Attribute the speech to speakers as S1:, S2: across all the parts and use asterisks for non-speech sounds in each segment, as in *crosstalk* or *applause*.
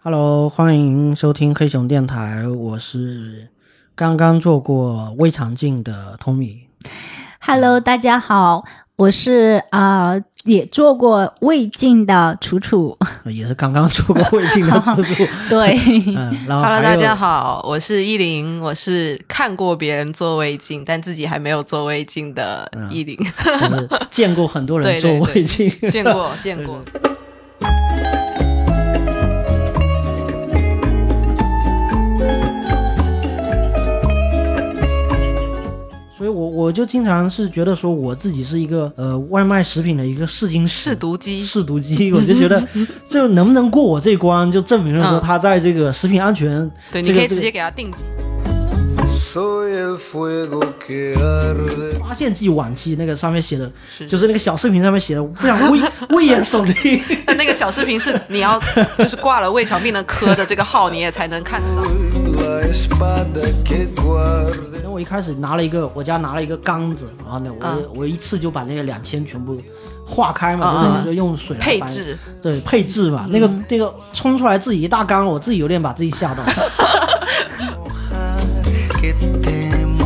S1: Hello，欢迎收听黑熊电台，我是刚刚做过胃肠镜的 Tommy。
S2: Hello，大家好，我是啊、呃也做过胃镜的楚楚。
S1: 呃也是刚刚做过胃
S3: *laughs*
S1: 镜的叔叔。
S2: 对，
S1: 嗯，然后
S3: Hello，
S1: 还
S3: 大
S1: 有
S3: 家好，我是依林，我是看过别人做胃镜，但自己还没有做胃镜的
S1: 嗯
S3: 依
S1: *laughs*
S3: 林，
S1: 就是见过很多人
S3: 对
S1: 做
S3: 对对
S1: 胃镜，
S3: *laughs* 见过见过。
S1: *laughs* 所以我我就经常是觉得说我自己是一个呃外卖食品的一个试金石
S3: 试毒机，
S1: 试毒机，我就觉
S3: *laughs*
S1: 得这能不能过我这关，就证明了说
S3: 嗯
S1: 他在这个食品安全
S3: 对，
S1: 这
S3: 你
S1: 个
S3: 可以
S1: 这
S3: 直
S1: 个
S3: 接给它定级。
S4: Soy el fuego que arde.
S1: 发现剂晚期那个上面写的，
S3: 是
S1: 就是那个小视频上面写的，非常危危言耸听。
S3: *laughs* 但那个小视频是你要就是挂了胃肠病的科的这个号，你也才能看得
S1: *laughs*
S3: 到。
S4: La espada que guarde.
S1: 然 *laughs* 后我一开始拿了一个，我家拿了一个缸子，然后呢，我、
S3: 嗯
S1: 我一次就把那个两千全部化开嘛，
S3: 嗯嗯
S1: 就是用水来
S3: 配
S1: 翻
S3: 置，嗯
S1: 对配置嘛，那个那个冲出来自己一大缸，我自己有点把自己吓到。 *laughs*
S4: Que temo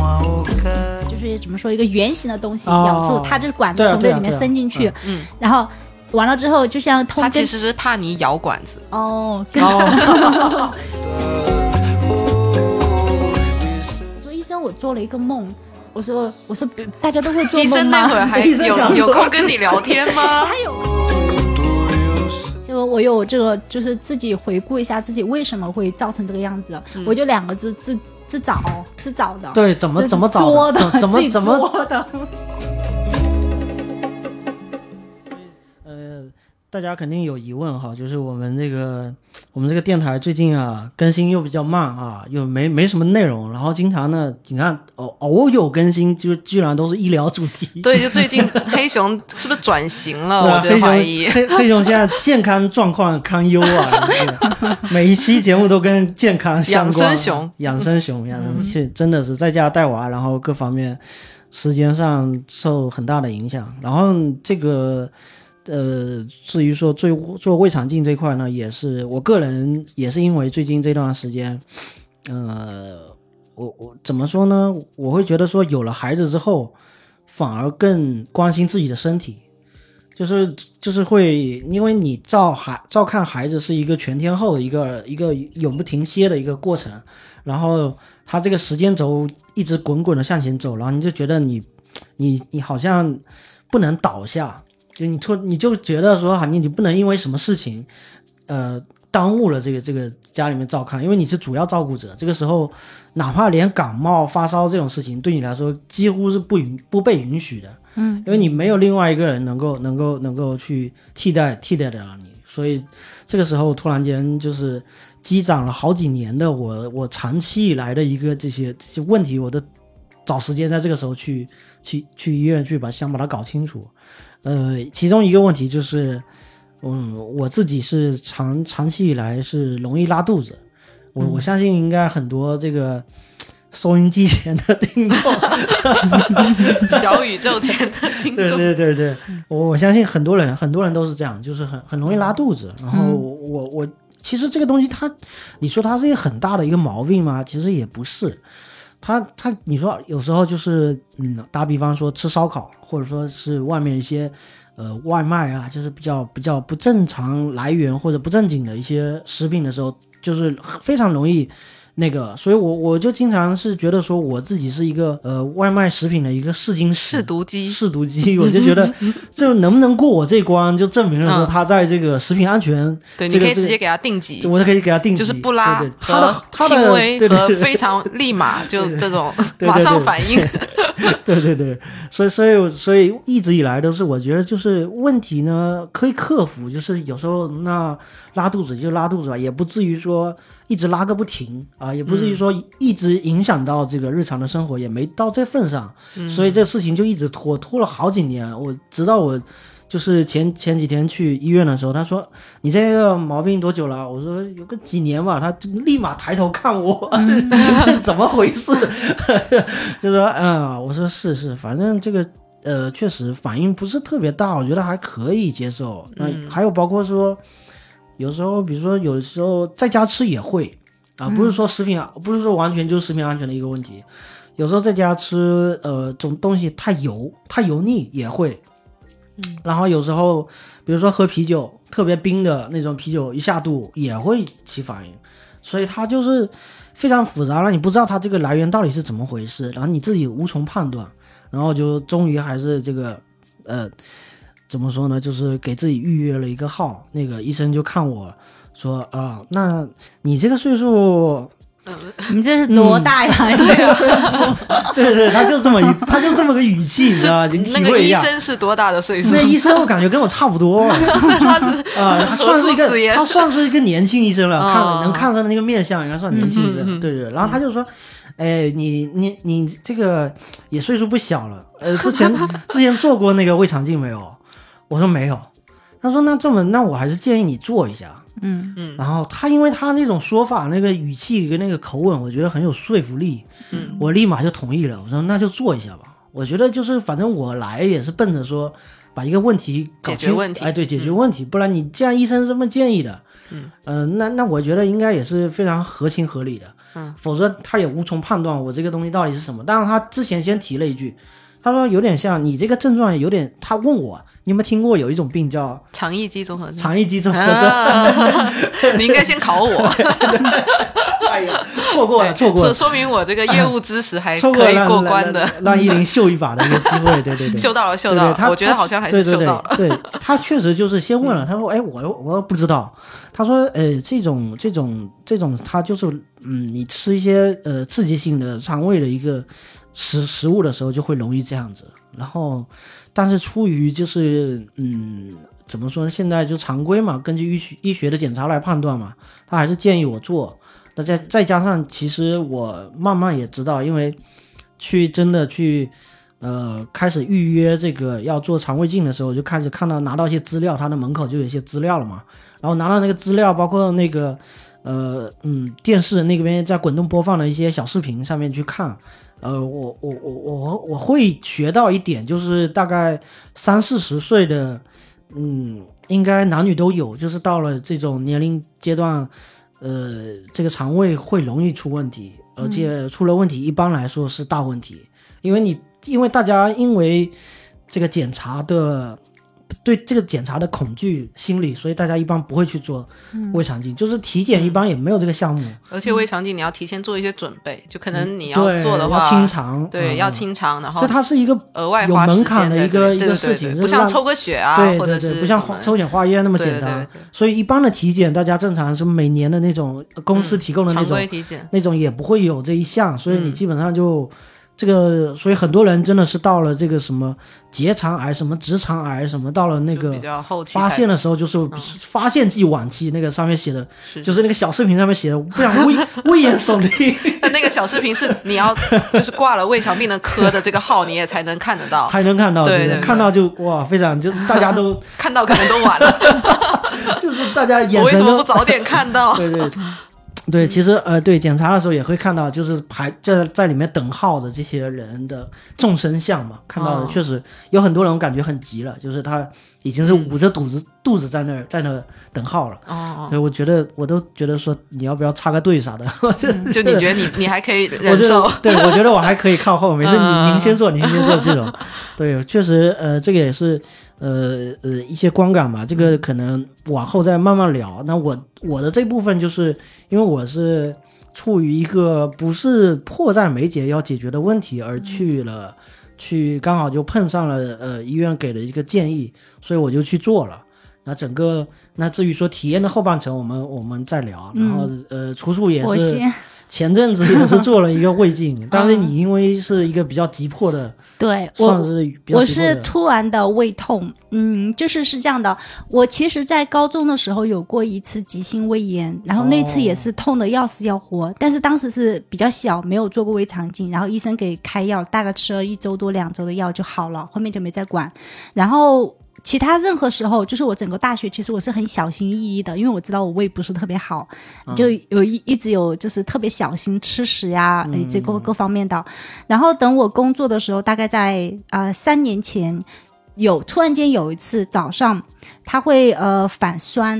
S2: *laughs*
S4: ahogar.
S2: 就是怎么说一个圆形的东西
S1: 哦
S2: 咬住它，就是管
S1: 对
S2: 子
S1: 啊
S2: 从
S1: 对啊
S2: 这里面
S1: 对啊
S2: 伸进去，
S3: 嗯
S2: 然后完了之后就像通
S3: 它
S2: 跟
S3: 其实是怕你咬管子，
S2: 哦，跟
S1: 哦
S4: Oh, dice.
S2: 我说医生，我做了一个梦，我说我说别大家都会做
S3: 医
S2: 梦
S3: 生那
S2: 吗？
S3: 会
S2: *laughs*
S3: 儿还
S1: 医生想
S3: 有有空跟你聊天
S1: *laughs*
S3: 吗？
S2: 还有。
S4: Tuyo
S2: *laughs*
S4: sé.
S2: 就我有这个，就是自己回顾一下自己为什么会造成这个样子，我就两个字自自找自找的，
S1: 嗯对怎么
S2: 这是
S1: 怎么找的
S2: 作
S1: 怎怎么
S2: 自己
S1: 怎么
S2: 作的，
S1: 呃，大家肯定有疑问哈，就是我们这个我们这个电台最近啊更新又比较慢啊，又没没什么内容，然后经常呢，你看偶偶有更新，就居然都是医疗主题。
S3: 对，就最近黑熊是不是转型了？
S1: 对啊
S3: 我就
S1: *laughs*
S3: 怀疑。
S1: 黑熊黑黑熊现在健康状况堪忧
S3: *laughs*
S1: 啊！就是每一期节目都跟健康相关。
S3: 养生熊，
S1: 养生熊，养生熊，真的是在家带娃，然后各方面时间上受很大的影响。然后这个呃，至于说做做胃肠镜这块呢，也是我个人也是因为最近这段时间，呃，我我怎么说呢？我会觉得说有了孩子之后，反而更关心自己的身体。就是就是会，因为你照孩照看孩子是一个全天候的一个一个永不停歇的一个过程，然后他这个时间轴一直滚滚的向前走，然后你就觉得你你你好像不能倒下，就你突你就觉得说哈，你你不能因为什么事情，呃，耽误了这个这个家里面照看，因为你是主要照顾者，这个时候哪怕连感冒发烧这种事情，对你来说几乎是不允不被允许的。
S2: 嗯，
S1: 因为你没有另外一个人能够能够能够去替代替代得了你，所以这个时候突然间就是积攒了好几年的我我长期以来的一个这些这些问题，我都找时间在这个时候去去去医院去把想把它搞清楚。呃，其中一个问题就是，嗯，我自己是长长期以来是容易拉肚子，我、
S2: 嗯
S1: 我相信应该很多这个收音机前的听众。
S3: 小宇宙前的听
S1: 对
S3: 众，嗯
S1: 对对对，我我相信很多人很多人都是这样，就是很很容易拉肚子。然后
S3: 嗯
S1: 我我我其实这个东西它，你说它是一个很大的一个毛病吗？其实也不是。它它，你说有时候就是，嗯，打比方说吃烧烤，或者说是外面一些，呃，外卖啊，就是比较比较不正常来源或者不正经的一些食品的时候，就是非常容易那个，所以我我就经常是觉得说我自己是一个呃外卖食品的一个试金石，
S3: 试毒机，
S1: 试毒机， *laughs* 我就觉
S3: *laughs*
S1: 得这能不能过我这关，就证明了说
S3: 嗯
S1: 他在这个食品安全，
S3: 对，
S1: 这
S3: 你
S1: 个
S3: 可以直
S1: 这
S3: 接给它定级
S1: 个，。我都可以给他定级，
S3: 就是不拉
S1: 对对他的
S3: 和
S1: 他
S3: 轻
S1: 的
S3: 微
S1: 对
S3: 和
S1: 对对
S3: 非常立
S1: *laughs*
S3: 马，就这种
S1: 对对
S3: *laughs* 马上反应。
S1: *laughs* 对对对，所以所以所以一直以来都是我觉得就是问题呢可以克服，就是有时候那拉肚子就拉肚子吧，也不至于说一直拉个不停啊，也不至于说一直影响到这个日常的生活，也没到这份上，所以这事情就一直拖拖了好几年，我直到我。就是前前几天去医院的时候，他说你这个毛病多久了？我说有个几年吧。他就立马抬头看我， *laughs* 怎么回事？就说嗯，我说是是，反正这个呃，确实反应不是特别大，我觉得还可以接受。那、还有包括说，有时候比如说有时候在家吃也会啊，不是说食品、不是说完全就是食品安全的一个问题，有时候在家吃呃种东西太油太油腻也会，然后有时候比如说喝啤酒特别冰的那种啤酒一下肚也会起反应，所以它就是非常复杂了，你不知道它这个来源到底是怎么回事，然后你自己无从判断，然后就终于还是这个呃。怎么说呢？就是给自己预约了一个号，那个医生就看我说啊，那你这个岁数， *laughs*
S2: 你这是
S1: 嗯
S2: 多大呀？你
S1: 啊
S2: 这个岁数，
S1: 对对，他就这么一，他就这么个语气，你知道吧？你啊体
S3: 那个
S1: 会一
S3: 医
S1: 下。
S3: 生是多大的岁数
S1: 那？医生我感觉跟我差不
S3: *laughs*
S1: 多啊， *laughs* 他算是一
S3: 何出此
S1: 个
S3: 言
S1: 他算是一个年轻医生了，
S3: 哦嗯
S1: 看能看出来那个面相，应该算年轻医生。对对，然后他就说，哎，你你你这个也岁数不小了，呃，之前之前做过那个胃肠镜没有？我说没有。他说那这么，那我还是建议你做一下。
S2: 嗯，
S1: 然后他因为他那种说法、那个语气跟那个口吻，我觉得很有说服力，嗯，我立马就同意了。我说那就做一下吧。我觉得就是反正我来也是奔着说把一个问题搞
S3: 解决
S1: 清
S3: 问题嗯
S1: 哎，对，解决问题。不然你既然医生这么建议的，嗯，呃，那那我觉得应该也是非常合情合理的，嗯，否则他也无从判断我这个东西到底是什么。但是他之前先提了一句。他说有点像你这个症状，有点。他问我，你有没有听过有一种病叫
S3: 肠易激综合症。
S1: 肠易激综合症？
S3: 啊， *laughs* 你应该先考我，
S1: 哎呀， *laughs* 错过了， *laughs* 错过
S3: 说
S1: 了，
S3: 说明我这个业务知识还
S1: 错
S3: 可
S1: 了
S3: 以
S1: 让
S3: 过关的，
S1: 让让让依林秀一把的一个机会，对对对，
S3: *laughs* 嗅到了，
S1: 对
S3: 嗅
S1: 对
S3: 到
S1: 他
S3: 了，我觉得好像还是
S1: 对对
S3: 嗅
S1: 对
S3: 到了。嗯
S1: 对
S3: *laughs*
S1: 他确实就是先问了，他说：“哎，我我不知道。”他说：“呃，这种这种这种，他就是嗯，你吃一些呃刺激性的肠胃的一个食食物的时候，就会容易这样子。然后，但是出于就是嗯。”怎么说呢？现在就常规嘛，根据医学医学的检查来判断嘛，他还是建议我做。那再再加上，其实我慢慢也知道，因为去真的去呃开始预约这个要做肠胃镜的时候，我就开始看到拿到一些资料，他的门口就有一些资料了嘛。然后拿到那个资料，包括那个呃嗯电视那边在滚动播放的一些小视频上面去看。呃，我我我我我会学到一点，就是大概三四十岁的，嗯，应该男女都有，就是到了这种年龄阶段，呃，这个肠胃会容易出问题，而且出了问题一般来说是大问题，因为你因为大家因为这个检查的对这个检查的恐惧心理，所以大家一般不会去做
S3: 嗯
S1: 胃肠镜，就是体检一般也没有这个项目。
S3: 而且胃肠镜你要提前做一些准备，就可能你
S1: 嗯
S3: 要
S1: 对
S3: 做的
S1: 要
S3: 话，
S1: 清肠，
S3: 对，
S1: 嗯
S3: 要，清肠，然
S1: 所
S3: 后
S1: 以它是一个
S3: 额外
S1: 有
S3: 花时
S1: 门槛
S3: 间
S1: 的
S3: 在
S1: 一
S3: 这
S1: 个
S3: 里
S1: 一
S3: 对
S1: 个
S3: 对
S1: 事
S3: 对
S1: 情
S3: 对
S1: 就
S3: 不
S1: 是
S3: 像
S1: 让
S3: 抽个血啊，
S1: 对
S3: 或者
S1: 对对，
S3: 是
S1: 不像
S3: 什么
S1: 抽检化验那么
S3: 对
S1: 简
S3: 对
S1: 单。
S3: 对对
S1: 所以一般的体检，大家正常是每年的那种呃公司提供的那
S3: 嗯常
S1: 种、
S3: 规体检，
S1: 那种也不会有这一项，所以你
S3: 嗯
S1: 基本上就、这个，所以很多人真的是到了这个什么结肠癌、什么直肠癌、什么到了那
S3: 就
S1: 个
S3: 比较后期
S1: 发
S3: 才
S1: 现的时候，就是发现即晚期，那个上面写的，
S3: 嗯是
S1: 就是那个小视频上面写的，非常危
S3: *laughs*
S1: 危言耸听。
S3: 但那个小视频是你要就是挂了胃肠病的科的这个号，你也才能看得到，
S1: *laughs* 才能看到，
S3: 对
S1: 是不是
S3: 对对
S1: 看到就哇，非常就是大家
S3: *laughs*
S1: 都
S3: 看到可能都晚了。
S1: 就是大家
S3: 我
S1: 眼
S3: 为什
S1: 神
S3: 么
S1: 都
S3: 不嗯早点看到？
S1: *laughs* 对对对，其实呃，对检查的时候也会看到，就是排在在里面等号的这些人的众生相嘛，看到的
S3: 哦
S1: 确实有很多人我感觉很急了，就是他已经是捂着肚子肚子在那儿在那儿等号了。
S3: 嗯哦，
S1: 对，我觉得我都觉得说你要不要插个队啥的， *laughs* 我就
S3: 哦就你觉得你你还可以
S1: 我
S3: 忍
S1: 觉
S3: 受
S1: 得，对，我觉得我还可以靠后，没事，
S3: 嗯
S1: 您您先做，您先做这
S3: *laughs*
S1: 种。对，确实，呃，这个也是，呃呃，一些观感吧。这个可能往后再慢慢聊。那我我的这部分就是因为我是处于一个不是迫在眉睫要解决的问题而去了，
S3: 嗯
S1: 去刚好就碰上了呃医院给了一个建议，所以我就去做了。那整个那至于说体验的后半程，我们我们再聊。然后
S3: 嗯
S1: 呃，楚楚也
S2: 我
S1: 是
S2: 先
S1: 前阵子也是做了一个胃
S2: *laughs*
S1: 镜，但是你因为是一个比较急迫的，
S2: 对
S1: 算
S2: 嗯我。
S1: 是比较
S2: 我
S1: 急迫
S2: 是
S1: 的
S2: 突然的胃痛，嗯，就是是这样的。我其实，在高中的时候有过一次急性胃炎，然后那次
S1: 哦
S2: 也是痛的要死要活，但是当时是比较小，没有做过胃肠镜，然后医生给开药，大概吃了一周多两周的药就好了，后面就没再管。然后其他任何时候，就是我整个大学，其实我是很小心翼翼的，因为我知道我胃不是特别好，
S1: 嗯
S2: 就有一一直有就是特别小心吃食呀、
S1: 嗯
S2: 哎、这各各方面的。然后等我工作的时候，大概在呃三年前，有突然间有一次早上，它会呃反酸。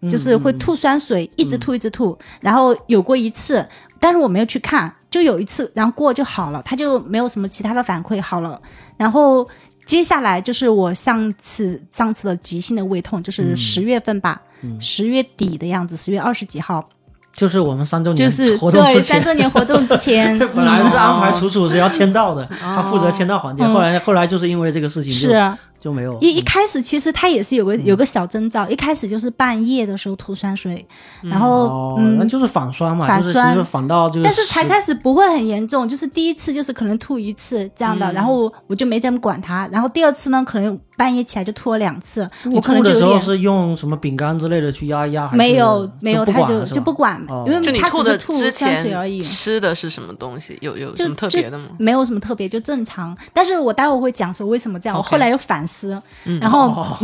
S1: 嗯
S2: 就是会吐酸水，一直吐一直吐。然后有过一次，但是我没有去看，就有一次，然后过就好了，他就没有什么其他的反馈，好了。然后接下来就是我上次上次的急性的胃痛，
S1: 嗯
S2: 就是十月份吧，十、月底的样子，十月二十几号，
S1: 就是我们三周
S2: 就
S1: 年
S2: 是
S1: 嗯活动之
S2: 对三
S1: 前。，
S2: 周年活动之前
S1: *laughs*
S2: 嗯
S1: 本来是安排楚楚是要签到的，
S2: 哦
S1: 他负责签到环节，后来后来就是因为这个事情就是
S2: 啊。
S1: 就没有。
S2: 哦一一开始其实他也是有个
S1: 嗯
S2: 有个小征兆，一开始就是半夜的时候吐酸水，然后
S1: 哦，那
S2: 嗯，
S1: 就是反酸嘛，
S2: 反
S1: 就是
S2: 酸
S1: 其实反倒就是，
S2: 但是才开始不会很严重，就是第一次就是可能吐一次
S1: 嗯
S2: 这样的，然后我就没怎么管他，然后第二次呢，可能半夜起来就吐了两次，我可能就
S1: 的时
S2: 有
S1: 候
S2: 点。
S1: 是用什么饼干之类的去压一压，还是
S2: 没有没有，
S1: 不
S2: 他
S1: 管
S2: 就
S1: 了
S2: 就不
S1: 不
S2: 管，
S1: 哦
S2: 因为
S3: 就你
S2: 他
S3: 吐
S2: 只是
S3: 的
S2: 吐
S3: 之
S2: 酸水而
S3: 前
S2: 已，
S3: 吃的是什么东西？有有什
S2: 就
S3: 么特
S2: 就
S3: 别的吗？
S2: 没有什么特别，就正常。但是我待会儿会讲说为什么这样，我
S3: OK
S2: 后来又反思，
S3: 嗯
S2: 然后
S3: 哦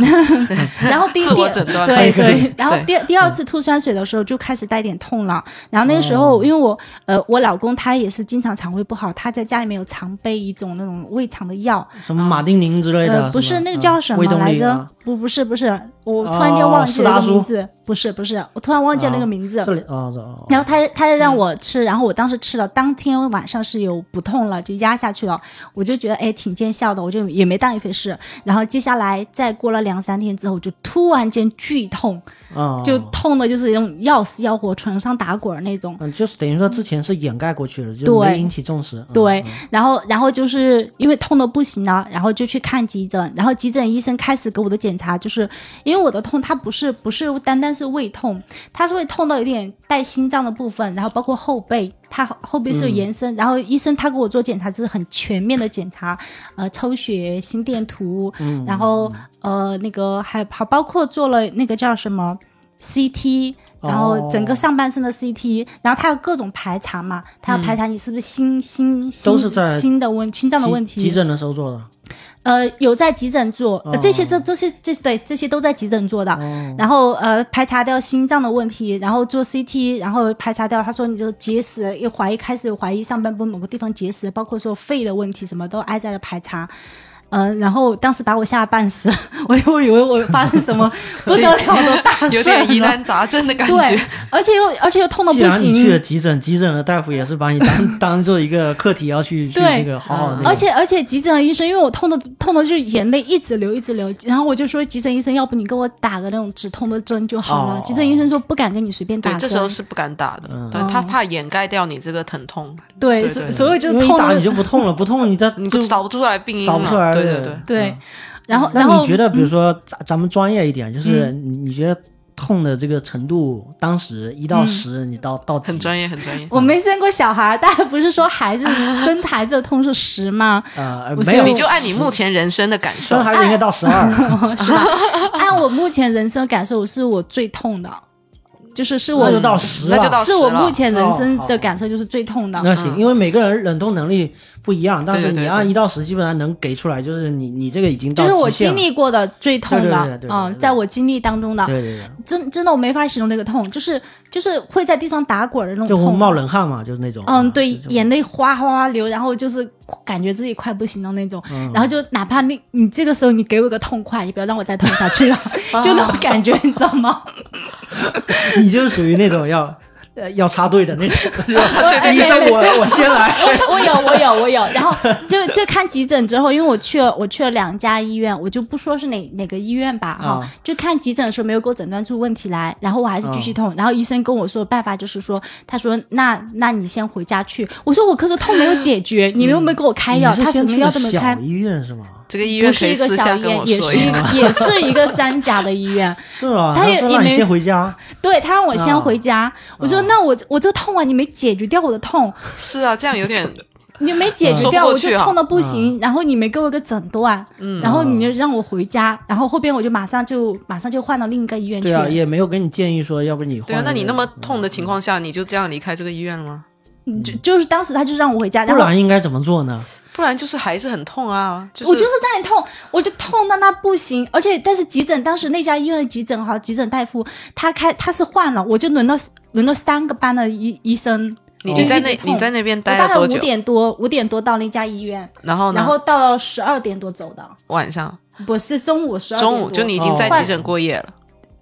S2: 然后第一
S3: 自我
S2: 第
S3: 诊断
S2: 对
S1: 可以
S2: 对，然后
S3: 对
S2: 第第二次吐酸水的时候就开始带点痛了。然后那个时候，
S1: 哦
S2: 因为我呃我老公他也是经常肠胃不好，他在家里面有常备一种那种胃肠的药，
S1: 什么马丁宁之类的，
S2: 呃不
S1: 吧
S2: 是那个叫什
S1: 嗯
S2: 么
S1: 胃动
S2: 来
S1: 力
S2: 着
S1: 啊？
S2: 不不是不是，我突然间忘记
S1: 哦四
S2: 了
S1: 大
S2: 那
S1: 叔
S2: 个名字，不是不是，我突然忘记了那个名字。
S1: 这里啊，这哦
S2: 然后他他让我吃，然后我当时吃了，当天晚上是有不痛了，就压下去了。我就觉得哎挺见效的，我就也没当一回事。然后接下来再过了两三天之后，就突然间剧痛，
S1: 啊，
S2: 就痛的就是那种要死要活、床上打滚儿那种。
S1: 嗯，就是等于说之前是掩盖过去了，就
S2: 对
S1: 没引起重视。嗯
S2: 对，然后然后就是因为痛的不行了，然后就去看急诊，然后急诊医生开始给我的检查，就是因为我的痛，它不是不是单单是胃痛，它是会痛到有点带心脏的部分，然后包括后背，它后后背
S1: 嗯
S2: 是有延伸，然后医生他给我做检查，就是很全面的检查，呃，抽血、心电图，
S1: 嗯
S2: 然后呃那个还还包括做了那个叫什么 CT。然后整个上半身的 CT，、然后它有各种排查嘛，它要排查你是不是心、心
S1: 嗯
S2: 心
S1: 都是在
S2: 心的问心脏的
S1: 急
S2: 问
S1: 急
S2: 题，
S1: 诊的时候做的。
S2: 呃，有在急诊做，呃
S1: 哦
S2: 这些这这些这对这些都在急诊做的。然后呃，排查掉心脏的问题，然后做 CT，然后排查掉，他说你就结石，又怀疑开始有怀疑上半部某个地方结石，包括说肺的问题，什么都挨在了排查。嗯、然后当时把我吓得半死， *laughs* 我又以为我发生什么不得了的大
S3: 哦有
S2: 事儿
S3: 点疑
S2: 了，
S3: 难杂症的感
S2: 对
S3: 觉。，
S2: 而且又而且又痛的
S1: 既
S2: 不
S1: 然你去了
S2: 行，
S1: 急诊，急诊的大夫也是把你当
S2: *laughs*
S1: 当做一个课题要去去
S2: 对
S1: 那个好好哦
S3: 嗯
S1: 那个。
S2: 而且而且急诊的医生，因为我痛的痛的就是眼泪一直流一直流，然后我就说急诊医生，要不你给我打个那种止痛的针就好了。
S1: 哦
S2: 急诊医生说不敢给你随便打
S3: 对，
S2: 针，
S3: 这时候是不敢打的，
S1: 嗯
S3: 对他
S1: 哦
S3: 怕掩盖掉你这个疼痛，
S2: 对
S3: 对
S2: 所
S3: 对
S2: 所以就
S1: 因为一
S2: 痛
S1: 打
S2: 的
S1: 你就不痛了，不痛你再
S3: 你不
S1: 就
S3: 找不出来病因
S1: 找不出来
S3: 嘛？对
S1: 对
S3: 对对，
S2: 对。
S1: 嗯
S2: 然后，
S1: 那
S2: 然后嗯
S1: 你觉得，比如说咱咱们专业一点，就是你你觉得痛的这个程度，当时一
S2: 嗯
S1: 到十，你到到
S3: 很
S1: 几？
S3: 专业，很专业。
S2: 我没生过小孩，大家不是说孩子生孩子的痛是
S1: *laughs*
S2: 十吗？
S1: 呃，
S2: 我
S1: 没有，
S2: 是
S3: 你就按你目前人生的感受
S1: 生，孩子应该到十二。
S2: 是吧？按我目前人生感受，是我最痛的，就是是 *laughs* 我
S1: 那就到十了
S3: 那就到
S2: 是我
S3: 10了
S2: 目前人生
S1: 哦好
S2: 的感受就是最痛的。
S1: 那行，因为每个人忍痛能力不一样，但是
S3: 对对
S1: 你
S3: 对
S1: 按
S3: 对
S1: 一到十，基本上能给出来，就是你你这个已经到
S2: 就是我
S1: 极限
S2: 经历过的最痛
S1: 对对
S2: 的，
S1: 对对对对
S2: 嗯，
S1: 对
S2: 在我经历当中
S1: 了
S2: 的，
S1: 对对对，
S2: 真真的我没法形容那个痛，就是就是会在地上打滚的那
S1: 就
S2: 种
S1: 会
S2: 痛，
S1: 冒冷汗嘛，就是那种。啊
S2: 嗯，对，
S1: 就是
S2: 眼泪哗哗哗流，然后就是感觉自己快不行的那种，然后就哪怕那你这个时候你给我个痛快，也不要让我再痛下去了，就那种感觉，你知道吗？
S1: 你就是属于那种要 *laughs* 呃要插队的那
S2: *laughs*
S1: 种。
S2: 对
S1: 医生，我我先来。
S2: *laughs* 我我有我有我有，然后就就看急诊之后，因为我去了我去了两家医院，我就不说是哪哪个医院吧哈、
S1: 啊
S2: 就看急诊的时候没有给我诊断出问题来，然后我还是继续痛，然后医生跟我说办法就是说，他说那那你先回家去，我说我可是痛没有解决，你们有没有给我开
S1: 嗯
S2: 药？
S1: 你是
S2: 哎他什
S1: 先
S2: 么
S1: 去
S2: 药
S1: 的
S2: 都没有
S1: 小
S2: 开。
S1: 医院是吗？
S3: 这个医
S2: 不
S3: 院可
S2: 是
S3: 以
S2: 一个
S3: 私
S2: 小
S3: 下
S2: 医
S3: 跟我
S2: 院，也
S3: 说
S2: 是
S3: 一
S2: 一
S3: 下。
S2: 个也是一个三甲的医院。
S1: 是吗？
S2: 他也
S1: 说
S2: 也
S1: 让你
S2: 没
S1: 先回家。
S2: 对他让我先
S1: 啊
S2: 回家，我说那我我这痛啊，你没解决掉我的痛，
S3: 是啊，这样有
S2: *laughs*
S3: 点
S2: 你没解决
S3: 说不
S2: 掉，
S3: 过
S2: 我就
S3: 去啊嗯
S2: 痛的不行。然后你没给我一个诊断，然后你就让我回家，然后后边我就马上就马上就换到另一个医院去
S1: 对
S2: 了
S1: 啊，。也没有给你建议说，要不你换
S3: 对啊。那你那么痛的
S1: 嗯，
S3: 情况下，你就这样离开这个医院了吗？
S2: 嗯就就是当时他就让我回家，
S1: 不
S2: 然后
S1: 然应该怎么做呢？
S3: 不然就是还是很痛啊，就
S2: 我就是是在那痛，我就痛到那不行。而且但是急诊当时那家医院的急诊哈，急诊大夫他开他是换了，我就轮到轮到三个班的医医生。
S3: 你
S2: 就
S3: 你在
S2: 一直
S3: 那
S2: 痛
S3: 你在那边
S2: 我
S3: 待
S2: 大
S3: 了
S2: 概五
S3: 多久？哦
S2: 点多五点多到那家医院，
S3: 然后呢？
S2: 然后到了十二点多走的，
S3: 晚上
S2: 不是中午十二点
S3: 中
S2: 多。
S3: 午就你已经在
S1: 哦
S3: 急诊过夜了，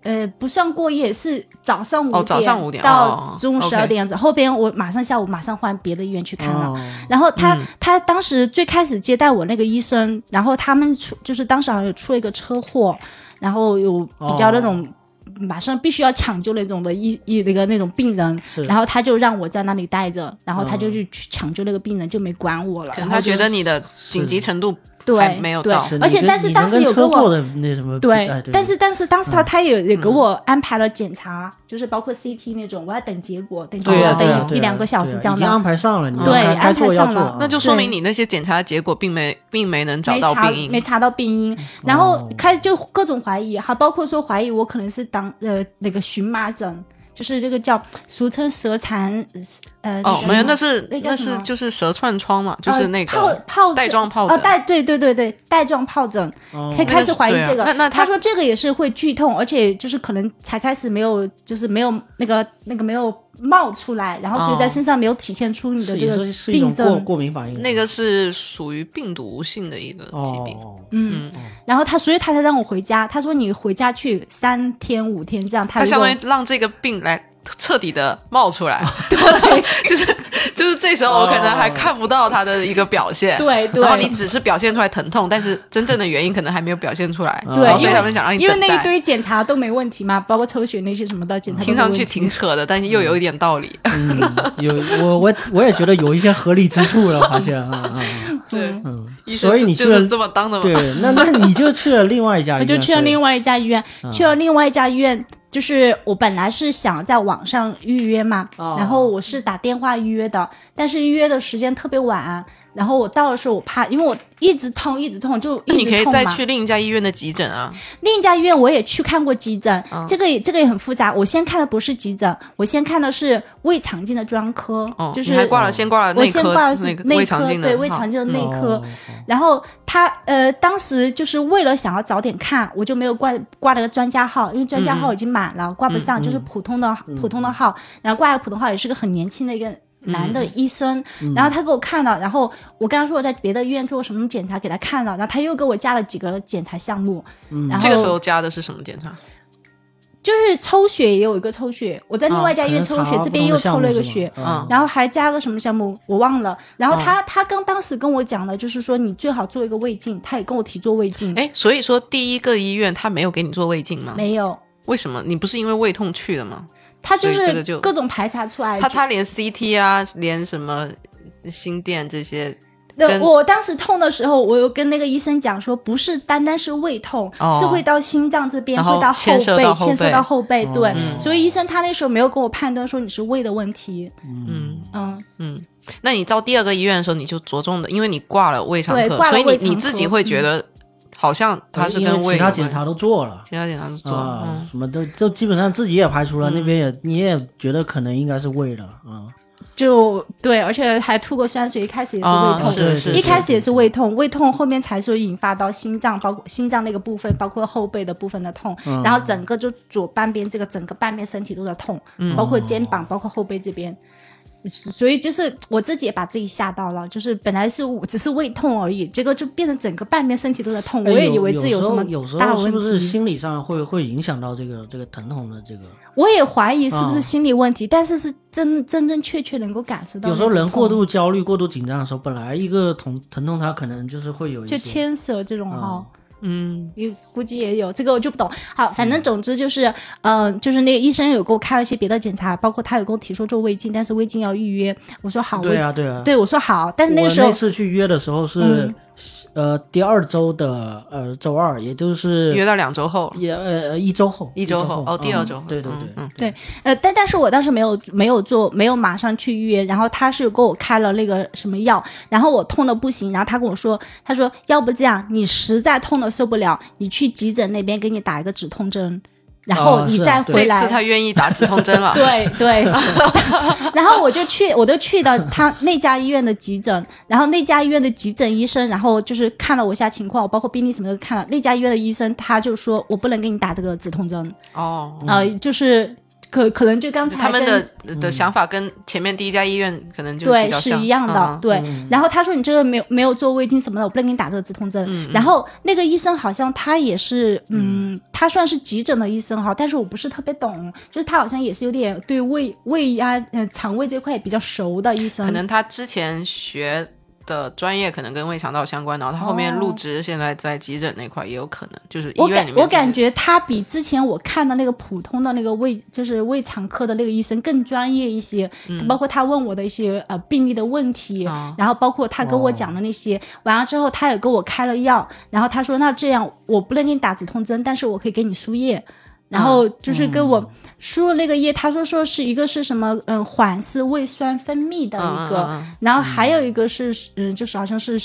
S2: 呃，不算过夜，是早上五点
S3: 哦早上五点
S2: 到
S3: 哦
S2: 中午十二
S3: OK
S2: 点样子。后边我马上下午马上换别的医院去看了。
S1: 哦
S2: 然后
S3: 嗯
S2: 他、他当时最开始接待我那个医生，然后他们出就是当时好像有出了一个车祸，然后有比较那
S3: 哦
S2: 种。马上必须要抢救那种的医医那个那种病人
S1: 是，
S2: 然后他就让我在那里待着，然后他就
S1: 嗯
S2: 去去抢救那个病人，就没管我了。
S3: 哦可
S2: 然
S3: 能
S2: 后
S3: 他
S2: 就
S3: 觉得你的紧急程度还
S2: 对
S3: 没有
S2: 对
S3: 到，
S2: 而且
S1: 你跟
S2: 但是
S1: 你
S2: 当
S1: 能
S2: 时
S1: 跟
S2: 有
S1: 车
S2: 跟我
S1: 祸的那什么比
S2: 对
S1: 哎，对，嗯
S2: 但是但是当时他他也也给我安排了检查，就是包括 CT 那种，我要等结果，等结
S1: 对
S2: 果
S1: 呀、对呀
S2: 等哎一
S1: 对呀
S2: 一两个小时
S1: 对呀啊
S2: 这样
S1: 已经安
S2: 的。
S1: 排上了，你
S2: 对
S1: 该该
S2: 安排
S1: 做要
S2: 上了
S1: 做，
S3: 那就说明你那些检查结果并没并没能找
S2: 嗯没
S3: 到
S2: 查
S3: 病
S2: 没
S3: 因。
S2: 查到病因，然
S1: 哦
S2: 后开始就各种怀疑，还包括说怀疑我可能是当呃那个荨麻疹，就是那个叫俗称舌蚕，呃
S3: 哦，
S2: 个
S3: 没有，
S2: 什么
S3: 那是
S2: 那叫
S3: 那
S2: 什
S3: 是
S2: 么
S3: 就是蛇串疮嘛，就是
S2: 呃
S3: 那
S2: 泡
S3: 个
S2: 泡
S3: 带
S2: 疹
S3: 状疱
S2: 哦
S3: 疹。
S2: 带对对对对带状疱疹，
S1: 哦
S2: 才开始怀疑
S3: 对啊
S2: 这个。
S3: 那那他
S2: 他说这个也是会剧痛，而且就是可能才开始没有，就是没有那个那个没有冒出来，然后所以
S3: 哦
S2: 在身上没有体现出你的
S1: 是
S2: 这
S1: 也
S2: 个
S1: 是是一
S2: 病
S1: 种过
S2: 症。
S1: 过敏反应，
S3: 那个是属于病毒性的一个疾病。
S1: 哦，
S2: 嗯，然后他所以他才让我回家。他说你回家去三天五天这样，他
S3: 它
S2: 如
S3: 相
S2: 果
S3: 当于让这个病来彻底的冒出来，
S2: 哦
S3: *laughs* 对，就是就是这时候我可能还看不到它的一个表现，
S2: 对对
S3: 然后你只是表现出来疼痛，但是真正的原因可能还没有表现出来，
S1: 对
S3: 然后
S2: 对，
S3: 哦所
S2: 因
S3: 以
S2: 为
S3: 他们想让你
S2: 因为
S3: 等
S2: 那一
S3: 待。
S2: 堆检查都没问题嘛，包括抽血那些什么的检查都
S3: *laughs* 听
S2: 没
S3: 上
S2: 问
S3: 去
S2: 题。
S3: 挺扯的，但是又有一点道理。
S1: 嗯，有我我我也觉得有一些合理之处了，发现啊啊，啊
S3: 对， *laughs*
S1: 嗯，
S3: 医生
S1: 所以你去
S3: 就
S1: 了
S3: 是这么当的嘛
S1: 对。，那那你就去了另外一家医
S2: 我
S1: 院，
S2: 就去了另
S1: 外
S2: 外一家医院，
S3: 嗯
S2: 去了另外一家医院，就是我本来是想在网上预约嘛，
S1: 哦
S2: 然后我是打电话预约的，但是预约的时间特别晚，然后我到的时候我怕，因为我一直痛一直痛，就
S3: 那
S2: 一
S3: 你可
S2: 直
S3: 以
S2: 痛
S3: 再
S2: 嘛。
S3: 去另一家医院的急诊啊，
S2: 另一家医院我也去看过急诊，
S3: 哦
S2: 这个也这个也很复杂。我先看的不是急诊，我先看的是胃肠镜的专科，
S3: 哦，
S2: 就
S3: 你还
S2: 是
S3: 挂了，先挂了
S2: 我
S3: 内
S2: 先
S3: 科
S2: 挂的是
S3: 那个
S2: 内
S3: 胃肠
S2: 科，
S3: 镜的，
S2: 对胃
S3: 好
S2: 肠镜的内科。
S1: 哦
S2: 然后他呃，当时就是为了想要早点看，我就没有挂挂了个专家号，因为专家号已经满了，挂不上，就是普通的、普通的号。然后挂个普通号也是个很年轻的一个男的医生，然后他给我看了，然后我跟他说我在别的医院做过什么检查，给他看了，然后他又给我加了几个检查项目，
S1: 嗯
S2: 然后
S3: 这个时候加的是什么检查？
S2: 就是抽血也有一个抽血，我在另外一家医院抽血，这边又抽了一个血，
S1: 嗯
S3: 嗯，
S2: 然后还加个什么项目，我忘了。然后他、他跟当时跟我讲的就是说，你最好做一个胃镜，他也跟我提做胃镜，
S3: 哎，所以说第一个医院他没有给你做胃镜吗？
S2: 没有，
S3: 为什么？你不是因为胃痛去的吗？
S2: 他就
S3: 所以这个
S2: 是
S3: 就
S2: 各种排查出来。
S3: 他他连 CT 啊，连什么心电这些，
S2: 那
S3: 跟
S2: 我当时痛的时候，我有跟那个医生讲说，不是单单是胃痛，
S3: 哦
S2: 是会到心脏这边，
S3: 然后
S2: 会到后
S3: 牵涉
S2: 背，
S3: 到后
S2: 牵涉
S3: 背
S2: 到后背。对，
S1: 嗯
S2: 所以医生他那时候没有跟我判断说你是胃的问题。
S3: 嗯
S2: 嗯，
S3: 嗯。那你到第二个医院的时候，你就着重的，因为你挂了胃肠
S2: 对
S3: 科，
S2: 挂了
S3: 所以
S2: 胃
S3: 你
S2: 肠
S3: 你自己
S2: 科嗯
S3: 会觉得好像他是
S1: 因为
S3: 跟胃
S1: 其他
S3: 有
S1: 检
S3: 关
S1: 查都做了。
S3: 其他检查是做，
S1: 啊
S3: 嗯，
S1: 什么都都基本上自己也排除了，
S2: 嗯
S1: 那边也你也觉得可能应该是胃了啊，
S2: 就对，而且还吐过酸水，一开始也是胃
S3: 啊
S2: 痛。
S1: 对
S3: 是是
S2: 一
S1: 是
S2: 开始也是胃痛，胃痛后面才是引发到心脏，包括心脏那个部分，包括后背的部分的痛，
S1: 嗯
S2: 然后整个就左半边这个整个半边身体都在痛，
S1: 嗯
S2: 包括肩膀，包括后背这边。所以就是我自己也把自己吓到了，就是本来是我只是胃痛而已，结果就变成整个半边身体都在痛，
S1: 哎
S2: 我也
S1: 有
S2: 以为自己
S1: 有
S2: 什么
S1: 时候有时
S2: 大
S1: 候是
S2: 问
S1: 不是
S2: 题，
S1: 心理上会会影响到这个这个疼痛的这个？
S2: 我也怀疑是不
S1: 啊
S2: 是心理问题，但是是真真正确确能够感受到
S1: 有
S2: 那
S1: 时候
S2: 种痛。
S1: 人过度焦虑、过度紧张的时候，本来一个疼疼痛，它可能就是会有一
S2: 就
S1: 些
S2: 牵涉这种哈、
S1: 啊
S3: 嗯
S2: 也估计也有，这个我就不懂。好，反正总之就是，嗯、就是那个医生有给我开了一些别的检查，包括他有给我提出做胃镜，但是胃镜要预约。我说好，
S1: 对啊，
S2: 胃
S1: 对啊，
S2: 对我说好，但是那
S1: 我
S2: 个时候嗯
S1: 那次去约的时候是，呃，第二周的呃周二，也就是
S3: 约到两周后，
S1: 也呃呃一周后，
S3: 一周后哦，第二周后
S1: 嗯，对对
S3: 嗯
S1: 对，
S3: 嗯，
S2: 对，呃，但但是我当时没有没有做，没有马上去预约，然后他是给我开了那个什么药，然后我痛的不行，然后他跟我说，他说要不这样，你实在痛的受不了，你去急诊那边给你打一个止痛针，然后
S1: 哦
S2: 你
S1: 是啊
S2: 再
S1: 对
S2: 回
S3: 这
S2: 来。
S3: 次他愿意打止痛针了，
S2: *laughs* 对对，然后我就去，我都去到他那家医院的急诊，然后那家医院的急诊医生，然后就是看了我一下情况，我包括病历什么都看了。那家医院的医生他就说我不能给你打这个止痛针，
S3: 哦，
S2: 呃，就是可可能就刚才
S3: 他们
S2: 跟
S3: 的
S1: 嗯
S3: 的想法跟前面第一家医院可能就比
S2: 对
S3: 较
S2: 是
S3: 像
S2: 一样的，
S3: 嗯
S2: 对。然后他说你这个没有没有做胃镜什么的，我不能给你打这个止痛针。
S3: 嗯
S2: 然后那个医生好像他也是，嗯，他算是急诊的医生哈，但是我不是特别懂，就是他好像也是有点对胃胃啊、呃肠胃这块也比较熟的医生，
S3: 可能他之前学的专业可能跟胃肠道相关，然后他后面入职现在在急诊那块也有可能，就是医
S2: 我
S3: 院
S2: 感
S3: 里面
S2: 我感
S3: 这些
S2: 觉他比之前我看的那个普通的那个胃就是胃肠科的那个医生更专业一些，
S3: 嗯
S2: 包括他问我的一些呃病例的问题，
S3: 哦
S2: 然后包括他跟我讲的那些，完了之后他也给我开了药，然后他说那这样我不能给你打止痛针，但是我可以给你输液。然后
S3: 哦
S2: 就是
S3: 嗯
S2: 给我输了那个液，他说说是一个是什么，嗯，缓释胃酸分泌的一个，
S3: 嗯嗯嗯嗯
S2: 然后还有一个是，嗯，就是好像是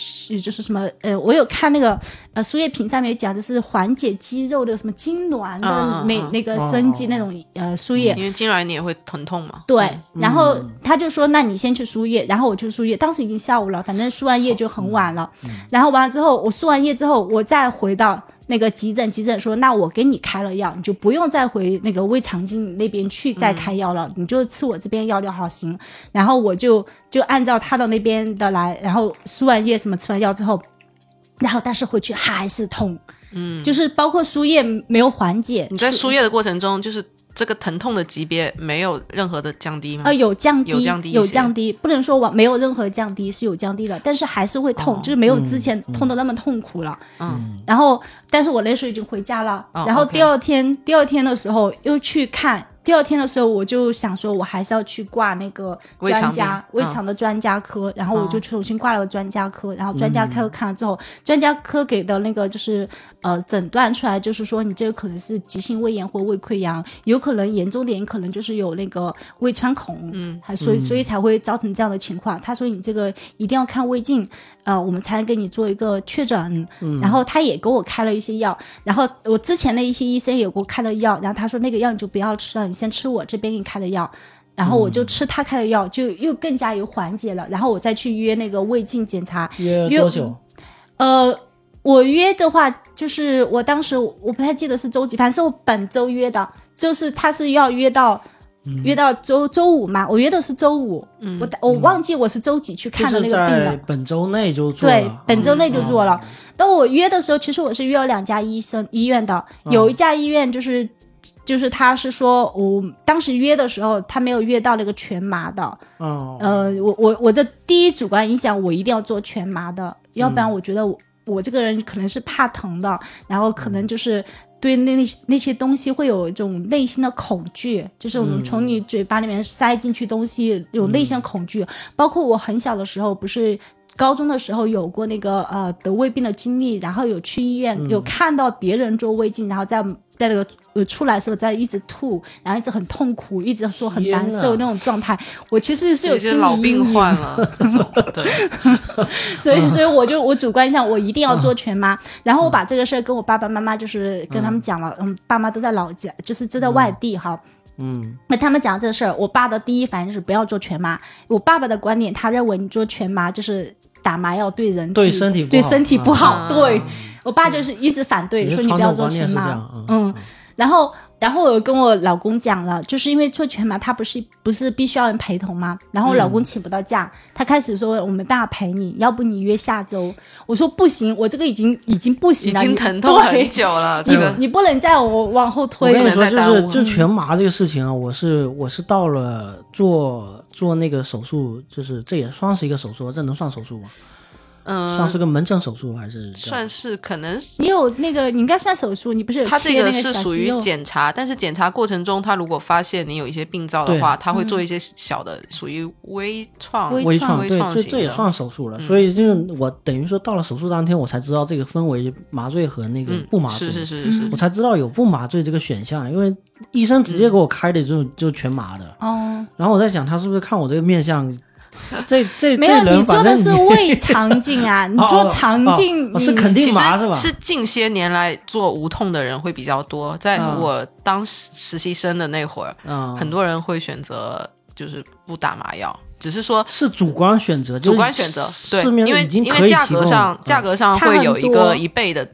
S2: 就是什么，呃，我有看那个呃输液瓶上面有讲，就是缓解肌肉的什么痉挛
S3: 嗯
S2: 的
S3: 嗯
S2: 那、
S3: 嗯
S2: 那个针剂那种、呃输液。
S3: 因为痉挛你也会疼痛嘛。嗯
S2: 对，然后他就说：“那你先去输液。”然后我去输液，当时已经下午了，反正输完液就很晚了。
S3: 哦
S2: 然后完了之后，我输完液之后，我再回到那个急诊，急诊说：“那我给你开了药，你就不用再回那个胃肠镜那边去再开药了，
S3: 嗯
S2: 你就吃我这边药就好行。”然后我就就按照他的那边的来，然后输完液什么吃完药之后，然后但是回去还是痛，嗯，就是包括输液没有缓解，
S3: 你在
S2: 吃
S3: 输液的过程中，就是这个疼痛的级别没有任何的降低吗？
S2: 啊，有降低，
S3: 有降低一些
S2: 降低不能说完没有任何降低，是有降低的，但是还是会痛，就是没有之前痛的那么痛苦了。
S3: 哦嗯，
S2: 然后，但是我那时候已经回家了，
S3: 哦
S2: 然后
S3: OK
S2: 第二天，第二天的时候又去看。第二天的时候，我就想说，我还是要去挂那个
S3: 胃肠
S2: 专家
S3: 病
S2: 胃
S3: 嗯
S2: 肠的嗯专家科，然后我就
S3: 哦
S2: 重新挂了个专家科，然后专家科看了之后，专家科给的那个就是呃诊断出来，就是说你这个可能是急性胃炎或胃溃疡，有可能严重点可能就是有那个胃穿孔，嗯，还所以所以才会造成这样的情况。他说你这个一定要看胃镜，呃，我们才能给你做一个确诊。然后他也给我开了一些药，然后我之前的一些医生也给我开了药，然后他说那个药你就不要吃了，你先吃我这边给你开的药。然后我就
S1: 嗯
S2: 吃他开的药，就又更加有缓解了。然后我再去约那个胃镜检查，
S1: 约
S2: 约
S1: 多久？
S2: 呃，我约的话，就是我当时我不太记得是周几，反正是我本周约的，就是他是要约到、
S1: 嗯
S2: 约到周周五嘛，我约的是周五，我打我忘记我是周几去看的
S1: 就
S2: 那
S1: 是
S2: 个病了
S1: 在。本周内就做
S2: 对
S1: 了，，
S2: 本周内就做了
S1: 嗯。
S2: 但我约的时候，其实我是约了两家医生医院的，
S1: 嗯
S2: 有一家医院就是。就是他是说，我当时约的时候，他没有约到那个全麻的，
S1: 哦，
S2: 呃，我我我的第一主观印象，我一定要做全麻的，要不然我觉得我、我这个人可能是怕疼的，然后可能就是对那那那些东西会有一种内心的恐惧，就是我们从你嘴巴里面塞进去东西有内心的恐惧，包括我很小的时候不是。高中的时候有过那个呃得胃病的经历，然后有去医院、有看到别人做胃镜，然后在在那个呃出来的时候在一直吐，然后一直很痛苦，一直说很难
S1: 天
S2: 受
S1: 呐
S2: 那种状态。我其实是有
S3: 有些
S2: 心
S3: 老
S2: 理阴
S3: 病
S2: 影，
S3: 患
S2: *laughs*
S3: 了，这种对，
S2: 所
S3: *laughs*
S2: 以所以我就我主观上我一定要做全麻，
S3: 嗯
S2: 然后我把这个事儿跟我爸爸妈妈就是跟他们讲了，嗯，爸妈都在老家，就是都在外地哈。
S1: 嗯，
S2: 那他们讲这个事儿，我爸的第一反应是不要做全麻。我爸爸的观点，他认为你做全麻就是打麻药对人体
S1: 对身体不好
S2: 对身体不好。
S3: 啊
S2: 对我爸就是一直反对
S1: 你的
S2: 说你不要
S1: 传
S2: 做
S1: 统观念
S2: 全
S1: 是这
S2: 麻
S1: 样，嗯
S2: 嗯，然后然后我又跟我老公讲了，就是因为做全麻，他不是不是必须要人陪同吗？然后我老公请不到假，他开始说我没办法陪你，要不你约下周？我说不行，我这个已经已经不
S3: 已
S2: 行了，
S3: 经
S2: 你
S3: 疼痛很
S2: 对
S3: 久了，这
S2: 你
S3: 个
S2: 你不能再我往后
S1: 我
S2: 推
S1: 跟
S2: 了
S1: 你说，
S3: 能再
S1: 就
S3: 耽
S1: 是
S3: 误嗯
S1: 就全麻这个事情啊，我是我是到了做做那个手术，就是这也算是一个手术，这能算手术吗？
S3: 嗯
S1: 算，是个门诊手术还是叫
S3: 算是可能
S2: 你有那个，你应该算手术，你不是有
S3: 他
S2: 切
S3: 这个
S2: 那
S3: 是
S2: 小
S3: 属
S2: 息
S3: 于
S2: 肉
S3: 检查，但是检查过程中，他如果发现你有一些病灶的
S1: 对
S3: 话，他会做一些小的属于微创、
S2: 嗯微
S1: 微
S2: 创
S1: 创？对，这
S3: 型
S1: 这也
S3: 的嗯
S1: 算手术了。所以就是我等于说到了手术当天，我才知道这个分为麻醉和那个
S3: 嗯，
S1: 不麻醉。
S3: 是是是是是
S1: 我才知道有不麻醉这个选项，因为医生直
S3: 嗯
S1: 接给我开的就、就全麻的。
S2: 哦，
S1: 然后我在想，他是不是看我这个面相，这这
S2: 没
S1: 这
S2: 有，
S1: 人
S2: 你做
S1: 反
S2: 的
S1: 正
S2: 是
S1: 你
S2: 胃肠镜
S1: *laughs*
S2: 啊，你
S1: 哦
S2: 做
S1: 哦
S2: 肠
S1: 哦
S2: 镜
S1: 哦是
S2: 你
S1: 肯定
S3: 其实
S1: 麻是吧？
S3: 是近些年来做无痛的人会比较多，在
S1: 啊
S3: 我当时实习生的那会儿，
S1: 啊，
S3: 很多人会选择就是不打麻药，只是说
S1: 是主观选择，就是
S3: 主观选择，对
S1: 市，面
S3: 因为
S1: 已经
S3: 因
S1: 可
S3: 为
S1: 以
S3: 价
S1: 提供
S3: 格上
S1: 了啊
S3: 价格上
S2: 嗯差
S3: 会
S2: 很
S3: 有一
S2: 多
S3: 个一倍的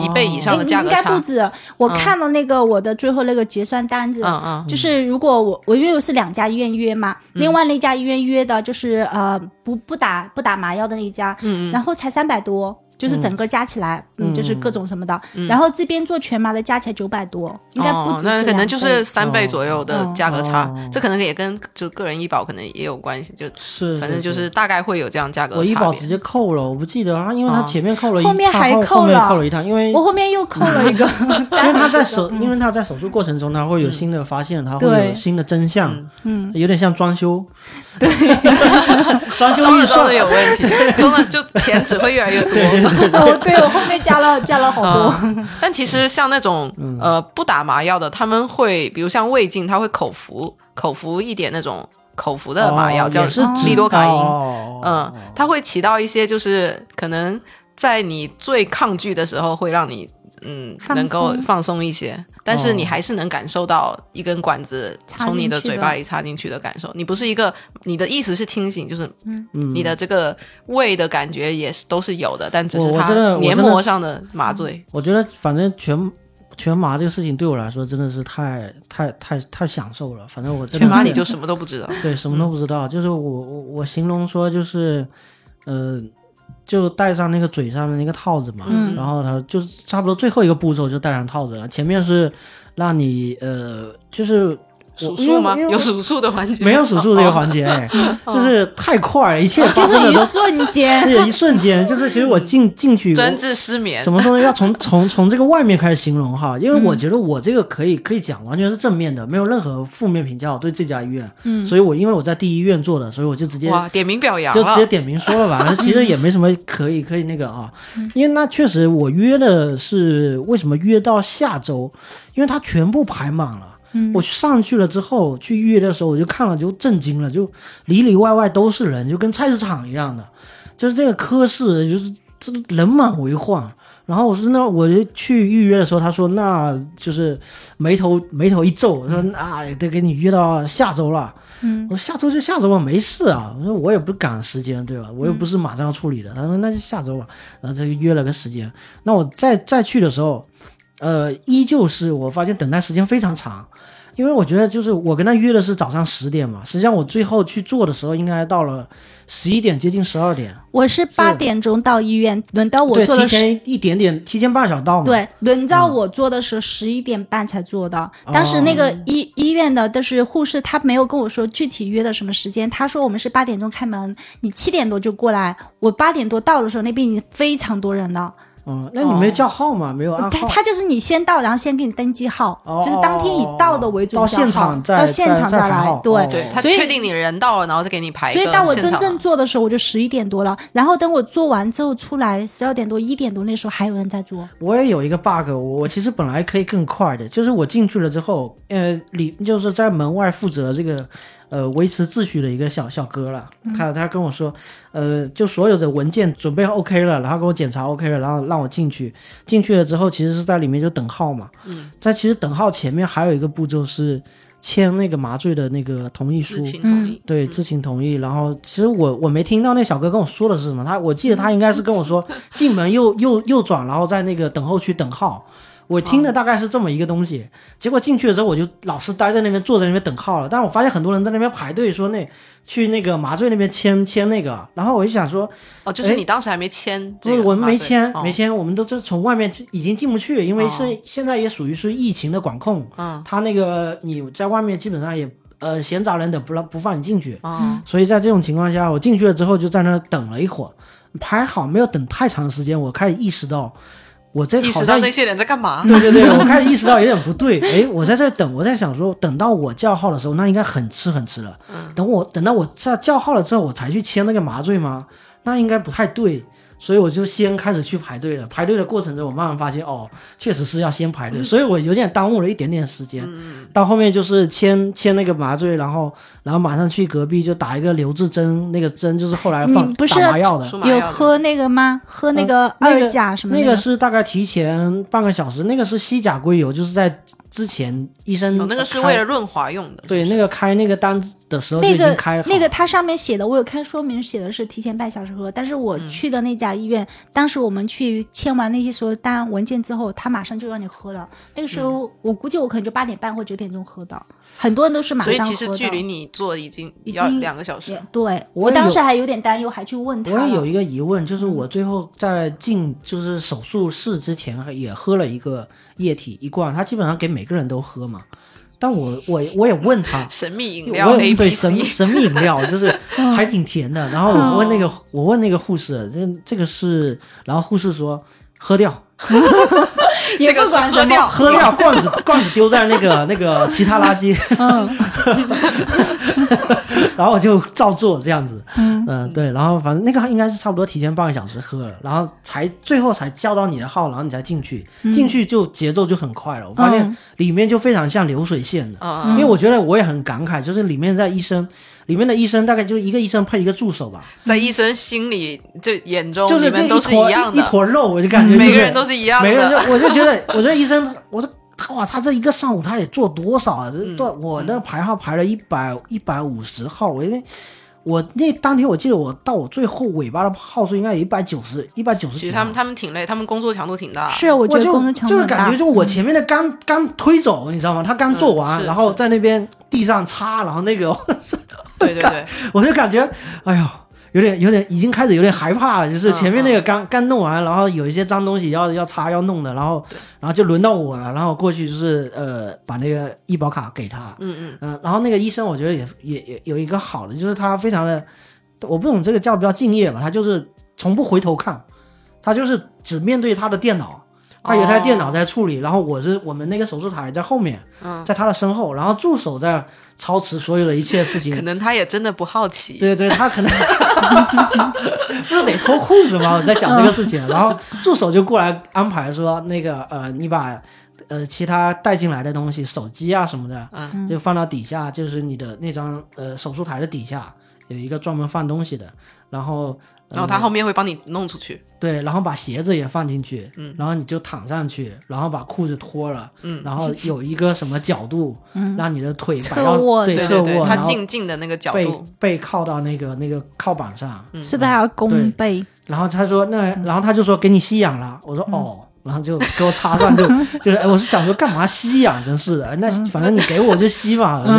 S3: 一倍以上
S2: 诶
S3: 的
S2: 你
S3: 价
S2: 应
S3: 格
S2: 该不
S3: 差。
S2: 止，我
S3: 嗯
S2: 看了那个我的最后那个结算单子，
S3: 嗯嗯，
S2: 就是如果我我因为我是两家医院约嘛，另外那家医院约的就是呃不不打不打麻药的那一家，然后才三百多，就是整个加起来，嗯，就是各种什么的，然后这边做全麻的加起来九百多，应该不
S3: 哦
S2: 止、
S3: 那可能就是。三倍左右的
S2: 哦
S3: 价格差，
S1: 哦
S3: 这可能也跟就个人医保可能也有关系，就是反正就是大概会有这样价格
S1: 我医
S3: 差
S1: 保
S3: 别
S1: 直。接扣了，我不记得啊，因为他
S3: 哦
S1: 前面扣了一，
S2: 后面
S1: 他
S2: 还
S1: 后
S2: 扣
S1: 后面
S2: 了
S1: 扣了一趟，因为
S2: 我后面又扣了一个，
S1: 因为他
S2: *laughs*
S1: 在手，因为他在手术过程中，他会有
S3: 嗯
S1: 新的发现，他会有
S2: 对
S1: 新的真相，
S2: 嗯，
S1: *laughs* 有点像装修， *laughs* 对，装修
S3: 装
S1: 预
S3: 着装着
S1: 算
S3: 有问题，
S1: *laughs*
S3: 装着就钱只会越来越多。
S2: 哦，对我后面加了加了好多，
S3: 嗯但其实像那种
S1: 嗯
S3: 呃不打麻药的，他们会比如像胃镜，他会口服，口服一点那种口服的麻药，
S1: 哦
S3: 叫
S1: 也
S2: 嗯
S1: 是哦
S3: 利多卡因。
S1: 因
S2: 哦
S3: 嗯，它会起到一些就是可能在你最抗拒的时候，会让你嗯
S2: 放松
S3: 能够放松一些，但是你还是能感受到一根管子
S2: 插进去的
S3: 从你的嘴巴里插进去的感受。你不是一个，你的意识是清醒，就是
S1: 嗯
S3: 你的这个胃的感觉也是都是有的，但只是
S1: 我我
S3: 它
S1: 真的我
S3: 黏
S1: 真的
S3: 膜上的麻醉。
S1: 我觉得反正全全麻这个事情对我来说真的是太太太太享受了，反正
S2: 嗯
S1: 我真的
S3: 全麻你
S1: 是
S3: 就什么都不知道。
S1: 对，什么都不知道。就是我我我形容说就是，呃，就戴上那个嘴上的那个套子嘛，
S2: 嗯
S1: 然后他就是差不多最后一个步骤就戴上套子了，前面是让你呃，就是
S3: 数
S1: 因为
S3: 数吗？
S1: 因为
S3: 有数哦数的环节
S1: 没有手术这个环节，哎就是太快了，一切
S2: 就
S1: 发
S2: 是
S1: 生的
S2: 一
S1: 都哎
S2: 瞬间，
S1: 是一瞬间，就是其实我进进去
S3: 真治失眠
S1: 怎。么说呢？要从从从这个外面开始形容哈，因为我觉得我这个可以可以讲，完全是正面的，没有任何负面评价。我对这家医院，嗯，所以我因为我在第一医院做的，所以我就直接
S3: 哇，点名表扬啊
S1: 就直接
S3: 了！
S1: 点名说了吧。其实也没什么可以可以那个啊，因为那确实我约的是为什么约到下周，因为它全部排满了。我上去了之后去预约的时候，我就看了就震惊了，就里里外外都是人，就跟菜市场一样的，就是这个科室就是这人满为患。然后我说那我就去预约的时候，他说那就是眉头眉头一皱，说啊得给你约到下周了。嗯，我说下周就下周吧，没事啊。我说我也不赶时间，对吧？我又不是马上要处理的。他说那就下周吧，然后他就约了个时间。那我再再去的时候，呃，依旧是我发现等待时间非常长，因为我觉得就是我跟他约的是早上十点嘛，实际上我最后去做的时候应该到了十一点，接近十二点。
S2: 我是八点钟到医院，轮到我
S1: 对，
S2: 做的
S1: 提
S2: 时
S1: 前一点点，提前半小时到嘛。
S2: 对，轮到我做的时候十一点半才做的。
S1: 嗯
S2: 当时那个医医院的，但是护士他没有跟我说具体约的什么时间，他说我们是八点钟开门，你七点多就过来。我八点多到的时候，那边已经非常多人了。
S1: 嗯，那你没叫号吗？没有
S2: 哦他
S1: 按号。
S2: 他就是你先到，然后先给你登记号，
S1: 啊哦
S2: 就是当天以到的为主
S1: 到
S2: 比较好
S1: 现场再
S2: 到现场
S1: 再再排
S2: 来
S1: 号。
S2: 对，
S1: 哦
S3: 对他
S2: 所以
S3: 确定你人到了，然后再给你排一
S2: 所
S3: 个
S2: 以
S3: 现
S2: 到
S3: 场。啊
S2: 我真正做的时候，我就十一点多了。然后等我做完之后出来，十二点多、一点多那时候还有人在做。
S1: 我也有一个 bug，我我其实本来可以更快的，就是我进去了之后，呃，里就是在门外负责这个呃维持秩序的一个小小哥了，他他跟我说，呃，就所有的文件准备 OK 了，然后给我检查 OK 了，然后让我进去，进去了之后其实是在里面就等号嘛，嗯，在其实等号前面还有一个步骤是签那个麻醉的那个同意书，
S3: 知情同意。
S1: 对，知情同意。然后其实我我没听到那小哥跟我说的是什么，他我记得他应该是跟我
S3: *laughs*
S1: 说进门右右右转，然后在那个等候区等号。我听
S3: 哦
S1: 的大概是这么一个东西，结果进去的时候我就老是待在那边坐在那边等号了，但是我发现很多人在那边排队说那去那个麻醉那边签签那个，然后我就想说，
S2: 嗯
S3: 哦，就是
S1: 哎
S3: 你当时还没签
S1: 不
S3: 这
S1: 是
S3: 个
S1: 我们
S3: 麻
S1: 没
S3: 醉
S1: 签，
S3: 哦
S1: 没签，我们都这从外面已经进不去，因为是、
S3: 哦
S1: 现在也属于是疫情的管控，
S3: 嗯
S1: 他那个你在外面基本上也呃闲杂人等不让不放你进去，
S2: 嗯
S3: 哦
S1: 所以在这种情况下，我进去了之后就在那儿等了一会儿，还好没有等太长时间，我开始意识到我这
S3: 意
S1: 好
S3: 识到
S1: 像嗯
S3: 那些人在干嘛？
S1: 对对对，我开始意识到有点不对，哎，我在这等，我在想说，等到我叫号的时候，那应该很迟很迟了。等我等到我在叫号了之后，我才去签那个麻醉吗？那应该不太对，所以我就先开始去排队了。排队的过程中，我慢慢发现，哦，确实是要先排队，所以我有点耽误了一点点时间。到后面就是签签那个麻醉，然后然后马上去隔壁就打一个留置针，那个针就是后来放
S2: 你不是
S1: 打麻药的。
S3: 输麻药
S2: 有
S3: 的
S2: 喝那个吗？喝那
S1: 呃
S2: 个
S1: 那
S2: 二
S1: 个
S2: 甲什么
S1: 那
S2: 个
S1: 个是大概提前半个小时，那个是西甲硅油，就是在之前医生
S3: 哦那
S2: 嗯
S3: 个是
S1: 开
S3: 为了润滑用的。
S1: 对那个开那个单子的时候就
S2: 那
S1: 已
S2: 个
S1: 经开好了
S2: 那个它上面写的，我有看说明写的是提前半小时喝，但是我
S1: 嗯
S2: 去的那家医院，当时我们去签完那些所有单文件之后，他马上就让你喝了。那个时候、
S1: 嗯
S2: 我估计我可能就八点半或九点钟喝到，很多人都是马
S3: 所
S2: 上
S3: 以
S2: 喝到。
S3: 其实距离你做已经
S2: 已
S3: 要
S2: 经
S3: 两个小时
S2: 也
S3: 了。，
S2: 对
S1: 我
S2: 我
S1: 也
S2: 当
S1: 有
S2: 时还有点担忧，还去问他
S1: 我
S2: 了。
S1: 也有一个疑问，就是
S2: 嗯
S1: 我最后在进就是手术室之前也喝了一个液体一罐，他基本上给每个人都喝嘛。但我我我也问他
S3: *laughs* 神秘饮料
S1: 我
S3: A
S1: 也
S3: B
S1: 对神
S3: C，
S1: 神秘饮料就是
S2: 嗯
S1: 还挺甜的。然后我问那个我问那个护士，这这个是，然后护士说喝掉，
S2: 也
S3: 这个
S2: 不
S3: 是
S2: 管
S3: 喝
S2: 什
S3: 掉
S2: 么，
S1: 哦喝掉罐子罐子丢在那个那个其他垃圾， *laughs* 然后我就照做这样子，嗯、对，然后反正那个应该是差不多提前半个小时喝了，然后才最后才叫到你的号，然后你才进去，进去就节奏就很快了，我发现
S2: 嗯
S1: 里面就非常像流水线的，
S3: 嗯
S1: 因为我觉得我也很感慨，就是里面在医生，里面的医生大概就一个医生配一个助手吧，
S3: 在医生心里就眼中
S1: 就是
S3: 哦你
S1: 这
S3: 们
S1: 一
S3: 都是一
S1: 坨
S3: 样
S1: 一
S3: 的，嗯
S1: 坨肉，我就感觉
S3: 每
S1: 就
S3: 个人都是一样
S1: 每个人就
S3: 的。
S1: 我就
S3: *laughs*
S1: 觉得，我觉得医生，我说他哇，他这一个上午他得做多少啊？
S3: 嗯
S1: 这多、我那排号排了一百一百五十号，我因为。我那当天我记得我到我最后尾巴的号数应该有一百九十，一百九十。啊
S3: 其实他们他们挺累，他们工作强度挺大。
S2: 是我
S1: 我
S2: 觉得
S1: 就
S2: 工作强
S1: 就
S2: 度
S1: 是
S2: 很
S1: 感
S2: 大嗯
S1: 觉，就我前面的刚、刚推走，你知道吗？他刚做完，
S3: 嗯是
S1: 然后在那边地上擦，然后那个
S3: 对对对，
S1: *laughs* 我就感觉，哎呦，有点有点已经开始有点害怕了，就是
S3: 嗯
S1: 前面那个刚、刚弄完，然后有一些脏东西要要擦要弄的，然后然后就轮到我了，然后过去就是呃把那个医保卡给他，
S3: 嗯嗯，
S1: 嗯、然后那个医生我觉得也也也有一个好的，就是他非常的，我不懂这个叫不叫敬业吧，他就是从不回头看，他就是只面对他的电脑。他有台电脑在处理，然后我是我们那个手术台在后面，
S3: 嗯
S1: 在他的身后，然后助手在操持所有的一切事情
S3: 可，能他也真的不好奇。
S1: 对对，他可能不是得脱裤子吗？我在想这个事情，然后助手就过来安排说，那个呃，你把呃其他带进来的东西，手机啊什么的，
S3: 嗯
S1: 就放到底下，就是你的那张呃手术台的底下有一个专门放东西的，然后。呃
S3: 然后他后面会帮你弄出去，
S1: 对，然后把鞋子也放进去，
S3: 嗯
S1: 然后你就躺上去，然后把裤子脱了，
S3: 嗯
S1: 然后有一个什么角度，
S2: 嗯
S1: 让你的腿摆
S2: 侧
S1: 到
S2: 卧
S1: 对
S3: 对
S1: 侧
S3: 对
S1: 卧，
S3: 对，他
S1: 然后
S3: 静静的那个角
S1: 背
S3: 度，
S1: 背靠到那个那个靠板上，
S2: 是不是还要
S1: 嗯对
S2: 弓背？
S1: 然后他说那，
S2: 嗯
S1: 然后他就说给你吸氧了，我说哦，然后就给我插上
S2: *laughs*
S1: 就就是，哎，我是想说干嘛吸氧，真是哎的，那反正你给我就吸
S2: *laughs*
S1: 嘛，我就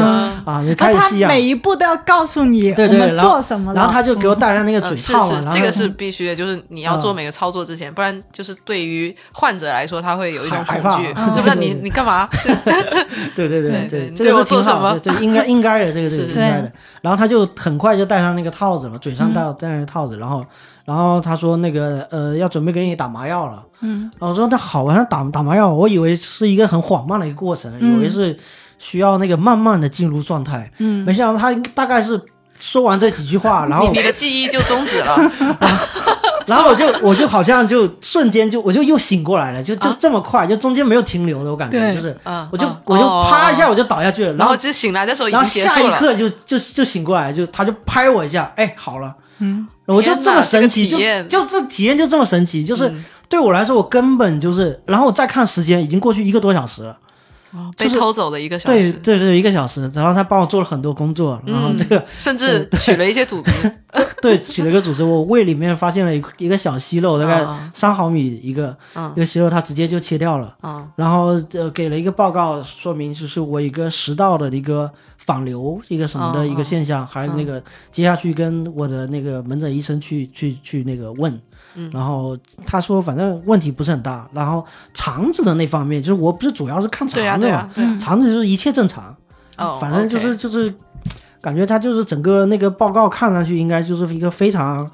S1: 啊就
S2: 然
S1: 开
S2: 后
S1: 始
S2: 嗯他
S1: 吸氧，
S2: 每一步都要告诉你
S1: 对
S2: 我
S1: 对，
S2: 们
S1: 然后
S2: 做什么了，
S1: 然后他就给我戴上那个
S3: 嗯，
S1: 嘴
S3: 是
S1: 套嘛，
S3: 是，
S1: 然
S3: 这
S1: 后
S3: 个是必须的，就是你要
S1: 嗯
S3: 做每个操作之前，不然就是对于患者来说，他会有一种
S1: 害
S3: 恐
S1: 害怕
S3: 惧，
S1: 嗯
S3: 对不对？你
S1: 对对
S3: 你干嘛？
S1: *laughs* 对对
S3: 对
S1: 对，这
S3: 对
S1: 个
S3: 对
S1: 是
S3: 我做
S1: 挺好的，
S3: 什么
S1: 对，应
S3: *laughs*
S1: 该应该的，这个这个
S3: 是
S1: 应该的。然后他就很快就戴上那个套子了，嘴上戴戴
S2: 嗯
S1: 上套子，然后然后他说那个呃要准备给你打麻药了，
S2: 嗯，
S1: 然后哦我说那好，晚上打打麻药，我以为是一个很缓慢的一个过程，
S3: 嗯
S1: 以为是需要那个慢慢的进入状态，
S2: 嗯
S1: 没想到他大概是说完这几句
S3: *laughs*
S1: 话，然后
S3: 你你的记忆就终止了，
S1: *laughs* 然后我就我就好像就瞬间就我就又醒过来了，就就这么快，就中间没有停留的，我感觉
S2: 对
S1: 就是
S3: 嗯，
S1: 我就
S3: 嗯
S1: 我就
S3: 哦
S1: 啪一下我就倒下去了，
S3: 然
S1: 然后
S3: 后就醒来的时候已
S1: 然
S3: 经
S1: 后
S3: 结
S1: 下
S3: 束
S1: 一
S3: 了，
S1: 刻就就就醒过来，就他就拍我一下，哎，好了，
S2: 嗯，
S1: 我就这么神奇，
S3: 天哪这个体
S1: 就
S3: 验
S1: 就这体验就这么神奇，就是
S3: 嗯
S1: 对我来说，我根本就是，然后我再看时间，已经过去一个多小时了，
S3: 被
S1: 就是
S3: 偷走的一个小
S1: 对
S3: 时，
S1: 对对，一个小时，然后他帮我做了很多工作，然后这个、
S3: 嗯甚至取了一些组织，
S1: *laughs* 对取了一个组织，我胃里面发现了一一个小息肉，大概
S3: 啊
S1: 三毫米一个，
S3: 嗯
S1: 一个息肉，他直接就切掉了。 *laughs*
S3: 嗯
S1: 然后呃给了一个报告，说明就是我一个食道的一个反流一个什么的
S3: 哦嗯
S1: 一个现象，还有那个接下去跟我的那个门诊医生去去去那个问，
S3: 嗯
S1: 然后他说反正问题不是很大，然后肠子的那方面就是我不是主要是看
S3: 对啊
S1: 肠子
S3: 对
S1: 嘛
S3: 啊，，对啊
S1: 肠子就是一切正常，
S3: 哦，
S1: 反正就
S3: OK
S1: 是就是感觉他就是整个那个报告看上去应该就是一个非常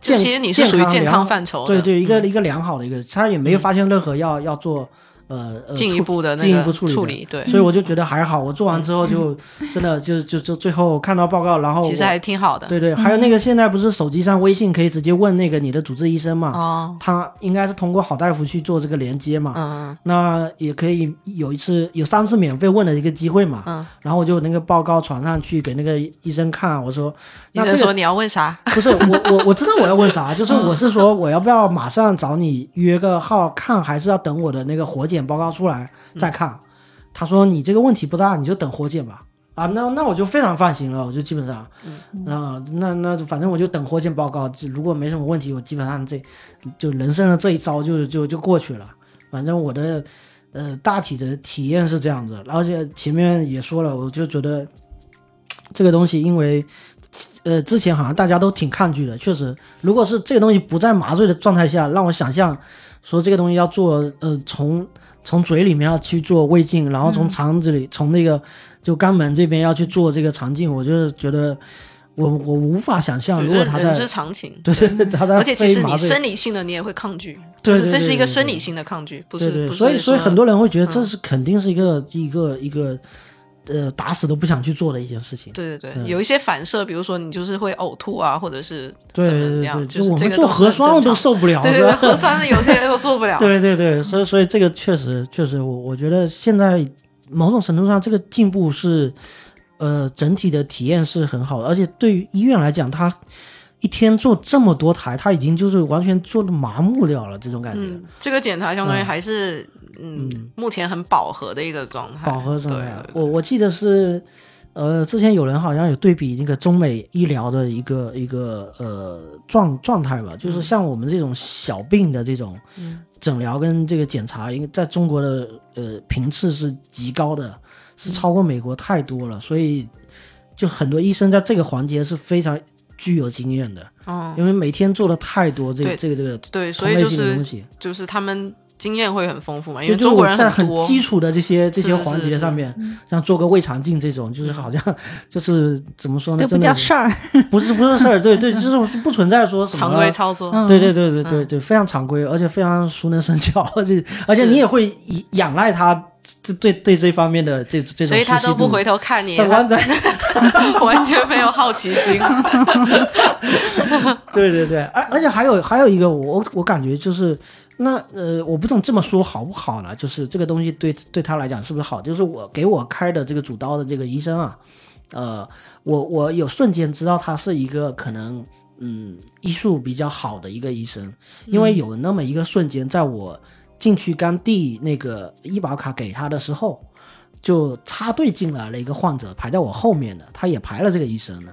S3: 就
S1: 健
S3: 其实你是属于健
S1: 良
S3: 康范畴的，
S1: 对
S3: 嗯
S1: 对，一个、一个良好的一个，他也没有发现任何要、要做呃呃
S3: 进一
S1: 处
S3: 步嗯的
S1: 进一
S3: 那
S1: 步
S3: 个
S1: 处理的
S3: 对，
S1: 所以我就觉得还好。我做完之后就 *laughs* 真的就就就最后看到报告，然后
S3: 嗯其实
S1: 我
S3: 还挺好的。嗯
S1: 对对，还有那个现在不是手机上微信可以直接问那个你的主治医生嘛？
S3: 哦，
S1: 他应该是通过好大夫去做这个连接嘛？
S3: 嗯
S1: 那也可以有一次有三次免费问的一个机会嘛？
S3: 嗯，
S1: 然后我就有那个报告传上去给那个医生看，我说
S3: 医
S1: 那这
S3: 生
S1: 个
S3: 说你要问啥？
S1: *laughs* 不是我我我知道我要问啥，就是我是说我要不要马上找你约个号看，还是要等我的那个活检报告出来再看？他说你这个问题不大，你就等活检吧。啊，那那我就非常放心了，我就基本上，啊，那那反正我就等活检报告，如果没什么问题，我基本上这就人生的这一招就就就过去了。反正我的呃大体的体验是这样子，而且前面也说了，我就觉得这个东西，因为呃之前好像大家都挺抗拒的，确实，如果是这个东西不在麻醉的状态下，让我想象说这个东西要做呃从从嘴里面要去做胃镜，然后
S3: 嗯
S1: 从肠子里、从那个就肛门这边要去做这个肠镜，我就是觉得。我我无法想象，如果他在
S3: 人之常情。
S1: 对对对，他在
S3: 而且
S1: 非
S3: 其实
S1: 麻
S3: 你
S1: 醉
S3: 生理性的你也会抗拒，
S1: 对
S3: 就是
S1: 对
S3: 这
S1: 对
S3: 是一个
S1: 对
S3: 生
S1: 对
S3: 理性的抗拒，不
S1: 对
S3: 是
S1: 对，
S3: 不是
S1: 所以所以
S3: 说嗯
S1: 很多人会觉得这是肯定是一个、一个一个呃打死都不想去做的一件事情。
S3: 对对对，
S1: 嗯
S3: 有一些反射，比如说你就是会呕吐啊，或者是
S1: 对
S3: 怎
S1: 对
S3: 么
S1: 对，
S3: 样，
S1: 就是我
S3: 这
S1: 们
S3: 个
S1: 做核酸我
S3: 都
S1: 都
S3: 是
S1: 受不了，
S3: *laughs* 很正
S1: 是
S3: 常对对对，
S1: 吧？
S3: 核酸有些人都做不
S1: *laughs*
S3: 了。
S1: 对对对，所以所以这个确实确实，我我觉得现在某种程度上这个进步是，呃，整体的体验是很好的，而且对于医院来讲，它一天做这么多台，它已经就是完全做的麻木掉了，这种感觉。
S3: 嗯，这个检查相当于还是嗯目前很饱和的一个状态，
S1: 饱和状
S3: 哎对
S1: 态啊
S3: 对。对
S1: 我我记得是，呃，之前有人好像有对比那个中美医疗的一个一个呃状状态吧，
S3: 嗯
S1: 就是像我们这种小病的这种诊疗跟这个检查，应该在中国的呃频次是极高的，
S3: 嗯
S1: 是超过美国太多了，所以就很多医生在这个环节是非常具有经验的，
S3: 哦，
S1: 因为每天做的太多这个
S3: 对
S1: 这个这个
S3: 对，所
S1: 同
S3: 以
S1: 类
S3: 就
S1: 性的
S3: 是
S1: 东西，
S3: 就是他们经验会很丰富嘛，因
S1: 就
S3: 为
S1: 就
S3: 中国人
S1: 在
S3: 很多，
S1: 基础的这些这些
S3: 是是
S1: 环节
S3: 是嗯
S1: 上面，像做个胃肠镜这种，就是好像就是怎么说呢，
S2: 这不
S1: 真
S2: 叫
S1: 的
S2: 事儿。
S1: 不是不是事儿，对
S2: *laughs*
S1: 对，就是不存在说什么嗯
S3: 常规。操作。
S1: 对对对对对对，非常常规，而且非常熟能生巧，而且而且
S3: 是
S1: 你也会依仰赖他这对对这方面的这这种，
S3: 所以他都不回，头看你，
S1: 他
S3: 他
S1: 完全
S3: *laughs* 完全没有好奇心。
S1: 对对对，而而且还有还有一个我，我我感觉就是，那呃，我不懂这么说好不好呢？就是这个东西对对他来讲是不是好？就是我给我开的这个主刀的这个医生啊，呃，我我有瞬间知道他是一个可能嗯医术比较好的一个医生，因为有那么一个瞬间，在我进去刚递那个医保卡给他的时候，就插队进来了一个患者，排在我后面的，他也排了这个医生呢。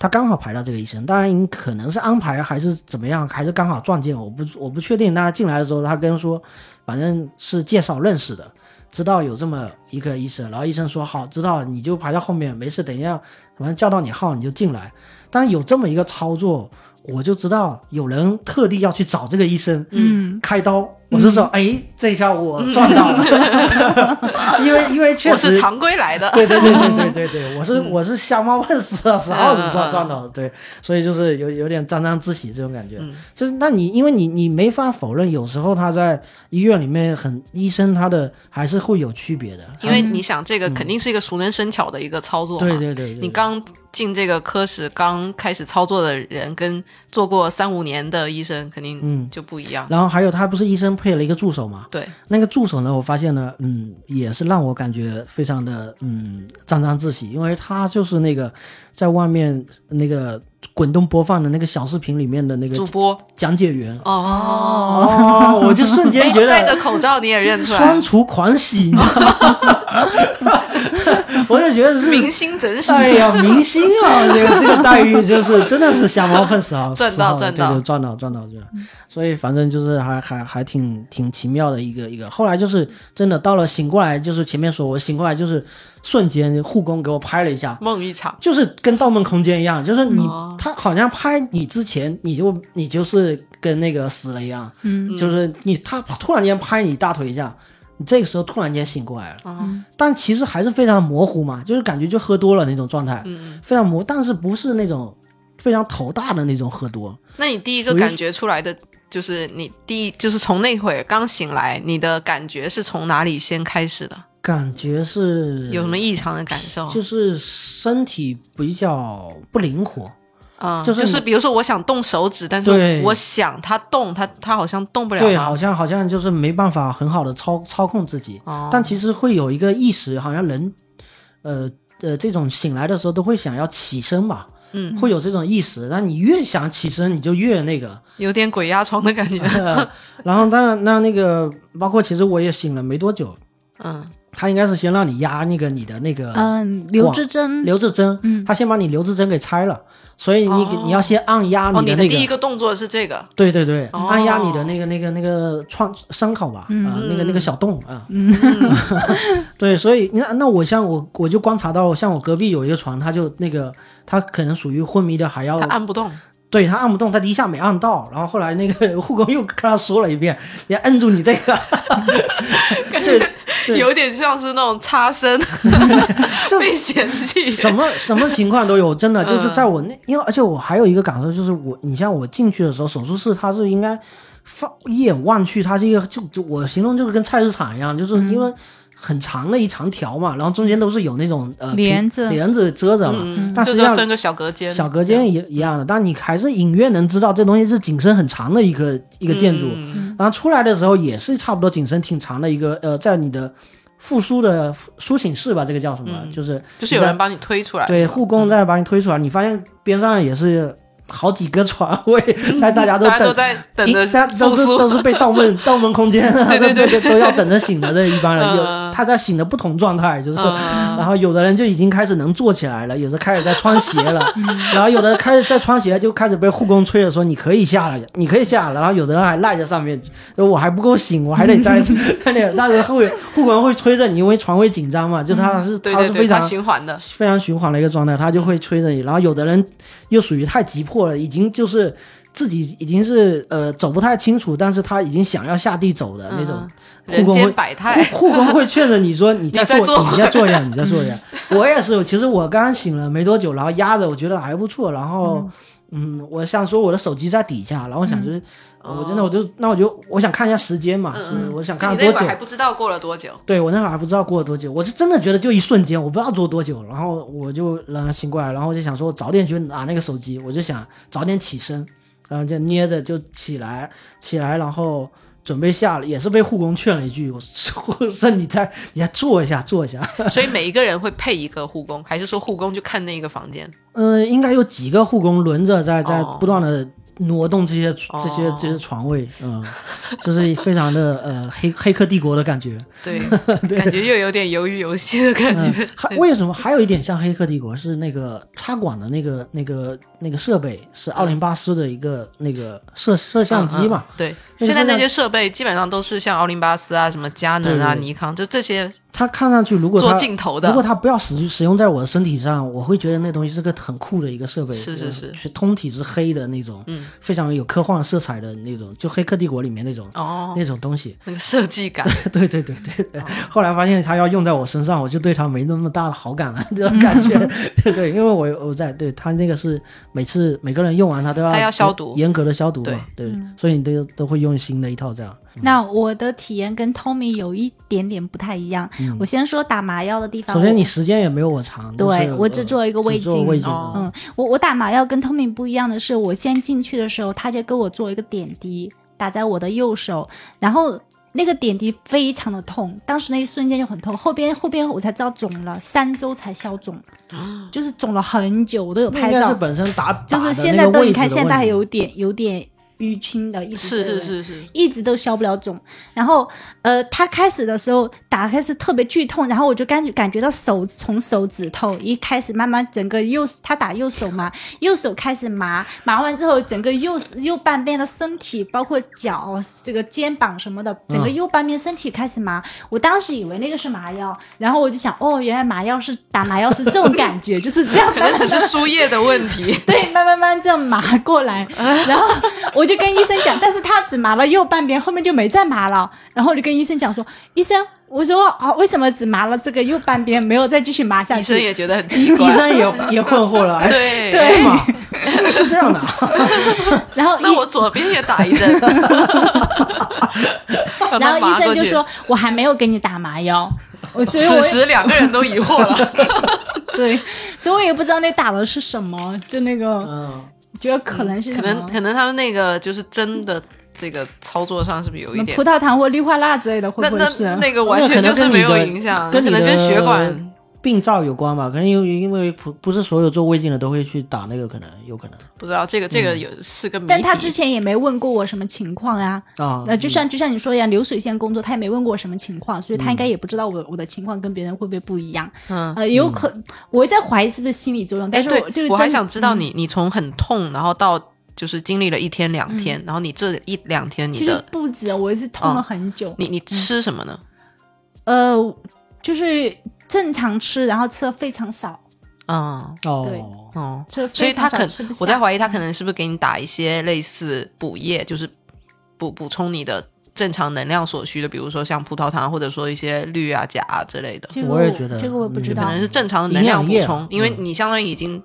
S1: 他刚好排到这个医生，当然可能是安排还是怎么样，还是刚好撞见，我不我不确定。他进来的时候，他跟说，反正是介绍认识的，知道有这么一个医生，然后医生说好，知道了你就排到后面，没事，等一下，反正叫到你号你就进来。但有这么一个操作，我就知道有人特地要去找这个医生，
S2: 嗯，
S1: 开刀。我就说，哎，这下我赚到
S3: *laughs*
S1: 了， *laughs* 因为因为 *laughs* 确
S3: 我
S1: 实
S3: 是常规来的，
S1: 对对对对对对对，我是我是瞎猫碰死啊，死耗子撞撞到的，对，所以就是有有点沾沾自喜这种感觉。就是那你因为你你没法否认，有时候他在医院里面很医生他的还是会有区别的，
S3: 因为你想，这个肯定是一个熟能生巧的一个操作嘛。
S1: 嗯对对对对，
S3: 你刚进这个科室、刚开始操作的人，跟做过三五年的医生肯定
S1: 嗯
S3: 就不一样。
S1: 然后还有他不是医生配了一个助手嘛，
S3: 对，
S1: 那个助手呢，我发现呢，嗯，也是让我感觉非常的嗯沾沾自喜，因为他就是那个在外面那个滚动播放的那个小视频里面的那个
S3: 主播
S1: 讲解员。
S3: 哦，
S1: 哦，我就瞬间
S3: 哎
S1: 觉
S3: 戴着
S1: 得
S3: 口罩你也认出
S1: 双
S3: 来，
S1: 厨狂喜，你知道吗？ *laughs* 我就觉得是
S3: 明星整死。
S1: 哎呀，明星啊，这个这个待遇就是真的是瞎猫碰死耗，
S3: 赚到
S1: 死耗
S3: 赚到
S1: 对对赚到赚到赚到。所以反正就是还还还挺挺奇妙的一个一个。后来就是真的到了醒过来，就是前面说我醒过来就是瞬间护工给我拍了一下，
S3: 梦一场，
S1: 就是跟《盗梦空间》一样，就是你、
S3: 嗯哦
S1: 他好像拍你之前，你就你就是跟那个死了一样，
S2: 嗯，
S1: 就是你他突然间拍你大腿一下，你这个时候突然间醒过来了，
S3: 哦
S1: 但其实还是非常模糊嘛，就是感觉就喝多了那种状
S3: 嗯
S1: 态，非常模糊，但是不是那种非常头大的那种喝多，
S3: 那你第一个
S1: 属于
S3: 感觉出来的就是你第一，就是从那会儿刚醒来，你的感觉是从哪里先开始的？
S1: 感觉是
S3: 有什么异常的感受？
S1: 就是身体比较不灵活，
S3: 嗯，
S1: 就是
S3: 就是
S1: 你
S3: 比如说我想动手指，但是
S1: 对
S3: 我想它动，它它好像动不了
S1: 对，
S3: 嘛
S1: 好像好像就是没办法很好的操操控自己，
S3: 哦
S1: 但其实会有一个意识，好像人，呃呃，这种醒来的时候都会想要起身吧，
S3: 嗯，
S1: 会有这种意识。但你越想起身，你就越那个。 *laughs*
S3: 有点鬼压床的感觉。
S1: 呃、然后当然，那那个包括其实我也醒了没多久，
S3: 嗯，
S1: 他应该是先让你压那个你的那个
S2: 嗯，刘
S1: 广
S2: 志珍，
S1: 留置针，他先把你留置针给拆了，所以你给
S3: 嗯哦
S1: 你要先按压
S3: 哦，
S1: 的
S3: 你的
S1: 那
S3: 第一个动作是这个，
S1: 对对对，
S3: 哦嗯
S1: 按压你的那个那个那个创伤口吧，啊，那个那个小洞啊，嗯， *laughs* 对，所以你看，那我像我我就观察到，像我隔壁有一个床，他就那个他可能属于昏迷的，还要
S3: 他按不动，
S1: 对他按不动，他第一下没按到，然后后来那个护工又跟他说了一遍， *laughs* 你要摁住你这
S3: *laughs*
S1: 个， *laughs* 对，对
S3: 有点像是那种
S1: *laughs*
S3: 擦身
S1: 就
S3: 被嫌 *laughs* 弃。
S1: 什么什么情况都有，真
S3: 嗯
S1: 的就是在我那，因为而且我还有一个感受就是我，你像我进去的时候，手术室它是应该放一眼望去，它是一个就就我形容就是跟菜市场一样，就是因
S3: 嗯
S1: 为很长的一长条嘛，然后中间都是有那种呃平
S2: 帘子
S1: 帘子遮着嘛，
S3: 嗯，
S1: 但
S3: 就
S1: 实际
S3: 跟
S1: 上
S3: 分个小隔间，
S1: 小隔间一一样的，但你还是隐约能知道这东西是景深很长的一个一个建筑，
S3: 嗯
S1: 然后出来的时候也是差不多景深挺长的一个呃，在你的复苏的复苏醒室吧，这个叫什么？
S3: 嗯
S1: 就是
S3: 就是有
S1: 你在
S3: 人帮你推出来，
S1: 对，护工再把你推出来，你发现边上也是好几个床
S3: *laughs*
S1: 位，在大家都
S3: 大家都
S1: 等。
S3: 在等
S1: 一
S3: 着
S1: 大家都
S3: 复
S1: 是
S3: 苏
S1: 都。是被盗梦盗梦空间，
S3: 对对
S1: *laughs*
S3: 对
S1: 都都都要等着醒的这一帮人，有
S3: 嗯
S1: 他在醒的不同状态，就是，
S3: 嗯
S1: 然后有的人就已经开始能坐起来了，有的开始在穿鞋
S3: *laughs*
S1: 了，
S3: 嗯
S1: 然后有的开始在穿鞋就开始被护工催着说你可以下来，你可以下来，然后有的人还赖在上面，我还不够醒，我还得
S3: *laughs*
S1: 再再点，但是会护工会催着你，因为床位紧张嘛，就他是
S3: *laughs* 嗯对
S1: 他
S3: 对
S1: 是
S3: 对，
S1: 非
S3: 它
S1: 常
S3: 循环的，
S1: 非常循环的一个状态，他就会催着你。然后有的人又属于太急迫了，已经就是自己已经是呃走不太清楚，但是他已经想要下地走的那种
S3: 嗯。
S1: 护
S3: 人
S1: 工
S3: 间
S1: 会
S3: 百态。
S1: 护工会劝着你说：“你再
S3: 再
S1: 坐，
S3: 坐
S1: 你再坐一下，你再坐一下。”
S3: *laughs*
S1: 我也是，其实我刚醒了没多久，然后压着我觉得还不错，然后嗯，我想说我的手机在底下，然后我
S3: 嗯
S1: 想就是我真的我就那我就我想看一下时间嘛，
S3: 嗯
S1: 是我 *laughs* 想
S3: 就
S1: 看
S3: 你
S1: 看多
S3: 那会
S1: 久
S3: 儿还。不知道过了多久，
S1: 对我那会儿还不知道过了多久，我是真的觉得就一瞬间，我不知道做多久，然后我就让他醒过来，然后我就想说，我早点去拿那个手机，我就想早点起身，然后就捏着就起来，起来，然后准备下，也是被护工劝了一句，我说说你再你再坐一下，坐一下，
S3: 所以每一个人会配一个护工，还是说护工就看那一个房间？
S1: 嗯、应该有几个护工轮着在在
S3: 哦
S1: 不断的。挪动这些这些
S3: 哦
S1: 这些床位，嗯，就是非常的呃黑黑客帝国的感觉，
S3: *laughs* 对，感觉又有点鱿鱼游戏的感觉。
S1: 嗯、还为什么还有一点像《黑客帝国》是那个插管的那个那个那个设备是奥林巴斯的一个那个摄摄像机嘛？
S3: 嗯嗯对，
S1: 那个
S3: 现在
S1: 摄
S3: 那
S1: 像
S3: 些设备基本上都是像奥林巴斯啊、什么佳能啊、
S1: 对对对
S3: 尼康，就这些
S1: 它看上去如果它
S3: 做镜头的
S1: 如果它不要使使用在我的身体上，我会觉得那东西是个很酷的一个设备，
S3: 是是是
S1: 呃全通体是黑的那种，
S3: 嗯
S1: 非常有科幻色彩的那种，就《黑客帝国》里面那种、
S3: 哦，
S1: 那种东西。
S3: 那个设计感。
S1: *laughs* 对对对对
S3: 哦
S1: 对，后来发现他要用在我身上，我就对他没那么大的好感了， *laughs* 这种感
S3: *laughs*
S1: 觉，对对，因为我我在对他那个是每次每个人用完他都要
S3: 他要消毒
S1: 严格的消毒嘛，对，
S2: 嗯
S1: 所以你都都会用新的一套这样，
S2: 那我的体验跟 Tommy 有一点点不太一样。我先说打麻药的地方。
S1: 嗯首先
S2: 我
S1: 你时间也没有我长，
S2: 对
S1: 就是
S2: 我只做一个
S1: 呃
S2: 胃
S1: 只做
S2: 镜
S1: 胃镜，
S3: 哦
S2: 嗯，我我打麻药跟 Tommy 不一样的是，我先进去的时候，他就给我做一个点滴，打在我的右手，然后那个点滴非常的痛，当时那一瞬间就很痛，后边后边我才知道肿了，三周才消肿，就是肿了很久，我都有
S1: 啊那应
S2: 拍
S1: 该是
S2: 照，
S1: 本身打
S2: 就是
S1: 打的
S2: 现
S1: 那
S2: 在
S1: 个
S2: 都
S1: 位
S2: 你
S1: 置
S2: 看
S1: 的
S2: 现在
S1: 问
S2: 还
S1: 题 *laughs*
S2: 有点有点淤青的，一直
S3: 是
S2: 在
S3: 是
S2: 那
S3: 是是，
S2: 一直都消不了肿。然后呃，他开始的时候打开是特别剧痛，然后我就感觉感觉到手从手指头一开始慢慢整个右他打右手
S3: *laughs*
S2: 嘛，右手开始麻，麻完之后整个右右半边的身体，包括脚、这个肩膀什么的，整个
S1: 嗯
S2: 右半边身体开始麻。我当时以为那个是麻药，然后我就想哦，原来麻药是打麻药是这种感觉，就是这样。
S3: 可能只是输液的问题
S2: *laughs* 对，慢慢慢这样麻过
S3: *laughs*
S2: 来，然后我就跟医生讲，但是他只麻了右半边，后面就没再麻了。然后我就跟医生讲说，医生，我说啊，为什么只麻了这个右半边，没有再继续麻下
S3: 医生
S2: 去？
S3: 也觉得很奇
S1: 医
S3: 怪。
S1: 生
S2: *laughs*
S1: 也也困惑了，哎，
S3: 对
S1: *laughs* 是吗？是是这样的啊， *laughs*
S2: 然后
S3: 那
S2: 医
S3: 我左边也打一针，
S2: 然后医生就
S3: 把它麻过
S2: 说，我还没有给你打麻药，我所以
S3: *laughs* 去，
S2: 我
S3: 此时两个人都疑惑了。 *laughs*
S2: 对，所以我也不知道那打的是什么，就那个
S1: 嗯。
S2: 觉得可能是
S3: 可
S2: 什
S3: 能
S2: 么
S3: 可能他们那个就是真的这个操作上是不是有
S2: 什
S3: 一
S2: 么
S3: 点
S2: 葡？萄糖或氯化钠之类的，会
S3: 那
S2: 不会
S3: 那
S2: 是？啊
S3: 那个完
S1: 那可
S3: 全
S1: 能
S3: 就是
S1: 跟你
S3: 没有
S1: 的
S3: 影响，啊
S1: 跟
S3: 可
S1: 你
S3: 能
S1: 的
S3: 跟血管
S1: 病灶有关吧？可能由于因为不不是所有做胃镜的都会去打那个，可能有可能
S3: 不知道这个这
S1: 嗯
S3: 个有是个谜题。
S2: 但他之前也没问过我什么情况啊。
S1: 啊。
S2: 那就像就像你说一样，流水线工作，他也没问过我什么情况，所以他应该
S1: 嗯
S2: 也不知道我、我的情况跟别人会不会不一样。
S3: 嗯
S2: 呃，有可我在怀疑是不是心理作用，
S3: 哎，
S2: 但是
S3: 对
S2: 我、，就是
S3: 我还
S2: 真
S3: 想知道
S2: 嗯
S3: 你，你从很痛，然后到就是经历了一天两天，然后你这一两天你
S2: 嗯其实
S3: 的
S2: 不止，我是痛了
S3: 嗯
S2: 很久。
S3: 你你吃什么呢？
S2: 呃，就是正常吃，然后吃的非常少，
S3: 嗯
S2: 对
S1: 哦，
S3: 哦，
S2: 吃得
S3: 所以
S2: 非常
S3: 他
S2: 少
S3: 可
S2: 吃不下嗯
S3: 我在怀疑他可能是不是给你打一些类似补液，就是补补充你的正常能量所需的，比如说像葡萄糖啊或者说一些氯啊、钾啊之类的，
S2: 这个
S1: 我也觉得
S2: 这个我也不知
S1: 嗯
S2: 道
S3: 可能是正常的能量补
S1: 营养液
S3: 充
S1: 啊，
S3: 因为
S1: 嗯
S3: 你相当于已经。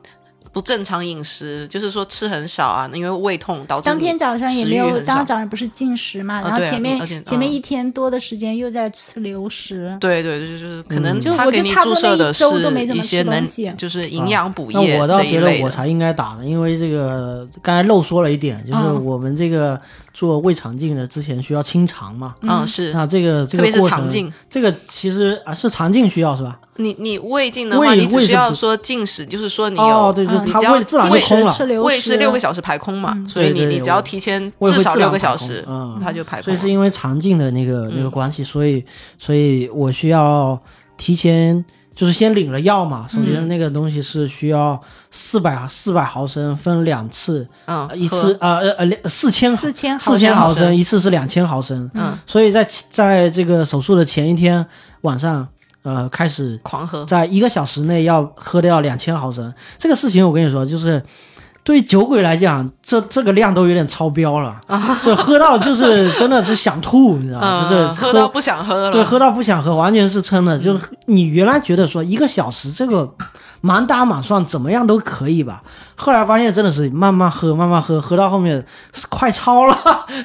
S3: 不正常饮食，就是说吃很少啊，因为胃痛导致
S2: 当天
S3: 你
S2: 早上也
S3: 食
S2: 没
S3: 欲
S2: 有，
S3: 很
S2: 当
S3: 少
S2: 天早上不是进食嘛，
S3: 啊
S2: 然后
S3: 对啊
S2: 前
S3: 你
S2: 面、
S3: 而且
S2: 前面
S3: 嗯
S2: 一天多的时间又在吃流食，
S3: 对对，对就是可能
S1: 嗯啊
S2: 就
S3: 他
S2: 我
S3: 给
S2: 就
S3: 你
S2: 差不多
S3: 注
S2: 那
S3: 射
S2: 一
S3: 的是
S2: 周都没怎么
S3: 一些
S2: 吃东
S3: 能
S2: 西，
S3: 就是营养补
S1: 那
S3: 液
S1: 我倒
S3: 这一
S1: 觉得
S3: 类
S1: 我
S3: 的。
S1: 才应该打呢，因为这个刚才漏说了一点，就是
S2: 嗯
S1: 我们这个做胃肠镜的之前需要清肠嘛。
S3: 嗯，是，
S1: 那这个这
S3: 特
S1: 个
S3: 别是
S1: 过
S3: 肠
S1: 程，
S3: 镜，
S1: 这个其实啊是肠镜需要是吧？
S3: 你你胃镜的话，
S1: 胃
S3: 你只
S1: 胃
S3: 需
S1: 是
S3: 要
S1: 不
S3: 说进食，就是说你
S1: 哦，
S3: 有
S1: 对，就
S2: 嗯
S1: 它
S3: 你只要
S1: 胃自然会
S3: 胃
S1: 空
S2: 食
S1: 了，
S2: 吃流嗯
S3: 胃
S2: 食
S3: 是六个小时排空嘛，所以
S1: 对
S3: 你
S1: 对
S3: 你只要提前
S1: 胃会
S3: 至少
S1: 自
S3: 六
S1: 然
S3: 个
S1: 排
S3: 小
S1: 空
S3: 时
S1: 嗯，
S3: 它就排
S1: 所
S3: 空
S1: 以
S3: 了。
S1: 是因为肠镜的那
S3: 嗯
S1: 个那个关系，所以所以我需要提前就是先领了药嘛。首
S3: 嗯
S1: 先那个东西是需要四百四百毫升分两次，
S3: 嗯，
S1: 一
S3: 喝
S1: 次呃呃呃两四千
S2: 四千毫
S1: 四千
S3: 4000
S1: 毫
S3: 毫升
S1: 升，一次是两千毫升。
S3: 嗯，
S1: 所以在在这个手术的前一天晚上，呃，开始
S3: 狂喝，
S1: 在一个小时内要喝掉两千毫升，这个事情我跟你说，就是对于酒鬼来讲，这这个量都有点超标了，就喝到就是真的是想吐，你知道吗？啊就是
S3: 啊嗯，喝到不想喝了，嗯
S1: 对，喝到不想喝，完全是撑的。就是你原来觉得说一个小时这个满打满算怎么样都可以吧，后来发现真的是慢慢喝，慢慢喝，喝到后面是快超了，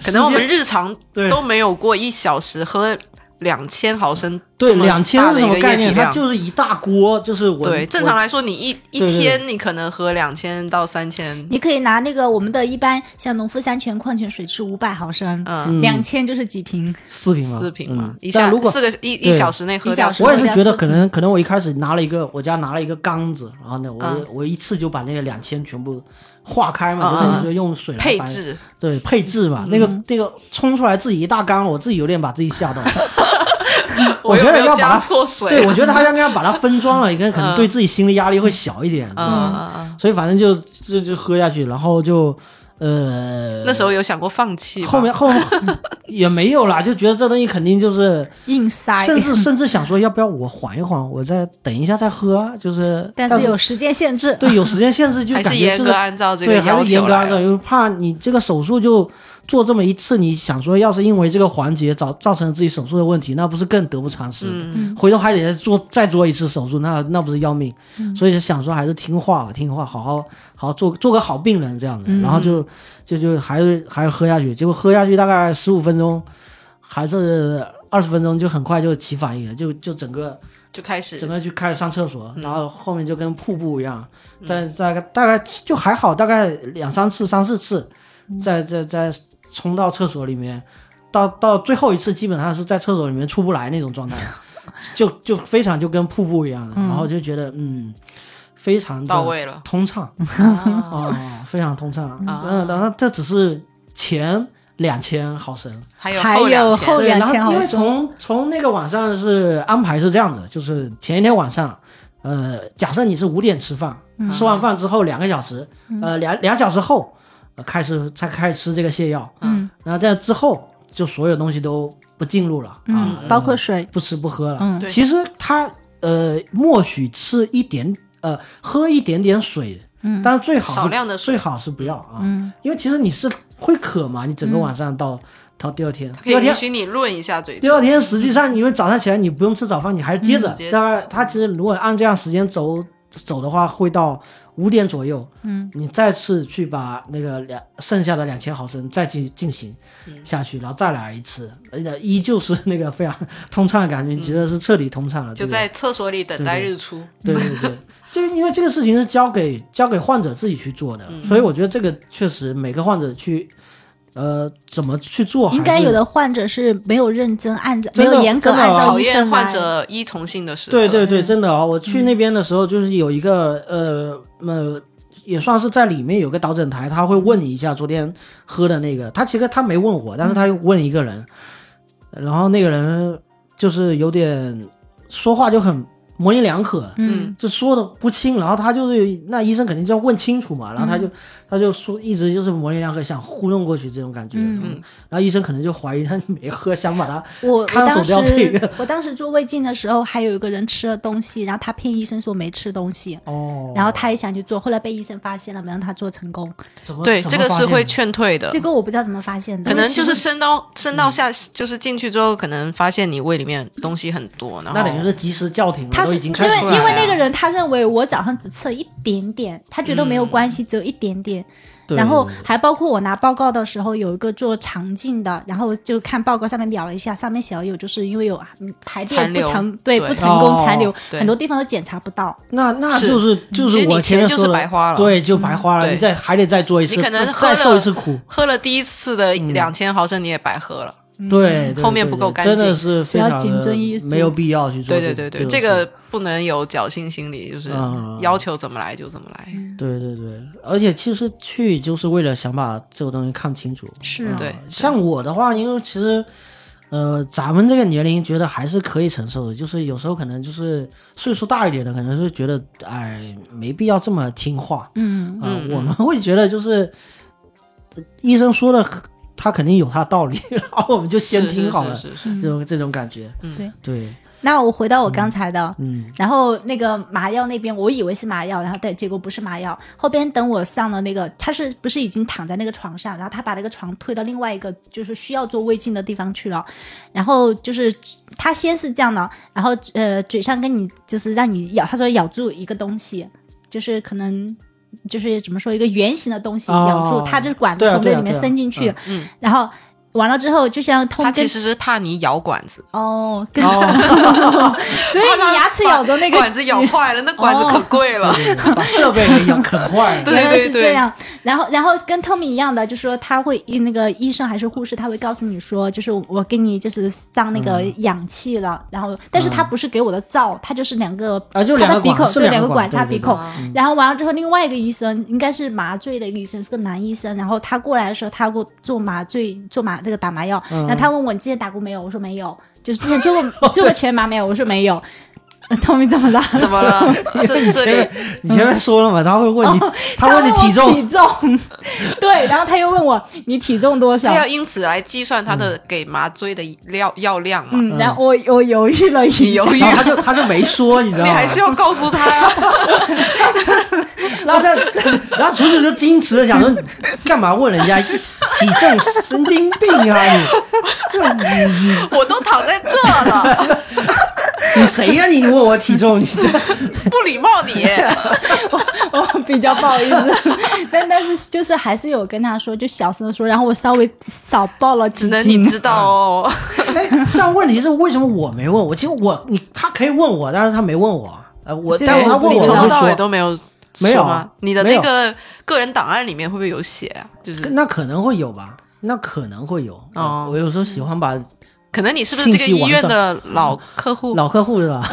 S3: 可能我们
S1: 时间
S3: 日常
S1: 对
S3: 都没有过一小时喝两千毫升
S1: 对
S3: 这么
S1: 两千
S3: 大
S1: 是
S3: 的
S1: 什
S3: 一
S1: 么
S3: 个
S1: 概
S3: 液体
S1: 念？它
S3: 量。
S1: 就是一大锅，就是我
S3: 对，正
S1: 我
S3: 常来说，你一一
S1: 对对对
S3: 天你可能喝两千到三千，
S2: 你可以拿那个我们的一般像农夫山泉矿泉水是五百毫升，
S3: 嗯，
S2: 两千就是几瓶，
S1: 四瓶嘛，
S3: 四瓶嘛
S1: 嗯，
S3: 一下
S1: 但如果
S3: 四个一一
S1: 对
S3: 小时内喝掉
S2: 一小时
S1: 我也是觉
S2: 四
S1: 得
S2: 瓶
S1: 可能可能我一开始拿了一个，我家拿了一个缸子，然后呢，我、
S3: 嗯
S1: 我一次就把那个两千全部化开嘛，
S3: 嗯
S1: 就是
S3: 嗯
S1: 你说用水来
S3: 配
S1: 翻，
S3: 置，
S1: 对配置
S3: 嗯
S1: 嘛，那个那个冲出来自己一大缸，我自己有点把自己吓
S3: *laughs*
S1: 到。我
S3: 有
S1: 觉得
S3: 没有
S1: 要把
S3: 加
S1: 它
S3: 错水？
S1: 对，我觉得他应该把它分装了，应该可能
S3: 嗯
S1: 对自己心理压力会小一点。对
S3: 嗯
S1: 吧
S3: 嗯嗯嗯，
S1: 所以反正就就就喝下去，然后就呃，
S3: 那时候有想过放弃吧，
S1: 后面 *laughs* 后也没有啦，就觉得这东西肯定就是
S2: 硬
S3: 哎
S2: 塞。
S1: 甚至甚至想说，要不要我缓一缓，我再等一下再喝啊，就是。
S2: 但是有时间限制，
S1: 对有时间限制，就
S3: 还
S1: 感
S3: 是
S1: 觉
S3: 严
S1: 就
S3: 格
S1: 是
S3: 按照这个
S1: 对还
S3: 要
S1: 是严
S3: 求
S1: 格按照，
S3: 来。
S1: 因为怕你这个手术就做这么一次，你想说要是因为这个环节造造成自己手术的问题，那不是更得不偿失？
S3: 嗯
S1: 回头还得再做再做一次手术，那那不是要命？所以想说还是听话吧，听话，好好好好做做个好病人这样子，然后就就就还是还是喝下去，结果喝下去大概十五分钟，还是二十分钟，就很快就起反应了，就就整个
S3: 就开始
S1: 整个就开始上厕所，
S3: 嗯
S1: 然后后面就跟瀑布一样，在大概大概就还好，大概两三次、三四次，
S3: 嗯
S1: 在在在冲到厕所里面，到到最后一次基本上是在厕所里面出不来那种
S3: *laughs*
S1: 状态，就就非常就跟瀑布一样的，然后就觉得嗯，非常地
S3: 到位了。
S1: 通畅
S3: 啊
S1: 啊，非常通畅。
S3: 啊
S1: 嗯，然后这只是前两千毫升，
S3: 还有
S2: 还
S3: 后两
S2: 有
S3: 天
S2: 后
S1: 对，然后
S2: 2000毫
S1: 因为
S2: 升
S1: 从从那个晚上是安排是这样子，就是前一天晚上，呃，假设你是五点吃饭，
S2: 嗯
S1: 吃完饭之后两个小时，呃，两两小时后、呃开始才开始吃这个泻药，
S2: 嗯，
S1: 然后在之后就所有东西都不进入了、啊，
S2: 嗯，包括水，
S1: 不吃不喝了。
S2: 嗯
S3: 对
S1: 其实它呃默许吃一点呃喝一点点水，嗯，但是最好是
S3: 少量的水
S1: 最好是不要啊，
S2: 嗯
S1: 因为其实你是会渴嘛，你整个晚上到、到第二天，
S3: 可
S1: 第二
S3: 以
S1: 天
S3: 允许你润一下嘴
S1: 第
S3: 唇。
S1: 二天实际上，因为早上起来你不用吃早饭，你还是接着
S3: 嗯接。着
S1: 当然，它其实如果按这样时间走走的话，会到五点左右。嗯，你再次去把那个两剩下的两千毫升再进进行下去，然后再来一次，而且依旧是那个非常通畅的感觉，你觉得是彻底通畅了。
S3: 就
S1: 对不对
S3: 在厕所里等待日出，
S1: 对对对，这个因为这个事情是交给交给患者自己去做的，所以我觉得这个确实每个患者去呃，怎么去做？
S2: 应该有的患者是没有认真按照，没
S1: 真的
S2: 有严格
S1: 真的啊
S2: 按照
S1: 讨
S3: 讨
S2: 医
S3: 厌
S2: 生来
S3: 患。者依从性的嗯时刻。
S1: 对对对，真的啊、我去那边的时候，就是有一个呃呃，也算是在里面有个导诊台，他会问你一下昨天喝的那个。他其实他没问我，但是他
S3: 嗯
S1: 又问一个人，然后那个人就是有点说话就很模棱两可，
S2: 嗯
S1: 就说的不清，然后他就是那医生肯定就要问清楚嘛，然后他就、
S3: 嗯
S1: 他就说一直就是模棱两可，想糊弄过去这种感觉。
S2: 嗯
S1: 嗯然后医生可能就怀疑他没喝，想把他
S2: 我我
S1: 看守
S2: 当
S1: 掉这
S2: 时
S1: *laughs* 个
S2: *laughs* 我当时做胃镜的时候，还有一个人吃了东西，然后他骗医生说没吃东西，
S1: 哦，
S2: 然后他也想去做，后来被医生发现了，没让他做成功。
S1: 怎么
S3: 对，
S1: 怎
S3: 这
S1: 么
S3: 个
S1: 发
S3: 是
S1: 现
S3: 会
S1: 的
S3: 劝退的
S2: 这。个我不知道怎么发现的，
S3: 可能就是伸到伸
S1: 嗯
S3: 到下，就是进去之后，可能发现你胃里面东西很多，然后
S1: 那等于是及时叫停了，
S2: 他
S1: 都
S2: 是
S1: 已
S2: 因
S1: 经
S2: 为
S1: 开始出来
S2: 因为
S1: 了
S2: 那个人他认为我早上只吃了一点点，他觉得没有关系，只有一点
S1: 嗯
S2: 点。
S1: 对
S2: 然后还包括我拿报告的时候，有一个做肠镜的，然后就看报告上面秒了一下，上面写了有就是因为有嗯排便
S3: 残
S2: 不
S3: 留
S2: 成，对
S3: 对
S2: 不成功残留
S1: 哦，
S3: 对
S2: 很多地方都检查不到。
S1: 那那
S3: 是
S1: 就是就
S3: 其
S1: 是
S3: 实
S1: 我前
S3: 你钱
S1: 面
S3: 就是
S1: 说的
S3: 白花了嗯
S1: 对，就白花了，
S3: 对
S1: 你再还得再做一次，
S3: 你可能
S1: 再
S3: 喝
S1: 再受
S3: 了
S1: 一次苦，
S3: 喝了第一次的
S1: 嗯
S3: 两千毫升，你也白喝了。
S1: 对，对
S3: 嗯后面
S1: 对
S3: 不够
S1: 对
S3: 干
S1: 真的
S3: 净
S1: 是
S2: 所
S1: 非
S2: 以要
S1: 常
S2: 谨
S1: 的
S2: 遵医嘱
S1: 没有必要去做
S3: 对
S1: 种。
S3: 对对对，
S1: 这
S3: 这
S1: 种事
S3: 个不能有侥幸心理，就是
S1: 嗯
S3: 要求怎么来就怎么来。
S2: 嗯
S1: 对对对，而且其实去就是为了想把这个东西看清楚。
S2: 是
S1: 嗯
S3: 对
S1: 像我的话，因为其实，呃，咱们这个年龄觉得还是可以承受的，就是有时候可能就是岁数大一点的，可能是觉得哎没必要这么听话。
S2: 嗯，
S1: 啊、
S3: 嗯
S1: 我们会觉得就是、呃医生说的，他肯定有他道理， *laughs* 然后我们就先
S3: 是
S1: 听好了，
S3: 是是
S2: 嗯
S3: 是是
S1: 这种这种感觉。
S3: 嗯
S2: 对
S1: 对，
S2: 那我回到我刚才的，
S3: *laughs*
S1: 嗯，
S2: 然后那个麻药那边，我以为是麻药，然后但结果不是麻药。后边等我上了那个，他是不是已经躺在那个床上？然后他把那个床推到另外一个就是需要做胃镜的地方去了。然后就是他先是这样的，然后呃嘴上跟你就是让你咬，他说咬住一个东西，就是可能。就是怎么说一个圆形的东西
S1: 哦
S2: 咬住，他就是管子
S1: 对啊
S2: 从
S1: 对
S2: 这
S1: 啊
S2: 里面
S1: 对啊
S2: 伸进去，
S3: 嗯
S2: 然后完了之后就像通
S3: 他
S2: 根
S3: 其实是怕你咬管子，
S2: 哦，跟所以你牙齿咬着那个
S3: 管子咬坏了，那管子可贵了。
S1: 哦对对把设备给咬啃坏了。
S3: 对
S2: 原来是
S3: 对
S2: 这样。然后，然后跟 Tommy 一样的，就说他会那个医生还是护士，他会告诉你说，就是我给你就是上那
S1: 嗯
S2: 个氧气了，然后，但是他不是给我的罩，他就是两个
S1: 啊就
S2: 插
S1: 两
S2: 到
S1: 个
S2: 鼻
S1: 管
S2: 孔，
S1: 是
S2: 对，
S1: 两个
S2: 个管
S1: 管
S2: 插
S1: 对
S2: 鼻
S1: 对
S2: 孔
S1: 对。
S2: 然后完了之后，另外一个医生应该是麻醉的一个医生，是个男医生。然后他过来的时候，他给我做麻醉，做麻那个打麻药。
S1: 嗯
S2: 然后他问我你之前打过没有？我说没有，就是之前做
S1: *laughs*
S2: 过做过全麻没有？我说没有。Tommy 怎么了？
S3: 怎么了？这这
S1: 前面
S3: 里
S1: *laughs* 你前面说了嘛，他会问你，
S3: 哦
S1: 他问你
S2: 我
S1: 体重，
S2: 体重， *laughs* 对，然后他又问我你体重多少
S1: 哎
S3: 他，要因此来计算他
S1: 嗯
S3: 的给麻醉的料药量嘛？
S2: 嗯，然后我我犹豫了一
S3: 你犹
S2: 下，
S3: 豫
S1: 然后他就他就没说，你知道
S3: 你
S1: 吗
S3: 还？是要告诉他啊呀。
S1: 然后他，然后厨师就矜持的想说，你干嘛问人家体重？神经病啊你！ *laughs* 这你
S3: *laughs* 我都躺在这
S1: *laughs*
S3: 了，
S1: 你谁呀、你问我体重？你这
S3: 不礼貌你。
S2: *laughs* 我比较不好意思， *laughs* 但但是就是还是有跟他说，就小声的说，然后我稍微少报了
S3: 只
S1: 啊
S2: 几
S3: 能
S2: 斤
S3: 你，知道哦。
S1: 哎，但问题是为什么我没问？我其实我你他可以问我，但是他没问我。呃，我
S2: 这
S1: *laughs*
S2: 个
S1: 但是他
S2: 我不
S1: 问
S3: 你
S1: 我
S2: 知
S3: 从
S1: 我
S2: 道
S3: 头到尾
S1: 就
S3: 都
S1: 说，
S3: 没有
S1: 没有啊
S3: 说吗？你的
S1: 没
S3: 那
S1: 有
S3: 个个人档案里面会不会有写啊？就是
S1: 那可能会有吧，那可能会有。
S3: 哦
S1: 我有时候喜欢把
S3: 可能你是不是这个
S1: 信息
S3: 医
S1: 完
S3: 院
S1: 善
S3: 的老客户？
S1: 老客户是
S3: *laughs*
S1: 吧？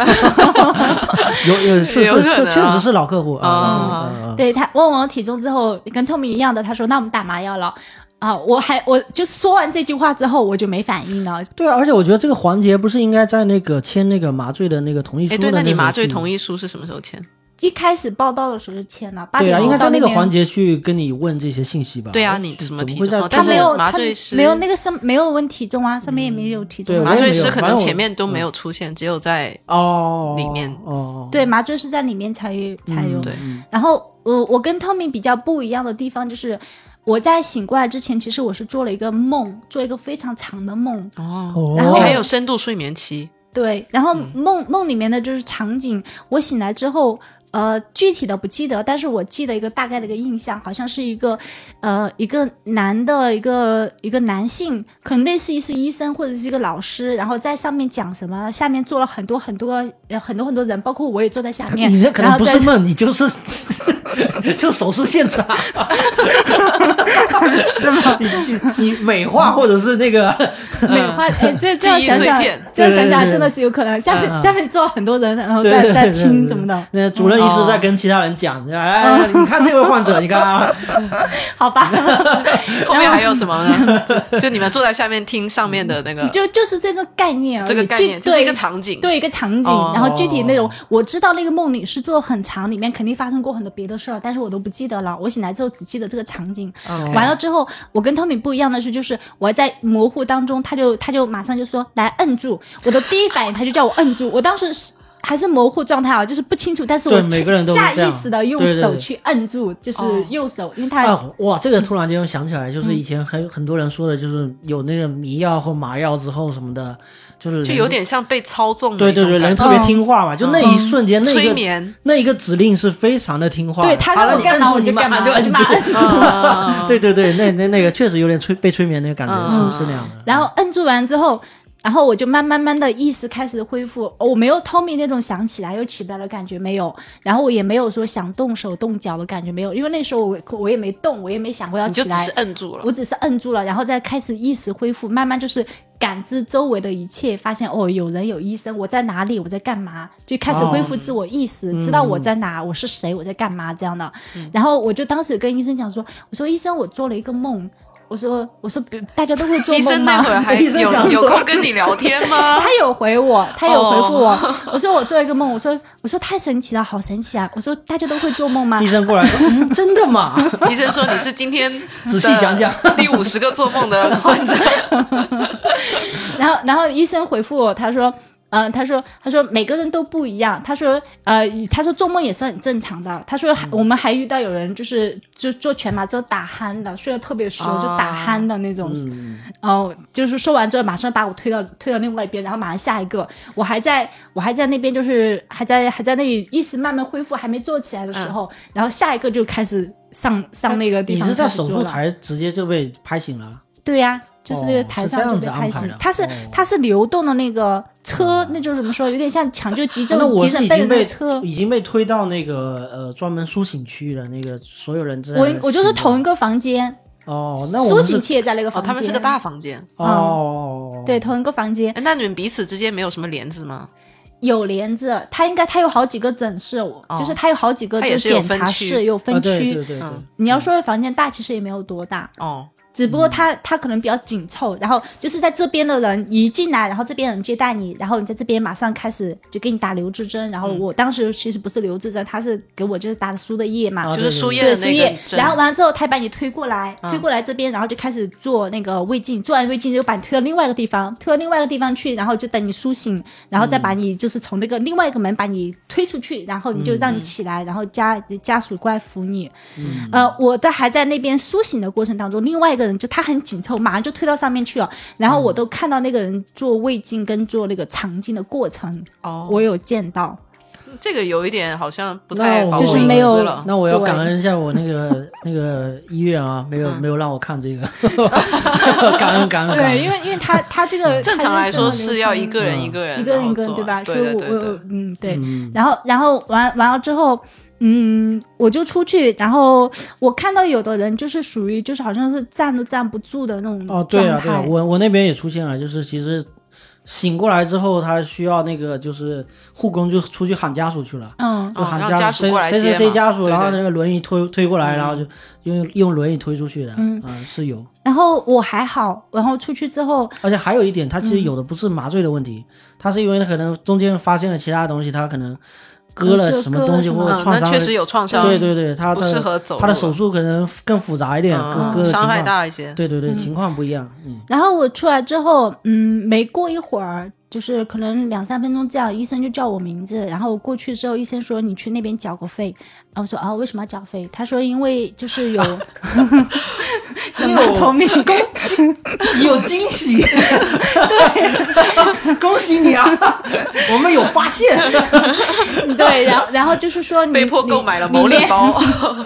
S1: 有有是
S3: 有
S1: 是
S3: 可能
S1: 确
S3: 啊
S1: 确实是老客户
S3: 哦
S1: 啊。嗯嗯嗯
S2: 对他问我体重之后，跟 Tommy 一样的，他说那我们打麻药了。啊！我还我就说完这句话之后，我就没反应了。
S1: 对啊，而且我觉得这个环节不是应该在那个签那个麻醉的那个同意
S3: 哎，
S1: 书的
S3: 对，那你麻醉
S1: 意。
S3: 同意书是什么时候签？
S2: 一开始报道的时候就签了，八
S1: 对
S2: 点
S1: 啊，应该
S2: 到
S1: 在那个
S2: 边
S1: 环节去跟你问这些信息吧。
S3: 对啊
S1: 我
S3: 你
S1: 怎
S3: 什么体
S1: 会
S3: 重
S1: 在他
S2: 他
S3: 但是
S2: 没有
S3: 麻
S2: 他
S3: 醉师
S2: 没有那个上没有问体重啊，上面也没有体重
S1: 对
S2: 啊
S1: 我。
S3: 麻
S1: 也
S3: 醉
S1: 没
S3: 师
S1: 有
S3: 可
S1: 反
S3: 能
S1: 正我
S3: 前面都没有出现，只有在
S1: 哦
S3: 里面
S1: 哦，嗯
S2: 对，麻醉是在里面才有才有。
S3: 对
S2: 然后我我跟 Tommy 比较不一样的地方就是，我在醒过来之前，其实我是做了一个梦，做一个非常长的梦。
S3: 哦，
S1: 哦，
S2: 然后
S3: 你还有深度睡眠期，
S2: 对，然后
S1: 嗯
S2: 梦、梦里面的就是场景，我醒来之后。呃，具体的不记得，但是我记得一个大概的一个印象，好像是一个，呃，一个男的，一个一个男性，可能类似于是医生或者是一个老师，然后在上面讲什么，下面坐了很多很多呃很多很多人，包括我也坐在下面。
S1: 你这可能
S2: 然后
S1: 不
S2: 在
S1: *laughs* 是梦，你就是就手术现场。
S2: *laughs* 是吗？
S1: 你美化或者是那个，
S2: 美化，哎，这这样
S3: 嗯记忆
S2: 想想
S3: 碎片，
S2: 这
S1: 对
S2: 样想
S1: 对对
S2: 想真的是有可能。下
S1: 嗯
S2: 面下面坐很多人，然后
S1: 对
S2: 再
S1: 对
S2: 再
S1: 对
S2: 亲
S1: 对
S2: 怎么嗯哦的？
S1: 那主任医师在跟其他人讲，哎，你看这位患者，你看
S2: *laughs*
S1: 啊，*laughs*
S2: 好吧，
S3: 后面还有什么呢？就就你们坐在下面听上面的那个
S2: 就就是这个概念而已，
S3: 这个概念，
S2: 具
S3: 就是一个
S2: 对
S3: 场景。
S2: 对一个场景，
S3: 哦
S2: 然后具体内容我知道那个梦里是做很长，里面肯定发生过很多别的事儿，但是我都不记得了。我醒来之后只记得这个场景。
S3: OK
S2: 完了之后，我跟 Tommy 不一样的是，就是我在模糊当中，他就他就马上就说来摁住，我的第一反应他就叫我摁住，我当时是。还是模糊状态啊，就是不清楚，但是我
S1: 对每个人都是
S2: 下
S1: 这样
S2: 意识的用
S1: 对对
S2: 手
S1: 对
S2: 去摁住，就是
S3: 哦
S2: 右手，因为他、
S1: 啊，哇，这个突然间又想起来，就是以前很很多人说的，就是有那个迷药或麻药之后什么的，就是人
S3: 就有点像被操纵的
S1: 对
S3: 一种
S1: 对对，人
S3: 感觉
S1: 特别听话嘛，就
S2: 嗯
S1: 那一瞬间，那一
S3: 催
S1: 个
S3: 眠，
S2: *laughs*
S1: 那一个指令是非常的听话的，
S2: 对他让
S1: 让
S2: 我干嘛我就干嘛，
S1: 就
S2: 我
S1: 摁
S2: 就
S1: 住
S2: 马上摁住。
S3: 啊
S1: 对对对，那那那个确实有点催被催眠那个感
S3: 嗯
S1: 觉，是是那样的。
S2: 然后摁住完之后，然后我就慢慢慢的意识开始恢复，哦我没有 Tommy 那种想起来又起不来的感觉没有，然后我也没有说想动手动脚的感觉没有，因为那时候我我也没动，我也没想过要
S3: 你就
S2: 起
S3: 只
S2: 来
S3: 是，摁住了
S2: 我。只是摁住了，然后再开始意识恢复，慢慢就是感知周围的一切，发现哦，有人有医生，我在哪里，我在干嘛，就开始恢复自我意识，知道我在哪，我是谁，我在干嘛这样的。
S3: 嗯
S2: 然后我就当时跟医生讲说，我说医生，我做了一个梦。我说，我说，别大家都会做
S3: 医
S2: 梦
S3: 生
S2: 吗？
S3: 那会儿
S2: *laughs*
S3: 还
S1: 医生
S3: 有
S1: 想说
S3: 有空跟你聊天吗？
S2: 他有回我，他有回复
S3: *laughs*
S2: 我。我说我做一个梦，我说我说太神奇了，好神奇啊！我说大家都会做梦吗
S1: 医？生过来说：“嗯，真的吗？
S3: 医生说你是
S2: *laughs*
S3: 今天
S1: 仔细讲讲
S3: 的 *laughs* 第五十个做梦的患者，
S2: 然后然后医生回复我，他说。嗯，他说，他说每个人都不一样。他说，呃，他说做梦也是很正常的。他说
S1: 嗯
S2: 还，我们还遇到有人就是就做全麻之后打鼾的，睡得特别熟、
S3: 哦
S2: 就打鼾的那种。
S1: 嗯
S2: 哦，就是说完之后马上把我推到推到另外一边，然后马上下一个。我还在我还在那边就是还在还在那里意识慢慢恢复，还没坐起来的时候，然后下一个就开始上上 *laughs* 那个地
S1: 嗯哎你是
S2: 方
S1: 在
S2: 开始
S1: 手
S2: 做
S1: 术
S2: 了
S1: 台直接就被拍醒了。
S2: 对呀、就是那个
S1: 哦
S2: 台
S1: 是
S2: 上
S1: 这
S2: 就
S1: 样
S2: 被
S1: 子
S2: 拍
S1: 安排
S2: 醒
S1: 的，
S2: 它是
S1: 哦
S2: 它是流动的那个车，那就是怎么说，有点像抢救急
S1: 啊那
S2: 诊
S1: 我
S2: 急
S1: 是
S2: 诊
S1: 已
S2: 备的
S1: 经
S2: 那个
S1: 被
S2: 车。
S1: 已经被推到那个呃专门苏醒区了，那个所有人在那
S2: 我
S1: 洗的。
S2: 我就是同一个房间，
S1: 哦，那我
S2: 苏
S1: 们
S2: 醒
S1: 是
S2: 器也在那个
S3: 哦，
S2: 房间。
S3: 他们是个大房间。
S1: 哦，
S2: 对，同一个房间
S3: 哎那你们彼此之间没有什么帘子吗？
S2: 有帘子，它应该它有好几个诊室，哦
S1: 哦
S2: 就是它有好几个
S3: 它
S2: 就
S3: 也
S2: 是
S3: 是有
S2: 检
S3: 分
S2: 查
S3: 区
S2: 室有
S1: 啊
S2: 分
S1: 对
S2: 区
S1: 对。对对
S3: 嗯
S2: 你要说房间大，其实也没有多大，
S3: 哦，
S2: 只不过它它可能比较紧凑，然后就是在这边的人一进来，然后这边人接待你，然后你在这边马上开始就给你打留置针，然后我当时其实不是留置针，他是给我就是打的输的液嘛，
S1: 啊
S3: 就是输液
S2: 哦对
S3: 的
S2: 输
S3: 那
S2: 液
S3: 个，针，嗯
S2: 然后完了之后他把你推过来，推过来这边，然后就开始做那个胃镜，做完胃镜就把你推到另外一个地方，推到另外一个地方去，然后就等你苏醒，然后再把你就是从那个另外一个门把你推出去，然后你就让你起来，然后家家属过来扶你。
S3: 嗯
S2: 呃，我的还在那边苏醒的过程当中，另外一个人就他很紧凑，马上就推到上面去了，然后我都看到那个人做胃镜跟做那个肠镜的过程，
S3: 哦，
S2: 我有见到。
S3: 这个有一点好像不太
S1: 那我
S3: 保护
S1: 就是
S3: 隐
S1: 没
S2: 有
S3: 私了。
S1: 那我要
S2: 啊对
S1: 感恩一下我那个 *laughs* 那个医院啊，没有没有让我看这个，感恩感恩感
S2: 对，
S1: 恩。
S2: 因为因为他他这个
S3: 正常来说是要一个人
S1: 嗯
S3: 一个人，
S2: 一个人一
S3: 然后
S2: 个人
S3: 做
S2: 对吧？所
S3: 对
S2: 以
S3: 对
S2: 我
S3: 对
S2: 我有
S3: 对，
S2: 嗯对，
S1: 嗯
S2: 然后然后完完了之后，嗯，我就出去，然后我看到有的人就是属于就是好像是站都站不住的那
S3: 嗯
S2: 种
S1: 哦，对
S2: 状
S1: 啊对
S2: 态，
S1: 啊，我我那边也出现了，就是其实醒过来之后，他需要那个就是护工就出去喊家属去了。
S2: 嗯，
S1: 就
S3: 哦
S1: 喊
S3: 让
S1: 家
S3: 家
S1: 属
S3: 属
S1: 谁
S3: 过来
S1: 谁谁
S3: 接
S1: 谁
S3: 嘛
S1: 家属，
S3: 对
S1: 然后
S3: 对嗯
S1: 那个轮椅推推过来，然后就用用轮椅推出去的，
S2: 嗯
S1: 啊是有，
S2: 然后我还好，然后出去之后，
S1: 而且还有一点，他其
S3: 嗯
S1: 实有的不是麻醉的问题，他是因为可能中间发现了其他东西，他可能割
S2: 嗯
S1: 了
S2: 就
S1: 什么
S2: 割了
S1: 东西
S2: 什么
S1: 或者
S3: 嗯，
S1: 创
S3: 那
S1: 伤
S3: 确
S1: 了，
S3: 实有创伤，
S1: 对对对，他
S3: 不适
S1: 的
S3: 合走路了，
S1: 他的手术可能更复杂一点，
S3: 嗯
S1: 割割的
S3: 伤害
S1: 情况
S3: 大一些。
S1: 对对对，情况不一样，嗯，
S2: 然后我出来之后，嗯，没过一会儿，就是可能两三分钟这样，医生就叫我名字。然后我过去之后，医生说你去那边缴个费。然后我说啊，为什么要缴费？他说因为就是
S1: *laughs*
S2: 有，因
S1: 哎
S2: 为我头面工
S1: 有惊喜，对，恭喜你啊，
S4: *laughs*
S1: 我们有发现，
S2: *laughs* 对，然后然后就是说你
S3: 被迫购买了某
S2: 里
S3: 脸
S2: 面
S3: 包，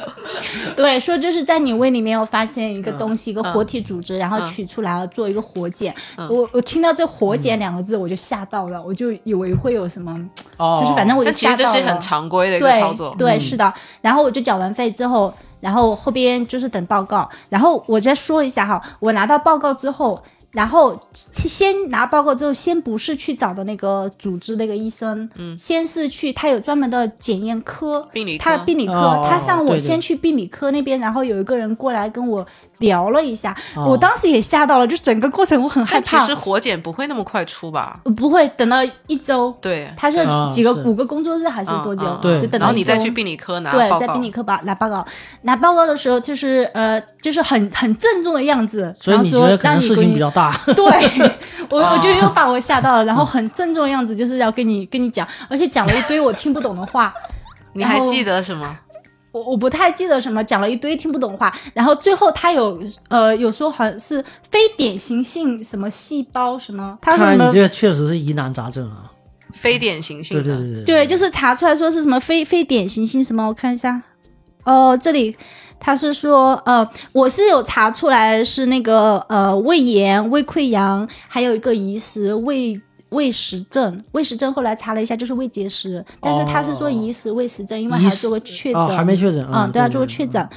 S2: *laughs* 对，说就是在你胃里面有发现一个东西，一个活体组织，然
S3: 嗯
S2: 后取出来了做一个活检。我我听到这“活检”两个字，我就吓到了，我就以为会有什么，
S1: 哦，
S2: 就是反正我就
S3: 但其实
S2: 吓到
S3: 这
S2: 了。
S3: 是很常规的一个
S2: 对
S1: 嗯
S3: 操作。
S2: 对，是的。然后我就缴完费之后，然后后边就是等报告。然后我再说一下哈，我拿到报告之后，然后先拿报告之后，先不是去找的那个组织那个医生，嗯，先是去他有专门的检验科，
S3: 病理科
S2: 他病理科，
S1: 哦
S2: 他上
S1: 对
S2: 我
S1: 对
S2: 先去病理科那边，然后有一个人过来跟我聊了一下，
S1: 哦
S2: 我当时也吓到了，就整个过程我很害
S3: 但其
S2: 怕。
S3: 实活检不会那么快出吧？
S2: 不会等到一周，
S3: 对，
S2: 他是
S1: 啊
S2: 几个
S1: 是
S2: 五个工作日还是
S3: 嗯
S2: 多久？
S3: 嗯
S1: 对
S2: 就等
S3: 然
S2: 到
S3: 后你
S2: 一周
S3: 再去病理科拿
S2: 对，
S3: 报
S2: 在
S3: 告
S2: 宾。尼科吧拿报告，拿报告的时候就是呃，就是很很郑重的样子，
S1: 所以
S2: 然后
S1: 你觉
S2: 说
S1: 得可
S2: 让
S1: 能
S2: 你
S1: 事
S2: 闺
S1: 情
S2: 女
S1: 比较大， *laughs*
S2: 对我我
S3: 哦
S2: 就又把我吓到了，然后很郑重的样子就是要跟你跟你讲，而且讲了一堆我听不懂的话， *laughs*
S3: 你还
S2: 然后
S3: 记得什么？
S2: 我我不太记得什么，讲了一堆听不懂话，然后最后他有呃有说好像是非典型性什么细胞什么，他说
S1: 看来
S2: 什
S1: 你
S2: 么
S1: 这个确实是疑难杂症啊。
S3: 非典型性
S1: 对
S3: 的，
S1: 对对对，
S2: 对，就是查出来说是什么非非典型性什么，我看一下。哦，这里他是说，呃，我是有查出来是那个呃胃炎、胃溃疡，还有一个疑似胃胃食症。胃食症后来查了一下就是胃结石，但是他是说
S1: 哦
S2: 疑似胃食症，因为
S1: 疑
S2: 还
S1: 似
S2: 做过确诊，
S1: 哦还没确诊，
S2: 嗯，对啊，做过确诊。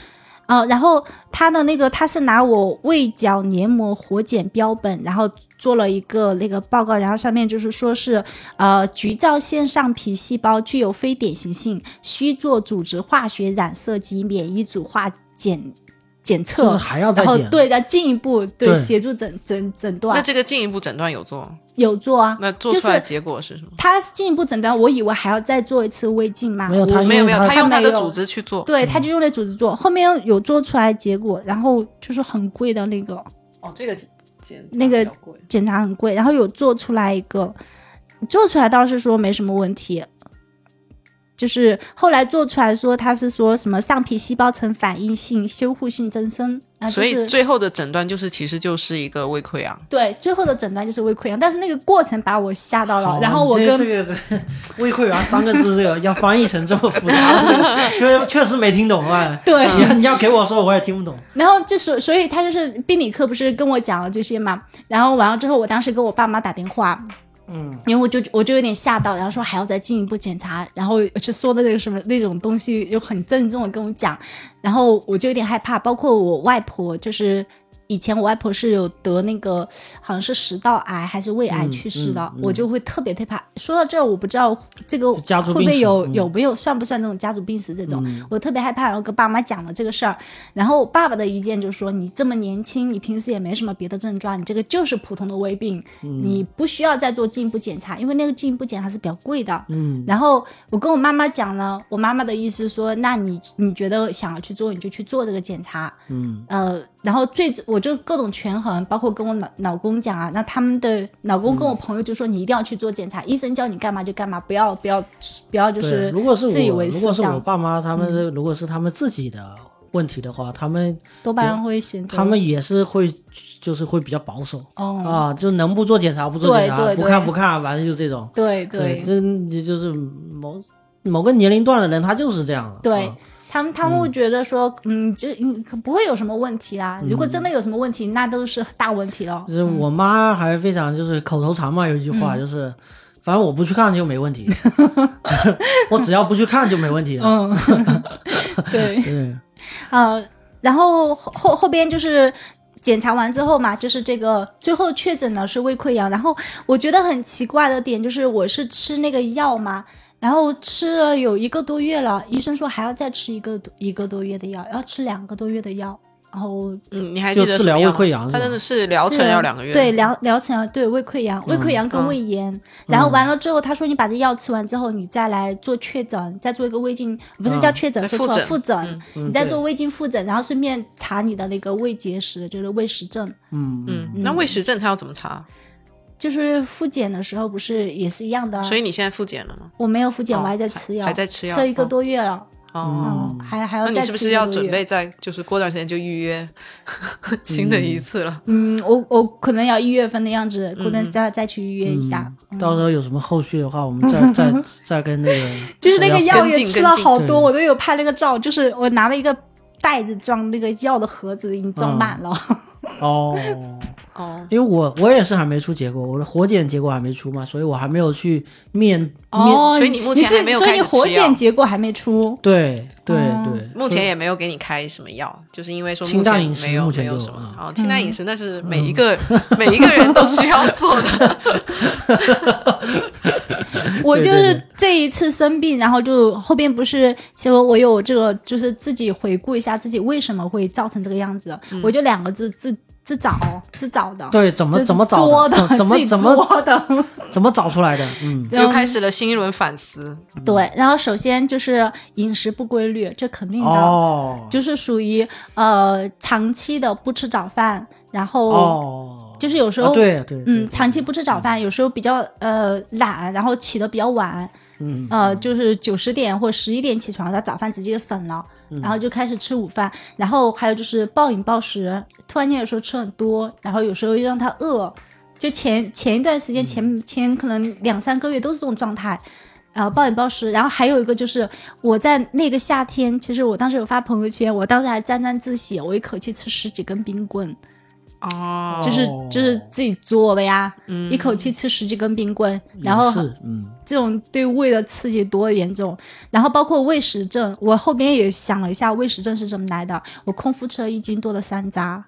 S2: 啊，然后他的那个他是拿我胃角黏膜活检标本，然后做了一个那个报告，然后上面就是说是呃菊皂腺上皮细胞具有非典型性，需做组织化学染色及免疫组化检检
S1: 就
S2: 测
S1: 是，还要再
S2: 然后
S1: 检，
S2: 对再进一步对
S1: 对
S2: 协助诊诊诊
S3: 那
S2: 断
S3: 这个进一步诊断有做，
S2: 有做啊，
S3: 那做出来结果是什么？
S2: 他进一步诊断，我以为还要再做一次胃镜嘛，
S1: 没有嗯
S2: 我
S1: 他
S3: 没有没有，
S1: 他
S3: 他用他
S2: 没
S3: 的
S2: 有
S3: 组织去做。
S2: 对，他就用来组织做，后面有做出来结果，然后就是很贵的那个
S3: 哦，这个检
S2: 那个检查很贵，然后有做出来一个，做出来倒是说没什么问题，就是后来做出来说他是说什么上皮细胞层反应性修护性增生啊，就
S3: 所以
S2: 是
S3: 最后的诊断就是，其实就是一个胃溃疡。
S2: 对最后的诊断就是胃溃疡，但是那个过程把我吓到
S1: 好
S2: 了，然后我
S1: 这
S2: 跟
S1: 这个这个 *laughs* 胃溃疡三个字，这个要翻译成这么复杂，这个确确实没听懂啊。
S2: *laughs* 对
S1: 你要你要给我说，我也听不
S2: *laughs*
S1: 懂。
S2: 然后就所所以他就是病理科不是跟我讲了这些嘛，然后完了之后，我当时给我爸妈打电话，
S1: 嗯，
S2: 因为我就我就有点吓到，然后说还要再进一步检查，然后就说的那个什么那种东西又很郑重的跟我讲，然后我就有点害怕，包括我外婆就是。以前我外婆是有得那个，好像是食道癌还是胃癌
S1: 嗯
S2: 去世的，
S1: 嗯嗯
S2: 我就会特别特别怕。说到这儿，我不知道这个
S1: 家族
S2: 会不
S1: 病
S2: 会
S1: 史
S2: 有、
S1: 嗯
S2: 有没有算不算这种家族病史这种，
S1: 嗯
S2: 我特别害怕。然后跟爸妈讲了这个事儿，然后我爸爸的意见就说：“你这么年轻，你平时也没什么别的症状，你这个就是普通的胃病，
S1: 嗯
S2: 你不需要再做进一步检查，因为那个进一步检查是比较贵的。”
S1: 嗯，
S2: 然后我跟我妈妈讲了，我妈妈的意思说：“那你你觉得想要去做，你就去做这个检查。”
S1: 嗯，
S2: 呃，然后最我就各种权衡，包括跟我老老公讲啊，那他们的老
S1: 嗯
S2: 公跟我朋友就说：“你一定要去做检查，医生叫你干嘛就干嘛，不要不要不要就
S1: 对，
S2: 是
S1: 如果是
S2: 自以
S1: 我，
S2: 为嗯
S1: 如
S2: 是
S1: 果是
S2: 这
S1: 我
S2: 样。”
S1: 爸妈他们是，如果是他们自己的问题的话，他们
S2: 多半会选择
S1: 他们也是会就是会比较保守
S2: 哦，
S1: 啊，就能不做检查不做检
S2: 对
S1: 查，
S2: 对
S1: 不
S2: 对
S1: 看不看，反正就这种。
S2: 对
S1: 对，这你就是某某个年龄段的人，他就是这样了。
S2: 对
S1: 啊
S2: 他们他们会觉得说，嗯，这嗯可不会有什么问题啦。如果真的有什么问题，那都是大问题了
S1: 就。嗯是我妈还非常就是口头禅嘛，有一句
S2: 嗯
S1: 话就是，反正我不去看就没问
S2: *laughs*
S1: 题， *laughs* 我只要不去看就没问题啊了。
S2: 嗯， *laughs* 对，
S1: 对，
S2: 呃，然后后后后边就是。检查完之后嘛，就是这个最后确诊的是胃溃疡。然后我觉得很奇怪的点就是，我是吃那个药嘛，然后吃了有一个多月了，医生说还要再吃一个一个多月的药，要吃两个多月的药。然后
S3: 嗯，你还
S1: 就
S3: 记得
S1: 治
S3: 什么
S1: 疗
S3: 样
S1: 胃溃
S3: 吗
S1: 疡是
S3: 它
S1: 吧
S3: 真的是疗程
S2: 是
S3: 要两个月。嗯
S2: 对，疗疗程要对胃溃疡，胃溃疡跟胃炎，然后完了之后，他说你把这药吃完之后，你再来做确诊，再做一个胃镜，不是
S1: 嗯
S2: 叫确诊，
S3: 再
S2: 说
S3: 复
S2: 错了
S3: 诊
S2: 复诊，
S1: 嗯
S2: 你再做胃镜复诊，然后顺便查你的那个胃结石，就是胃石症，
S1: 嗯嗯，
S3: 嗯，那胃食症它要怎么查？
S2: 就是复检的时候不是也是一样的啊。
S3: 所以你现在复检了吗？
S2: 我没有复检，
S3: 哦
S2: 我还在吃药，
S3: 还还在吃药
S2: 一个
S3: 哦
S2: 多月了，
S3: 哦，
S2: 嗯，还还要
S3: 那
S2: 再吃
S3: 你是不是
S2: 一个
S3: 要
S2: 多
S3: 准
S2: 月
S3: 备在就是过段时间就预约 *laughs* 新的一次了？
S2: 嗯，我我可能要一月份的样子，
S3: 嗯
S2: 可能再再去预约一下。
S1: 嗯到时候有什么后续的话，我们再
S2: *laughs*
S1: 再再跟那个
S2: 就是那个药
S3: 跟
S2: 也
S3: 进
S2: 吃了
S3: 跟进
S2: 好多，
S1: 对
S2: 我都有拍那个照，就是我
S3: 嗯
S2: 拿了一个袋子装那个药的盒子，已经装满了。
S1: 哦，
S3: 哦，
S1: 因为我我也是还没出结果，我的活检结果还没出嘛，所以我还没有去面面。
S2: *laughs* 哦，
S3: 所以你目前
S2: 是
S3: 还没有
S2: 所
S3: 开
S2: 以
S3: 始
S2: 你活
S3: 吃药
S2: 检结果还没出。
S1: 对对
S2: 哦
S1: 对，
S3: 目前也没有给你开什么药，就是因为说目
S1: 清淡
S3: 前
S1: 饮食
S3: 没有
S1: 目前
S3: 没有
S1: 就
S3: 什么
S1: 啊嗯
S3: 哦，清淡饮
S2: 嗯
S3: 食那是每一个、 *laughs* 每一个人都需要做的。
S2: *laughs*
S1: *laughs*
S2: 我
S1: 对
S2: 就
S1: 对
S2: 是
S1: 对
S2: 这一次生病，然后就后边不是说我有这个，就是自己回顾一下自己为什么会造成这个样子，我就两个字自自找自找的，
S1: 嗯对怎么
S2: 自
S1: 怎么找
S2: 作
S1: 的
S2: 的，
S1: 怎怎么
S2: 自己
S1: 怎么
S2: 作
S1: *laughs*
S2: 的，
S1: 怎么找出来的？
S2: *laughs*
S1: 嗯，
S3: 又开始了新一轮反思，
S2: 嗯对。然后首先就是饮食不规律，这肯定的，
S1: 哦，
S2: 就是属于呃长期的不吃早饭，然后、
S1: 哦，
S2: 就是有时
S1: 啊
S2: 候、
S1: 对对，对
S2: 嗯，长期不吃早饭，有时候比较呃懒，然后起得比较晚，
S1: 嗯
S2: 呃，就是九十点或十一点起床，他早饭直接省了，
S1: 嗯
S2: 然后就开始吃午饭，然后还有就是暴饮暴食，突然间有时候吃很多，然后有时候又让他饿，就前前一段时间前、
S1: 嗯
S2: 前可能两三个月都是这种状态。呃，暴饮暴食，然后还有一个就是我在那个夏天，其实我当时有发朋友圈，我当时还沾沾自喜，我一口气吃十几根冰棍，
S3: 哦
S2: 就是
S1: 哦嗯
S2: 就是自己做的呀，一口气吃十几根冰棍，然后
S1: 也是嗯
S2: 这种对胃的刺激多严重。然后包括胃食症，我后面也想了一下胃食症是怎么来的，我空腹吃了一斤多的山楂，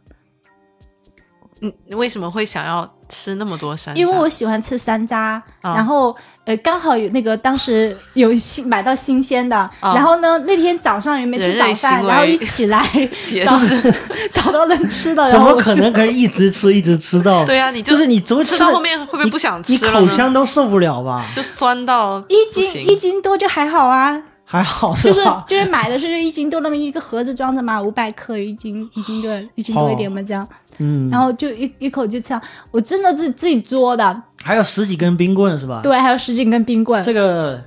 S3: 你嗯你为什么会想要吃那么多山楂？
S2: 因为我喜欢吃山楂，
S3: 啊
S2: 然后呃刚好有那个当时有新买到新鲜的，
S3: 啊
S2: 然后呢那天早上也没吃
S3: 人
S2: 早
S3: 类
S2: 饭，
S3: 行
S2: 然哦后一
S3: 为
S2: 起来
S3: 解
S2: 找
S3: 释，
S2: *laughs* 找到能吃
S1: *laughs*
S2: 的，
S1: 怎
S2: 然后
S1: 么
S2: 我
S1: 可
S2: 就
S1: 能可以一直吃一直吃到？
S3: *laughs* 对啊，你
S1: 就是你总
S3: 吃
S1: 吃
S3: 到
S1: 了
S3: 后面会不会
S1: 你
S3: 不想
S1: 你
S3: 吃了
S1: 口
S3: 呢？
S1: 腔都受不了吧？
S3: 就酸到
S2: *laughs* 一
S3: 不
S2: 斤
S3: 行
S2: 一斤多就还好啊，
S1: *laughs* 还好
S2: 就是是
S1: 吧？
S2: 就是买的是一斤多那么一个盒子装着嘛，五百克一斤一斤多一斤多一点嘛这样，
S1: 嗯，
S2: 然后就一一口气吃完，我真的自自己做的，
S3: 啊
S1: 还有十几根冰棍是吧？，
S2: 对，还有十几根冰棍。
S1: 这个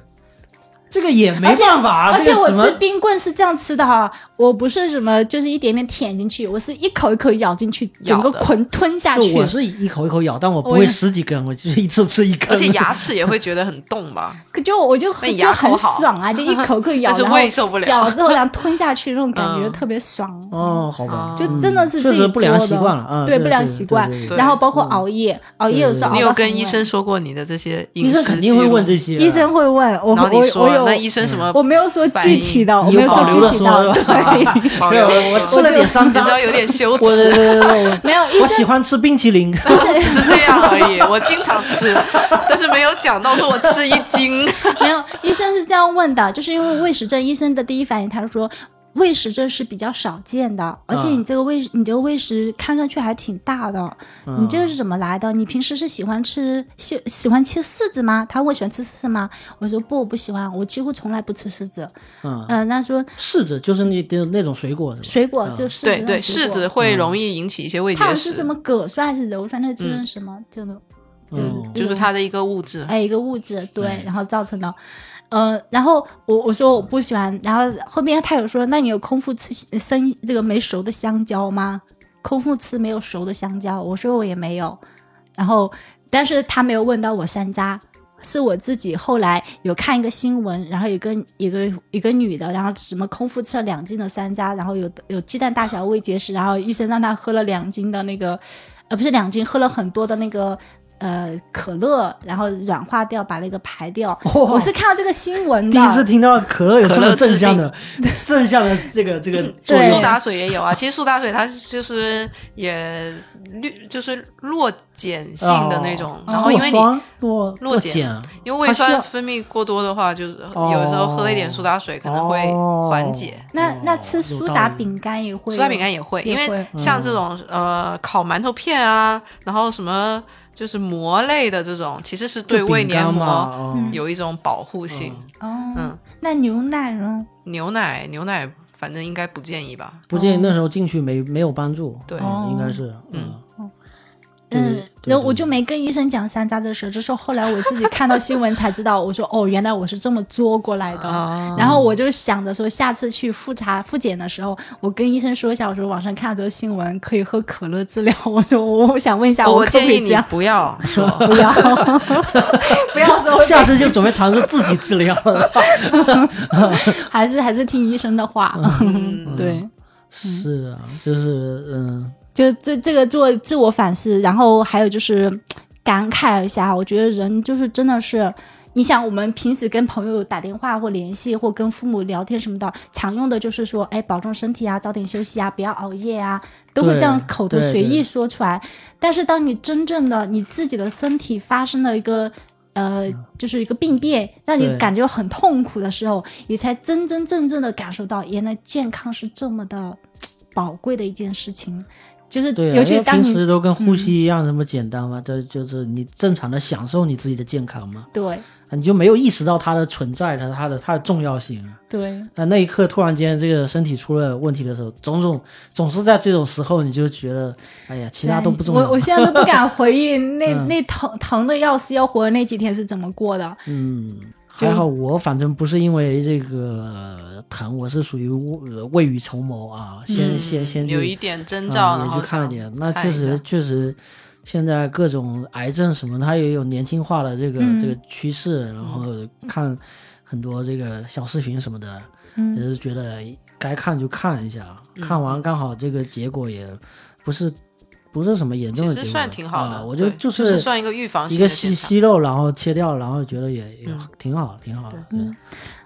S1: 这个也没
S2: 而且
S1: 办
S3: 啊
S1: 法，啊
S2: 而
S1: 这
S2: 且
S1: 个
S2: 我
S1: 怎
S2: 吃
S1: 么？
S2: 冰棍是这样吃的哈，我不是什么就是一点点舔进去，我是一口一口咬进去，整
S3: 咬
S2: 个
S3: 的
S2: 捆吞下
S1: 就
S2: 去
S1: 我。是一口一口咬，但我不
S2: 我
S1: 会
S2: 也
S1: 十几根，我就是一次吃一根。
S3: 而且牙齿也会觉得很
S2: *laughs*
S3: 冻吧？
S2: 可就我就
S3: 那
S2: 很
S3: 你
S2: 就
S3: 牙口
S2: 很
S3: 好
S2: 爽啊，就一口
S3: *laughs*
S2: 口咬，
S3: 但是
S2: 然后
S3: 胃受不了
S2: 咬了之后然后吞下
S3: *laughs*
S2: 去那种感觉就
S3: 嗯
S2: 特别爽。
S1: 哦，好吧
S3: 哦，
S2: 就真的是
S1: 确
S2: 自己
S1: 实不良
S2: 做
S1: 习
S2: 的
S1: 惯了啊
S2: 对
S1: 对
S2: 不良
S1: 对
S2: 习
S1: 对
S2: 惯
S1: 对嗯
S3: 对，
S2: 然后包括熬夜，熬夜有时候熬
S3: 你
S2: 到
S3: 有
S2: 很
S3: 跟医
S2: 晚
S3: 生说过你的这些饮
S1: 医
S3: 食
S1: 生肯定会
S3: 记录
S1: 问
S3: 吗
S1: 这些，
S2: 医生会问我，
S3: 然后
S2: 我
S3: 你说
S2: 我
S3: 那
S2: 有
S3: 医生什么？
S2: 我没有说
S3: 呃反
S2: 具
S3: 应
S2: 体的，我
S1: 你
S2: 没
S1: 有
S2: 有说
S1: 保留的
S2: 具体
S1: 说
S2: 的，
S1: 是吧
S2: *laughs* 对，
S3: 保
S1: 对，
S3: 留
S1: 我我
S3: 说
S1: 吃了点山
S3: 只知道
S1: 楂，
S3: 有点羞
S1: 我对
S3: 耻，
S1: 对对对，
S2: 没有
S1: 我
S2: 医
S1: 我喜
S2: 生
S1: 欢吃冰淇淋，
S3: 只是这样而已。我经常吃，但是没有讲到说我吃一
S2: *laughs*
S3: 斤。
S2: *laughs* 没有医生是这样问的，就是因为胃食症，医生的第一反应他说。胃食症是比较少见的，而且
S1: 嗯
S2: 你这个胃，你这个胃食看上去还挺大的，
S1: 嗯
S2: 你这个是怎么来的？你平时是喜欢吃喜喜欢吃柿子吗？他问我喜欢吃柿子吗？我说不，我不喜欢，我几乎从来不吃柿子。
S1: 嗯
S2: 嗯，他说
S1: 柿子就是那那那种水果是吧？
S2: 水果就是
S3: 对对，柿子会容易引起一些胃
S2: 它好
S3: 结
S2: 像是什
S3: 石，
S2: 么铬酸还是鞣酸？那个字是什么？这种
S1: 嗯，
S3: 就是它的一个物质。
S2: 哎一个物质，对，然后造成的。呃，然后我我说我不喜欢，然后后面他有说，那你有空腹吃生那个没熟的香蕉吗？空腹吃没有熟的香蕉，我说我也没有。然后，但是他没有问到我山楂，是我自己后来有看一个新闻，然后有个一个一个女的，然后什么空腹吃了两斤的山楂，然后有有鸡蛋大小胃结石，然后医生让她喝了两斤的那个，呃，不是两斤，喝了很多的那个。呃，可乐，然后软化掉，把那个排掉。
S1: 哦
S2: 我是看到这个新闻的，
S1: 第一次听到可乐有这
S3: 可
S1: 么
S3: 乐治
S1: 正向的正向的这个这个作
S2: 对
S1: 用
S3: 苏，打水也有啊，其实苏打水它是就是也氯，就是弱碱性的那
S2: 哦
S3: 种，然后因为你
S1: 落落
S3: 落
S1: 落
S3: 碱
S1: 碱啊，
S3: 因为
S1: 它
S3: 胃
S1: 需要
S3: 酸分泌过多的话，就是
S2: 哦
S3: 有时候喝一点苏打水可能会
S1: 哦
S3: 缓解。
S2: 那
S1: 哦
S2: 那吃
S1: 有
S2: 苏
S1: 道
S2: 打
S1: 理
S2: 饼干也会，
S3: 苏打饼干也会，
S2: 也
S3: 因
S2: 会嗯
S3: 为像这种、呃烤馒头片啊，然后什么就是馍类的这种，其实是对
S1: 就
S3: 胃
S1: 饼
S3: 黏
S1: 干嘛
S3: 膜
S1: 哦
S3: 有一种保护性。
S2: 哦，
S3: 嗯，
S2: 那牛奶呢？
S3: 牛奶牛奶反正应该不建议吧？
S1: 不建议那时候进去没没有帮助，
S3: 对
S1: 嗯应该是嗯。对
S2: 嗯
S1: 对，
S2: 然后
S1: 对
S2: 我就没跟医生讲山楂的事，这是后来我自己看到新闻才知道，我说哦，原来我是这么作过来的。
S3: 啊
S2: 然后我就想着说，下次去复查复检的时候，我跟医生说一下，我说网上看到这个新闻可以喝可乐治疗， *laughs* 我说我想问一下，
S3: 哦我
S2: 可不
S3: 建
S2: 可
S3: 议
S2: 以这
S3: 你
S2: 样？*laughs*
S3: 不要说，
S2: 不要，不要 *laughs* 说，
S1: 下次就准备尝试自己治疗了。
S2: 还
S3: 嗯
S2: *laughs* 嗯是还是听医生的话。对，
S1: 是啊，就是嗯，
S2: 就这这个做自我反思，然后还有就是感慨一下，我觉得人就是真的是。你想，我们平时跟朋友打电话或联系，或跟父母聊天什么的，常用的就是说，哎，保重身体啊，早点休息啊，不要熬夜啊，都会这样
S1: 对
S2: 口头
S1: 对
S2: 随意
S1: 对
S2: 说出来。但是，当你真正的你自己的身体发生了一个呃，就是一个病变，让你
S1: 对
S2: 感觉很痛苦的时候，你才真真正正的感受到，原来健康是这么的宝贵的一件事情。就是，
S1: 对啊，
S2: 尤其
S1: 因为
S2: 当
S1: 平
S2: 你嗯
S1: 时都跟呼吸一样那么简单嘛，这、就是你正常的享受你自己的健康嘛，啊
S2: 对
S1: 你就没有意识到它的存在，它它的它的重要性啊。
S2: 对
S1: 那那一刻突然间这个身体出了问题的时候，种种总是在这种时候，你就觉得，哎呀，其他都不重要。
S2: 我我现在都不敢回忆
S1: *laughs*
S2: 那、
S1: 嗯
S2: 那疼疼的要死要活的那几天是怎么过的。
S1: 嗯，
S2: 就
S1: 还好我反正不是因为这个疼，我是属于未未雨绸缪啊，先、
S2: 嗯
S1: 先先
S3: 有
S1: 就
S3: 一点征
S1: 嗯
S3: 兆，
S1: 也
S3: 然后
S1: 去看
S3: 想
S1: 一点。那
S3: 看
S1: 确
S3: 一
S1: 实
S3: 下
S1: 确实，现在各种癌症什么，它也有年轻化的这个、
S3: 嗯
S1: 这个趋势，然后看很多这个小视频什么的，也
S2: 嗯
S1: 是觉得该看就看一下，
S3: 嗯
S1: 看完刚好这个结果也不是。不是什么严重
S3: 其
S1: 的结
S3: 实
S1: 果
S3: 算挺好
S1: 啊
S3: 的，
S1: 我
S3: 对
S1: 就
S3: 就是算一个预防
S1: 一
S3: 性
S1: 个
S3: 的
S1: 息
S3: 检查。
S1: 息肉，然后切掉，然后觉得也也
S3: 嗯
S1: 挺好，挺好的。嗯，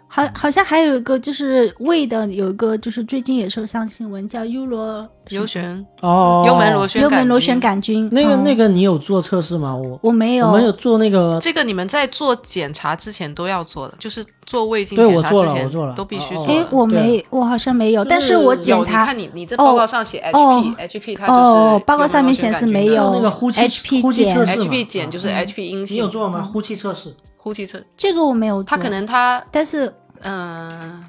S2: 好，好像还有一个就是胃的，有一个就是最近也是上新闻，叫幽罗
S3: 幽旋
S1: 哦，
S3: 幽门螺旋
S2: 幽门螺
S3: 菌
S2: 旋杆菌。
S1: 那个
S2: 嗯
S1: 那个你有做测试吗？我
S2: 我没有，
S1: 我们有做那个
S3: 这个你们在做检查之前都要做的，就是做胃镜
S1: 对
S3: 检
S1: 我
S3: 查之
S1: 做了我
S3: 前
S1: 做了
S3: 都必须
S1: 哦
S3: 做
S1: 哦
S3: 的。
S2: 哎，我
S1: 对
S2: 没，我好像没有，但是
S1: 是
S2: 我
S1: 有
S2: 检
S3: 有你
S2: 查
S3: 看你你这
S2: 哦
S3: 报告上写 HP、
S2: 哦
S3: HP 它就是
S2: 哦报告
S3: 幽门
S2: 上
S3: 螺
S2: 面
S3: 旋
S2: 显示
S3: 杆菌
S2: 没
S3: 的
S2: 有
S1: 做那个呼气
S2: HP
S1: 呼气测试嘛
S3: HP 检就是
S1: 啊
S3: HP 阴
S1: 你
S3: 性，
S1: 有做吗？呼气测试
S3: 呼吸测，
S2: 这个我没有做，
S3: 它可能它
S2: 但是
S3: 嗯，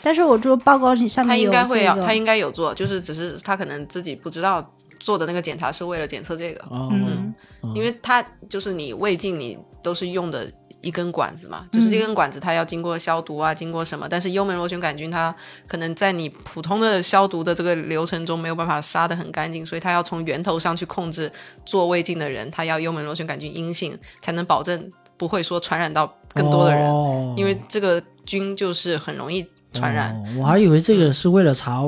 S2: 但是我做报告上
S3: 它
S2: 面
S3: 应
S2: 有
S3: 该会要
S2: 这，个
S3: 它应该有做，就是只是它可能自己不知道做的那个检查是为了检测这个，
S1: 哦，
S2: 嗯
S1: 哦
S3: 因为它就是你胃镜你都是用的一根管子嘛，就是这根管子它要经过消毒啊，经过什么，但是幽门螺旋杆菌它可能在你普通的消毒的这个流程中没有办法杀得很干净，所以它要从源头上去控制做胃镜的人，他要幽门螺旋杆菌阴性，才能保证不会说传染到更多的人，
S1: 哦
S3: 因为这个菌就是很容易传染。
S1: 哦我还以为这个是为了查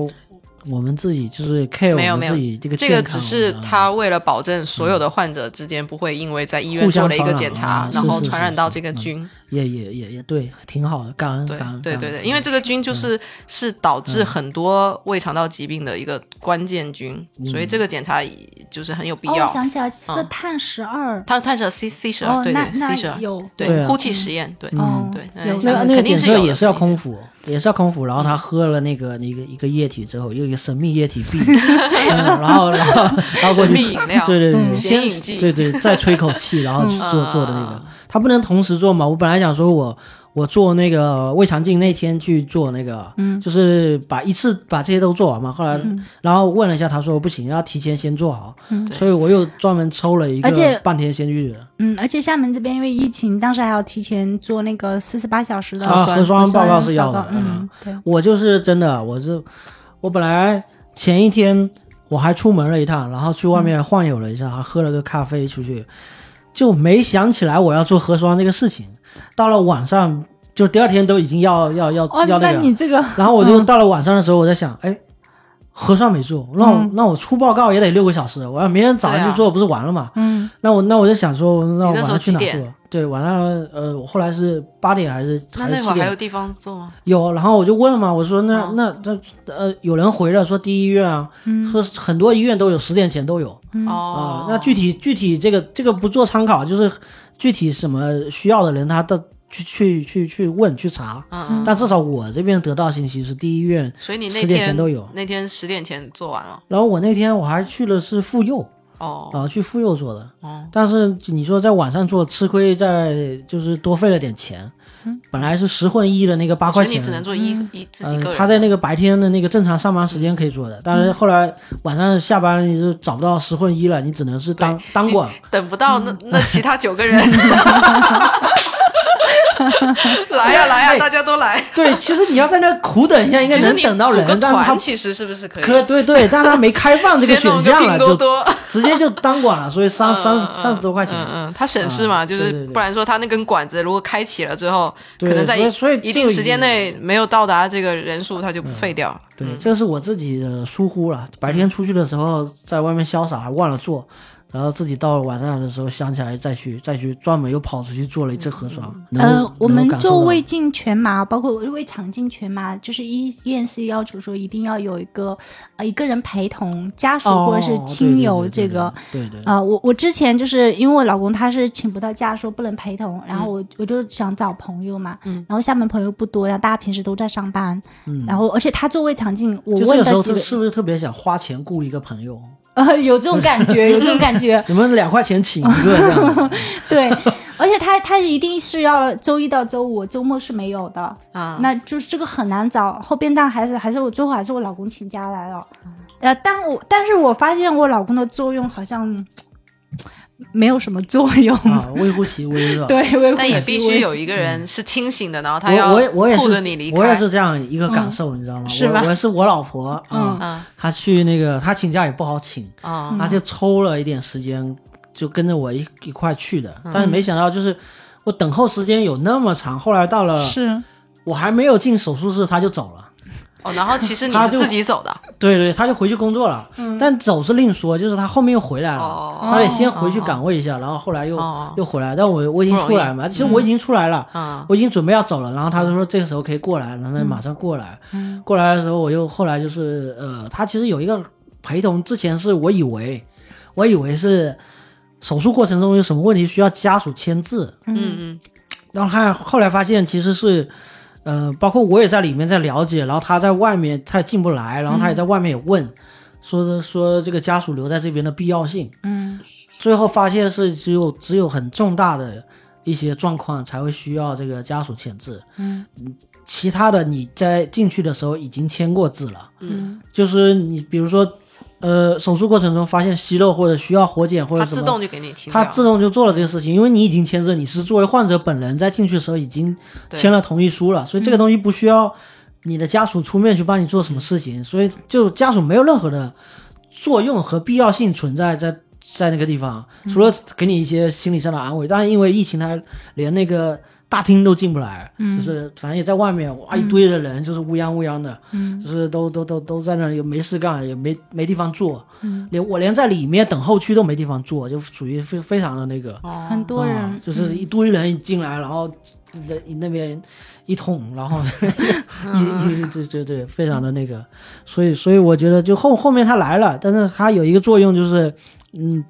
S1: 我们自己，就是 care
S3: 没有
S1: 我
S3: 没
S1: 们
S3: 有
S1: 自己这个
S3: 这
S1: 健
S3: 个
S1: 康
S3: 只是
S1: 啊
S3: 他为了保证所有的患者之间不会因为在医院
S1: 互
S3: 做
S1: 相
S3: 了一个
S1: 传染
S3: 检查，
S1: 啊
S3: 然
S1: 是
S3: 后
S1: 是
S3: 传
S1: 是
S3: 染到
S1: 是
S3: 这个
S1: 嗯
S3: 菌。
S1: 也也也也对，挺好的，感恩
S3: 对
S1: 感恩，
S3: 对对
S1: 感
S3: 对，
S1: 恩
S3: 因为这个菌
S1: 嗯
S3: 就是是导致很多胃肠道疾病的一个关键菌，
S1: 嗯
S3: 所以这个检查就是很有必
S2: 哦，
S3: 要
S2: 我。想起来是
S3: 嗯
S2: 碳十二，
S3: 它它是 C C 十
S2: 哦
S3: 二，对
S2: 那
S3: 对
S2: 那
S3: C 十二，
S2: 有
S1: 对
S3: 对
S1: 啊
S3: 呼气实验，对
S2: 哦
S3: 对，
S1: 那
S2: 有
S1: 个
S3: 想
S1: 那个
S3: 肯定
S1: 检
S3: 是有
S1: 测
S3: 的
S1: 也是要
S3: 肯定
S1: 空腹，也是要空腹，然后他喝了那个一个一个液体之后，又一个神秘液体 B，嗯然后然后然后过
S3: 神
S1: 去
S3: 秘饮料，
S1: 对对对，
S3: 嗯
S1: 先
S3: 显影剂
S1: 对对，再吹口气，然后去做做的那个
S3: 啊，
S1: 他不能同时做嘛。我本来想说我我做那个胃肠镜那天去做那个，嗯，就是把一次把这些都做完嘛。后来然后问了一下，他说不行，要提前先做好，
S3: 对
S1: 所以我又专门抽了一
S2: 而且
S1: 个半天先去
S2: 嗯，而且厦门这边因为疫情，当时还要提前做那个四十八小时的
S1: 啊，
S3: 嗯核酸
S1: 核酸报告是要
S2: 核
S1: 的
S2: 酸，报告嗯，对，
S1: 我就是真的，我是我本来前一天我还出门了一趟，然后去外面
S3: 嗯
S1: 晃悠了一下，还喝了个咖啡出去，就没想起来我要做核酸这个事情。到了晚上，就第二天都已经要要要、
S2: 哦，
S1: 要
S2: 那
S1: 那个，
S2: 你这个
S1: 然后我
S3: 嗯
S1: 就到了晚上的时候，我在想，哎。核酸没做，那我、那我出报告也得六个小时，我要明天早上
S3: 嗯对啊
S1: 去做，不是完了嘛？
S2: 嗯，
S1: 那我那我就想说，那我
S3: 你那
S1: 晚
S3: 时候
S1: 上去哪
S3: 几点
S1: 做？对，晚上呃，我后来是八点还是
S3: 那
S1: 还是
S3: 那
S1: 七
S3: 会儿
S1: 点
S3: 还有地方做吗？
S1: 有，然后我就问嘛，我说那、
S3: 哦
S1: 那那呃，有人回了说第一医院啊，说很多医院都有，十点前都有
S2: 嗯
S1: 啊、
S3: 嗯哦，
S1: 那具体具体这个这个不做参考，就是具体什么需要的人他到去去去去问去查。
S3: 嗯嗯，
S1: 但至少我这边得到信息是第一医院，
S3: 所以你那
S1: 10点前
S3: 天
S1: 都有
S3: 那天十点前做完了
S1: 然后我那天我还去了是妇幼
S3: 哦，
S1: 啊，去妇幼做的。
S3: 哦，
S1: 但是你说在晚上做吃亏在就是多费了点钱，本来是十混一的那个八
S3: 嗯所
S1: 块
S3: 以
S1: 钱，
S3: 你只能做一一自己
S1: 嗯
S3: 个，人。嗯
S1: 他在那个白天的那个正常上班时间可以做的，但是后来晚上下班你就找不到十混一了，你只能
S3: *laughs*
S1: 是当当管。 *laughs*
S3: 等不到那那其他九个人，来呀来呀，
S1: 对
S3: 大家都来。
S1: 对，其实你要在哎那苦等一下，应该
S3: 其实
S1: 能
S3: 你
S1: 等到
S3: 组个
S1: 人，但是他
S3: 团其实是不是可以？
S1: 可对对，但他没开放这
S3: *laughs* 先
S1: 个
S3: 弄
S1: 选项
S3: 拼
S1: 了，
S3: 多
S1: 就
S3: 多。
S1: *laughs*
S3: 嗯
S1: 直接就当馆了，所以三三十三十多块钱。
S3: 嗯嗯，它省事嘛，
S1: 嗯
S3: 就
S1: 对
S3: 是
S1: 对对
S3: 不然说它那根管子如果开启了之后，
S1: 对
S3: 可能在
S1: 所以所以
S3: 一定
S1: 这个
S3: 时间内没有到达这个人数，它就废掉了。
S1: 对，这是我自己的疏忽了。白天出去的时候在外面潇洒，还忘了做，然后自己到了晚上的时候想起来再去再去专门又跑出去做了一次核酸。
S3: 嗯
S1: 能够
S2: 呃，我
S1: 能
S2: 们
S1: 够感受
S2: 做
S1: 到
S2: 胃镜全麻，包括胃肠镜全麻，就是医院是要求说一定要有一个呃一个人陪同家属
S1: 哦
S2: 或者是亲友这个。
S1: 对对对对对对对
S2: 呃，我我之前就是因为我老公他是请不到假，说不能陪同，然
S1: 嗯
S2: 后我、我就想找朋友嘛，然后厦门朋友不多，然后大家平时都在上班，然后而且他做胃肠镜，我
S1: 嗯就这
S2: 问
S1: 个时
S2: 的
S1: 候
S2: 几
S1: 特
S2: 个，
S1: 是不是特别想花钱雇一个朋友？
S2: 呃，有这种感觉，有这种
S1: *laughs*
S2: 感觉，
S1: 你们两块钱请一个这
S2: *laughs*
S1: 样子，
S2: 对，而且他他一定是要周一到周五，周末是没有的，
S1: 嗯
S3: 啊，
S2: 那就是这个很难找。后边但还是还是我最后还是我老公请假来了，
S1: 嗯
S2: 呃，但我但是我发现我老公的作用好像没有什么作用，
S1: 啊，微乎其微是吧？
S2: 对，微乎
S3: 但也
S2: 其
S3: 必
S2: 微
S3: 须有一个人是清醒的，然后他
S1: 嗯
S3: 要
S1: 我我也我也
S3: 护着
S1: 是
S3: 你离
S1: 我也
S3: 开。
S1: 是这样一个感受，你知道吗？
S2: 嗯是吧
S1: 我我是我老婆
S2: 嗯
S1: 啊，
S3: 啊
S1: 她去那个她请假也不好请，
S3: 啊
S1: 她就抽了一点时间，就跟着我一一块去的。
S3: 嗯
S1: 但是没想到就是我等候时间有那么长，后来到了
S2: 是
S1: 我还没有进手术室，她就走了。
S3: 哦，然后其实你
S1: 他
S3: 是
S1: 就
S3: 自己走的，
S1: 对对，她就回去工作了。但走是另说，就是她后面又回来了
S3: 嗯哦，
S1: 她得先回去岗位一下，然后后来又
S3: 哦
S1: 又回来。但我我已经
S3: 不容
S1: 出
S3: 易
S1: 来嘛，其实我已经出来了。
S3: 嗯
S1: 我已经准备要走了，然后他就说这个时候可以过来，然后他就马上过来。
S3: 嗯
S1: 过来的时候，我又后来就是呃，他其实有一个陪同，之前是我以为，我以为是手术过程中有什么问题需要家属签字，
S3: 嗯嗯
S1: 然后还后来发现其实是，呃，包括我也在里面在了解，然后他在外面他也进不来，然后
S3: 嗯
S1: 他也在外面也问，说说这个家属留在这边的必要性。
S2: 嗯
S1: 最后发现是只有只有很重大的一些状况才会需要这个家属签字，
S2: 嗯
S1: 其他的你在进去的时候已经签过字了，
S3: 嗯，
S1: 就是你比如说，呃，手术过程中发现息肉或者需要活检或
S3: 他
S1: 者什
S3: 自
S1: 么。
S3: 动就给你清掉
S1: 他
S3: 了。
S1: 自动就做了这个事情，因为你已经签字，你是作为患者本人在进去的时候已经
S3: 对
S1: 签了同意书了，所以这个东西不需要你的家属出面去帮你做什么事情，所以就家属没有任何的作用和必要性存在在在那个地方，除了给你一些心理上的安慰，但是因为疫情，他连那个大厅都进不来，就是反正也在外面，哇，一堆的人就是乌泱乌泱的，就是都都都都在那里没事干，也没没地方坐，连我连在里面等候区都没地方坐，就属于非非常的那个，
S3: 哦，
S2: 很多人、嗯
S1: 啊就是一堆人进来，然后那那边一捅，然后 *laughs*
S2: 嗯
S1: 一一对对对，非常的那个，所以所以我觉得就后后面他来了，但是他有一个作用就是，嗯，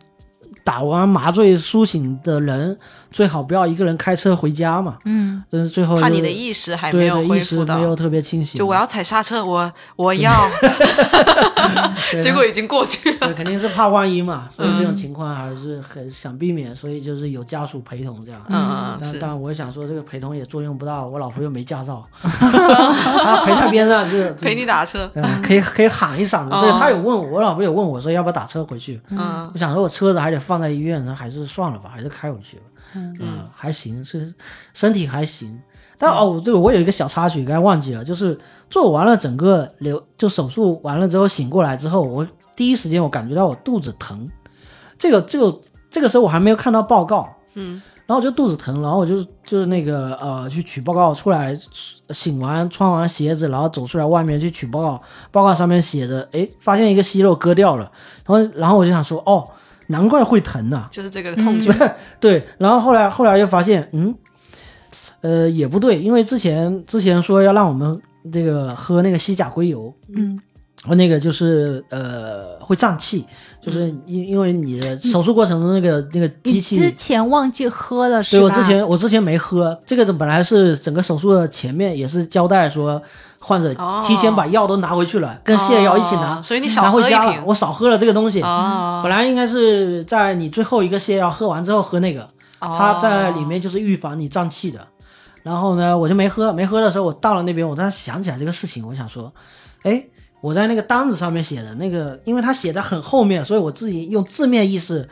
S1: 打完麻醉苏醒的人最好不要一个人开车回家嘛，嗯，但是最后
S3: 怕
S1: 就
S3: 你的意识还没
S1: 对
S3: 有
S1: 对
S3: 恢
S1: 意识
S3: 复
S1: 没有
S3: 到，
S1: 特别清醒，
S3: 就我要踩刹车，我我要， *laughs*
S1: 对
S3: 结果已经过去了。
S1: *laughs* 对，肯定是怕万一嘛，所以这
S3: 嗯
S1: 种情况还是很想避免，所以就是有家属陪同这样。
S3: 嗯嗯
S1: 但
S3: 是
S1: 但我想说，这个陪同也作用不大，我老婆又没驾
S3: *laughs*
S1: 照，她陪在边上就是
S3: 陪你打车，
S1: 嗯，可以可以喊一嗓子。对，
S3: 哦
S1: 她有问我，我老婆有问我说要不要打车回去。
S3: 嗯，
S1: 我想说，我车子还得放在医院，那还是算了吧，还是开回去吧。嗯、还行，是身体还行。但哦，对，我有一个小插曲，刚才忘记了，就是做完了整个流，就手术完了之后醒过来之后，我第一时间我感觉到我肚子疼，这个这个这个时候我还没有看到报告，
S3: 嗯，
S1: 然后我就肚子疼，然后我就就是那个呃去取报告出来，呃醒完穿完鞋子，然后走出来外面去取报告，报告上面写着，哎，发现一个息肉割掉了，然后然后我就想说，哦，难怪会疼呐、
S3: 就是
S1: 嗯
S3: 这个痛觉，
S1: *laughs* 对，然后后来后来又发现，嗯，呃，也不对，因为之前之前说要让我们这个喝那个西甲硅油，
S2: 嗯，
S1: 然后那个就是呃会胀气，就是因因为你的手术过程中那个、那个
S2: 你
S1: 机器
S2: 之前忘记喝了是
S1: 对，
S2: 吧？
S1: 我之前我之前没喝这个，本来是整个手术的前面也是交代说，患者
S3: 哦
S1: 提前把药都拿回去了，跟泻药一起拿，嗯
S3: 哦所以你
S1: 拿
S3: 少
S1: 回
S3: 喝一
S1: 家了。
S3: 瓶
S1: 我嗯少喝了这个东西，
S3: 哦
S1: 本来应该是在你最后一个泻药喝完之后喝那个，
S3: 哦
S1: 它在里面就是预防你胀气的。然后呢，我就没喝，没喝的时候，我到了那边，我突然想起来这个事情，我想说，哎，我在那个单子上面写的那个，因为它写的很后面，所以我自己用字面意思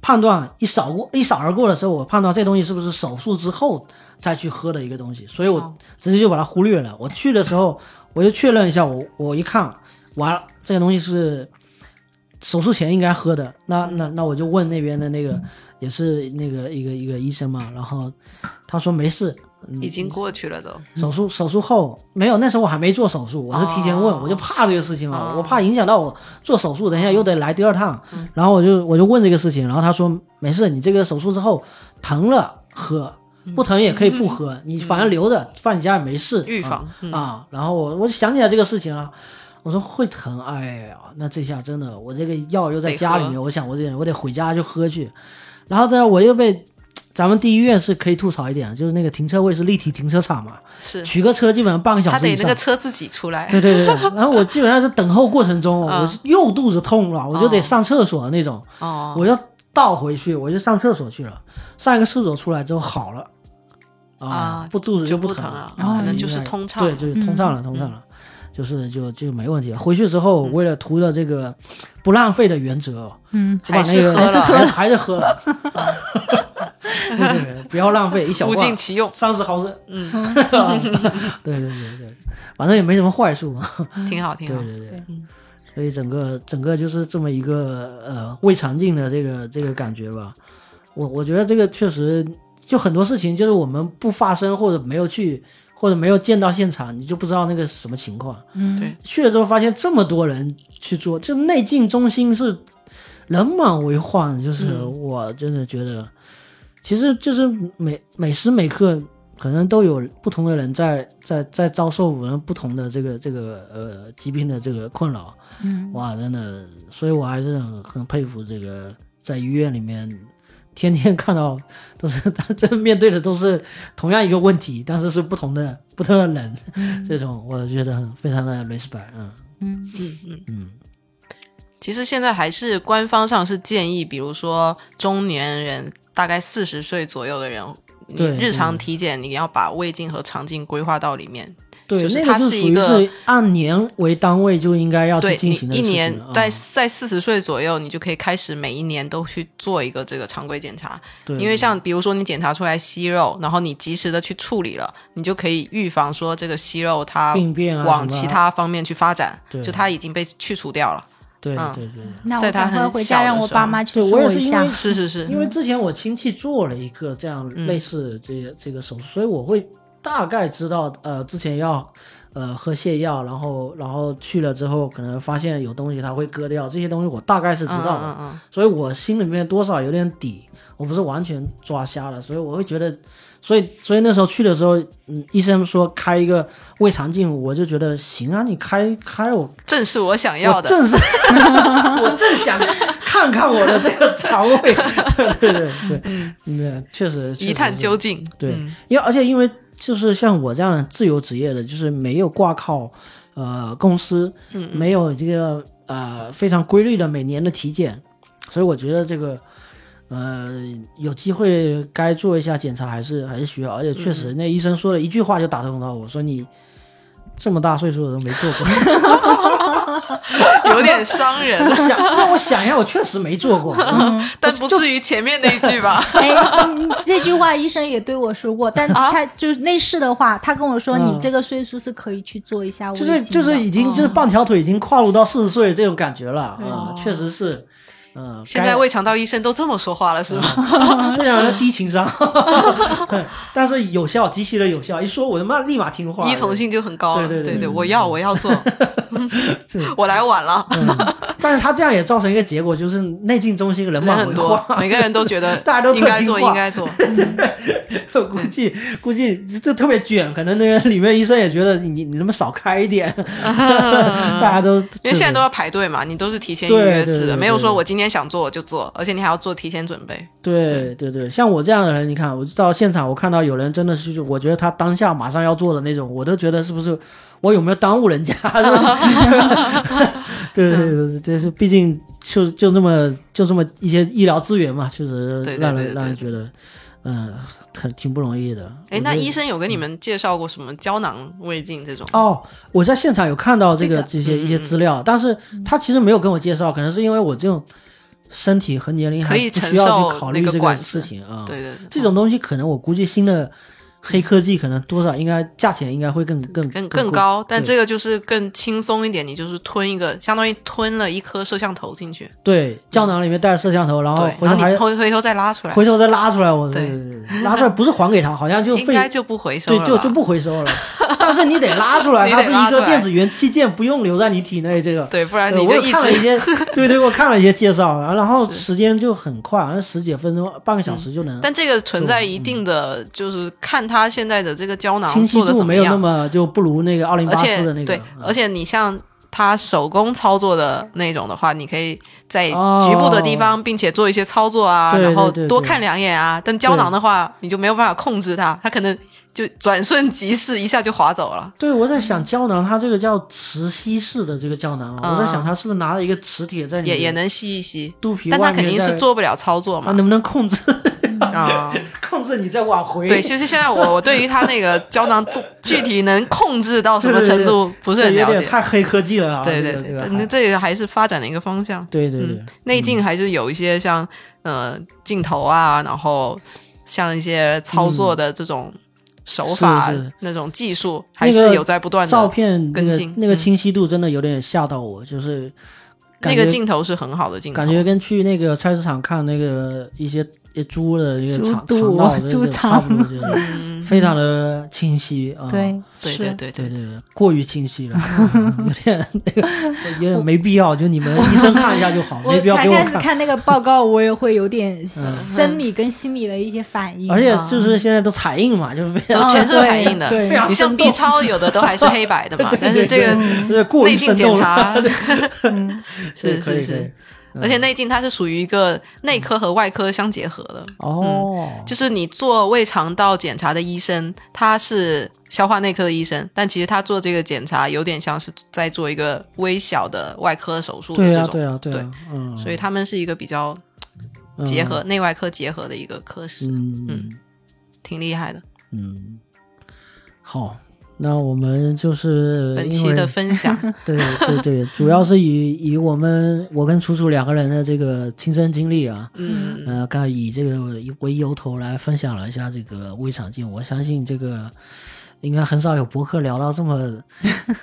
S1: 判断一扫过一扫而过的时候，我判断这东西是不是手术之后再去喝的一个东西，所以我
S3: 哦
S1: 直接就把它忽略了。我去的时候，我就确认一下，我我一看，完了，这个东西是手术前应该喝的。那那那我就问那边的那个也是那个一个一个医生嘛，然后他说没事，嗯
S3: 已经过去了都。
S1: 手术手术后没有，那时候我还没做手术，我是提前问，
S3: 哦
S1: 我就怕这个事情嘛，
S3: 哦嗯
S1: 我怕影响到我做手术，等一下又得来第二趟，然后我就我就问这个事情，然后他说没事，你这个手术之后疼了喝，不疼也可以不喝，你反正留着放你家也没事，
S3: 嗯预防
S1: 啊
S3: 嗯
S1: 啊。然后我我就想起来这个事情了。我说会疼，哎呀，那这下真的，我这个药又在
S3: 得
S1: 家里
S3: 喝
S1: 面，我想我得我得回家就喝去，然后呢，我又被咱们第一医院是可以吐槽一点，就是那个停车位是立体停车场嘛，
S3: 是
S1: 取个车基本上半个小
S3: 他
S1: 时以
S3: 得那
S1: 上
S3: 个。车自己出来，
S1: 对对对，
S3: *laughs*
S1: 对然后我基本上是等候过程中，
S3: 嗯
S1: 我是又肚子痛了，我就得
S3: 哦
S1: 上厕所那种，
S3: 哦，
S1: 我要倒回去，我就上厕所去了。上一个厕所出来之后好了，
S3: 啊
S1: 不肚子
S3: 就
S1: 不
S3: 不疼
S1: 了
S3: 了，
S1: 啊
S3: 可能
S1: 应
S3: 就是
S1: 该
S3: 通畅
S1: 对，就是通畅了，通畅了，就是就就没问题了。回去之后，
S3: 嗯
S1: 为了图的这个不浪费的原则，哦
S5: 嗯，
S1: 我把
S3: 还
S1: 那
S3: 是
S1: 个
S3: 喝了
S1: 还是还是喝了， *laughs* 对对对，不要浪费一小 *laughs*
S3: 物
S1: 罐，
S3: 尽其用
S1: 三十毫升， *laughs*
S3: 嗯，
S1: 对对对对，反正也没什么坏处嘛，
S3: 挺好，
S1: 对
S3: 挺好。
S1: 对啊对，所以整个整个就是这么一个呃胃肠镜的这个这个感觉吧，我我觉得这个确实就很多事情就是我们不发生或者没有去或者没有见到现场，你就不知道那个什么情况。
S2: 嗯
S3: 对，
S1: 去了之后发现这么多人去做，就内镜中心是人满为患，就是我真的觉得，其实就是每每时每刻可能都有不同的人在在在遭受我们不同的这个这个呃疾病的这个困扰，
S5: 嗯，
S1: 哇，真的，所以我还是很很佩服这个在医院里面。天天看到都是， *laughs* 他这面对的都是同样一个问题，但是是不同的不同的人，这种我觉得很非常的 respect，嗯
S3: 嗯嗯。
S1: 嗯，
S3: 其实现在还是官方上是建议，比如说中年人，大概四十岁左右的人，你
S1: 对
S3: 日常
S1: 对
S3: 体检你要把胃镜和肠镜规划到里面。
S1: 对，
S3: 就是
S1: 那
S3: 它
S1: 个就是属
S3: 一
S1: 于
S3: 个
S1: 是按年为单位就应该要去
S3: 对
S1: 进
S3: 你
S1: 行的
S3: 一
S1: 事情
S3: 年
S1: 了
S3: 在
S1: 嗯
S3: 在四十岁左右，你就可以开始每一年都去做一个这个常规检查，
S1: 对，
S3: 因为像比如说你检查出来息肉，然后你及时的去处理了，你就可以预防说这个息肉它
S1: 病变啊
S3: 往
S1: 什么
S3: 其他方面去发展
S1: 对，
S3: 就它已经被去除掉了。
S1: 对
S3: 嗯
S1: 对对，
S2: 那我
S3: 在他
S2: 赶快
S3: 很
S2: 回
S3: 小
S2: 家
S3: 的
S2: 让我
S3: 时
S2: 爸
S3: 候
S2: 妈去
S1: 对我也
S2: 做
S1: 是
S2: 一
S1: 因
S2: 下
S1: 为。
S3: 是是是，
S1: 因为之前我亲戚做了一个这样
S3: 嗯
S1: 类似这、这个手术，所以我会大概知道，呃，之前要呃喝泻药，然后然后去了之后，可能发现有东西它会割掉，这些东西我大概是知道的，
S3: 嗯嗯嗯
S1: 所以我心里面多少有点底，我不是完全抓瞎了，所以我会觉得，所以所以那时候去的时候，嗯，医生说开一个胃肠镜，我就觉得行啊，你开开我
S3: 嗯正是我想要
S1: 我
S3: 的。
S1: 正是， *laughs* 我正想看看我的这个肠胃。对对对对，嗯，确实
S3: 一探究
S1: 竟。
S3: 竟，
S1: 对
S3: 嗯，
S1: 因为而且因为就是像我这样的自由职业的，就是没有挂靠呃公司，
S3: 嗯
S1: 没有这个呃非常规律的每年的体检，所以我觉得这个。呃，有机会该做一下检查还是还是需要，而且确
S3: 嗯
S1: 实那医生说了一句话就打动到我，说你这么大岁数了都没做过，
S3: 有点
S1: *laughs*
S3: 伤
S1: 我
S3: 人，
S1: 想，让我想一下，我确实没做过。嗯
S3: *laughs* 但不至于前面那一
S1: *laughs*
S3: 句吧？
S2: 哎，嗯这句话医生也对我说过，但
S3: 啊
S2: 他就是类似的话，他跟我说
S1: 嗯
S2: 你这个岁数是可以去做一下胃
S1: 就
S2: 镜的。
S1: 是就是已经就是半条腿已经跨入到四十岁这种感觉了啊，确实是，嗯，
S3: 现在胃肠道医生都这么说话了，是吗？
S1: *laughs* 该非常的低情商， *laughs* 对但是有效，极其的有效。一说我他妈立马听话，
S3: 依从性就很高了，
S1: 对对对
S3: 对
S1: 对
S3: 我要我要
S1: *laughs*
S3: 做，
S1: 对。
S3: *laughs* 我来晚了，
S1: 嗯但是他这样也造成一个结果，就是内镜中心人
S3: 人
S1: 满
S3: 很
S1: 为
S3: 多，
S1: 患，
S3: 每个人都觉得
S1: 大家都特
S3: 应该做
S1: 听话
S3: 应该做，
S1: *laughs* 估计估计这特别卷，可能那个里面医生也觉得你你你能不能少开一
S3: *laughs*
S1: 点， *laughs* 大家都
S3: 因为现在都要排队嘛，你都是提前预
S1: 对
S3: 约
S1: 对
S3: 制
S1: 对
S3: 的，
S1: 对
S3: 没有说
S1: 对
S3: 我今天想做我就做，而且你还要做提前准备，
S1: 对对对，像我这样的人，你看，我就到现场，我看到有人真的是，我觉得他当下马上要做的那种，我都觉得是不是我有没有耽误人家？ *laughs* 是吧 *laughs* 对对对对，这是毕竟就就那么就这么一些医疗资源嘛，确实
S3: 对对
S1: 让
S3: 对
S1: 人
S3: 对
S1: 让人
S3: 对
S1: 觉得，嗯，很挺不容易的。我
S3: 哎，那
S1: 觉得
S3: 医生有跟你们介绍过什么胶囊胃镜这种？
S1: 哦，我在现场有看到这个
S2: 这个
S1: 这些一些
S3: 嗯
S1: 资料，但是他其实没有跟我介绍，可能是因为我这种身体和年龄还
S3: 可以
S1: 不
S3: 承
S1: 需要
S3: 受
S1: 去考
S3: 那
S1: 虑
S3: 个
S1: 这
S3: 管
S1: 事
S3: 子
S1: 情啊。
S3: 对对，
S1: 这种东西可能我估计新的黑科技可能多少应该价钱应该会更更更
S3: 更更高，但
S1: 对
S3: 这个就是更轻松一点，你就是吞一个，相当于吞了一颗摄像头进去，
S1: 对胶囊里面带着摄像头，然后
S3: 对，
S1: 哦回
S3: 然
S1: 头
S3: 后你
S1: 还
S3: 偷回头再拉出来，
S1: 回头再拉出来，我
S3: 对
S1: 拉出来不是还给他，好像就
S3: 应
S1: 费
S3: 该就不回收
S1: 对
S3: 了吧，
S1: 就就不回
S3: *laughs*
S1: 收了，但是你得拉出来，
S3: 你
S1: 它
S3: 得
S1: 是
S3: 拉
S1: 一
S3: 出
S1: 个
S3: 来
S1: 电子元器件，不用留在你体内这个。
S3: 对，不然
S1: 对
S3: 你
S1: 呃我
S3: 就
S1: 有
S3: 一
S1: 看了一
S3: 直 *laughs*
S1: 些，对对，我看了一些介绍，啊然后然后
S3: 是嗯
S1: 时间就很快，好像十几分钟、半个小时就能。
S3: 但这个存在一定的，就是看它现在的这个胶囊
S1: 清晰
S3: 做的
S1: 度
S3: 怎么
S1: 没有那
S3: 样，
S1: 么就不如那个二零
S3: 而
S1: 八
S3: 且
S1: 四的那个，嗯
S3: 对，而
S1: 且
S3: 且你像它手工操作的那种的话，你可以在
S1: 哦
S3: 局部的地方，并且做一些操作啊，
S1: 对对
S3: 然后
S1: 对
S3: 多
S1: 对
S3: 看两眼啊。但胶囊的话，你就没有办法控制它，它可能就转瞬即逝，一下就划走了。
S1: 对我在想胶囊，它这个叫磁吸式的这个胶囊啊，我在想
S3: 嗯
S1: 它是不是拿了一个磁铁在你
S3: 也
S1: 的
S3: 也能吸一吸，
S1: 肚皮外
S3: 但
S1: 面在，嗯
S3: 它肯定是做不了操作
S1: 它
S3: 嘛。
S1: 能不能控制 *laughs*
S3: 啊，
S1: 控制你再往回？
S3: 对，其实现在我我对于它那个胶囊做具体能控制到什么
S1: 对对对
S3: 程度不是
S1: 这
S3: 很
S1: 有
S3: 了
S1: 点
S3: 解。
S1: 太黑科技了啊！
S3: 对
S1: 这
S3: 对
S1: 个这
S3: 对
S1: 个，
S3: 那
S1: 还
S3: 这个还是发展的一个方向。
S1: 对对对
S3: 嗯，内镜还是有一些像呃镜头啊，然后像一些操作的这种手法、
S1: 嗯是是
S3: 那种技术，
S1: 那
S3: 还
S1: 个
S3: 是有在不断的。
S1: 照片那
S3: 跟
S1: 个
S3: 进
S1: 那个
S3: 嗯
S1: 清晰度真的有点吓到我，就是感
S3: 那
S1: 觉
S3: 个镜头是很好的镜头，
S1: 感觉跟去那个菜市场看那个一些 *laughs* 一猪的一个
S2: 猪
S1: 肠
S2: 肚
S1: 肠道的
S2: *laughs* 猪
S1: 差
S2: 肠
S1: 不多就是
S3: 嗯，
S1: 非常的清晰啊。
S2: 对，
S3: 对
S2: 是
S3: 对对
S1: 对
S3: 对，
S1: 对，对过于清晰了，嗯有
S2: *laughs*
S1: 点那个有点没必要，就你们医生看一下就好，
S2: 我
S1: 没必要
S2: 才
S1: 给我
S2: 开始看那个报告，我也会有点生
S3: 嗯
S2: 理跟心理的一些反应。
S1: 而且就是现在都彩印嘛，就是非
S3: 都
S1: 常
S3: 全是
S2: 对
S3: 彩
S1: *laughs*
S3: 印的。
S2: 对
S1: 非常
S3: 你像
S1: 生
S3: B
S1: 动
S3: 超有的都还是黑白的嘛，
S1: *laughs* 对对
S3: 但是这个
S1: 对就是过于
S3: 内镜
S1: 生
S3: 检
S1: 动了，
S3: 查
S1: *laughs*
S3: *laughs*
S1: 对
S3: 是
S1: 可以可
S3: 是嗯
S1: 以
S3: 是，而且内镜它是属于一个内科和外科相结合的，
S1: 哦，
S3: 就是你做胃肠道检查的医生，他是消化内科的医生，但其实他做这个检查有点像是在做一个微小的外科手术的
S1: 对
S3: 这
S1: 呀
S3: 种，
S1: 对呀对呀，嗯，
S3: 所以他们是一个比较
S1: 嗯
S3: 结合、内外科结合的一个科室，
S1: 嗯嗯
S3: 嗯挺厉害的。
S1: 嗯，好，那我们就是
S3: 本
S1: 因
S3: 期
S1: 为
S3: 的分
S1: *laughs*
S3: 享，
S1: 对对对，主要是以以我们我跟楚楚两个人的这个亲身经历啊，
S3: 嗯，
S1: 呃，刚才以这个为由头来分享了一下这个微场镜，我相信这个应该很少有博客聊到这
S3: *laughs*
S1: 么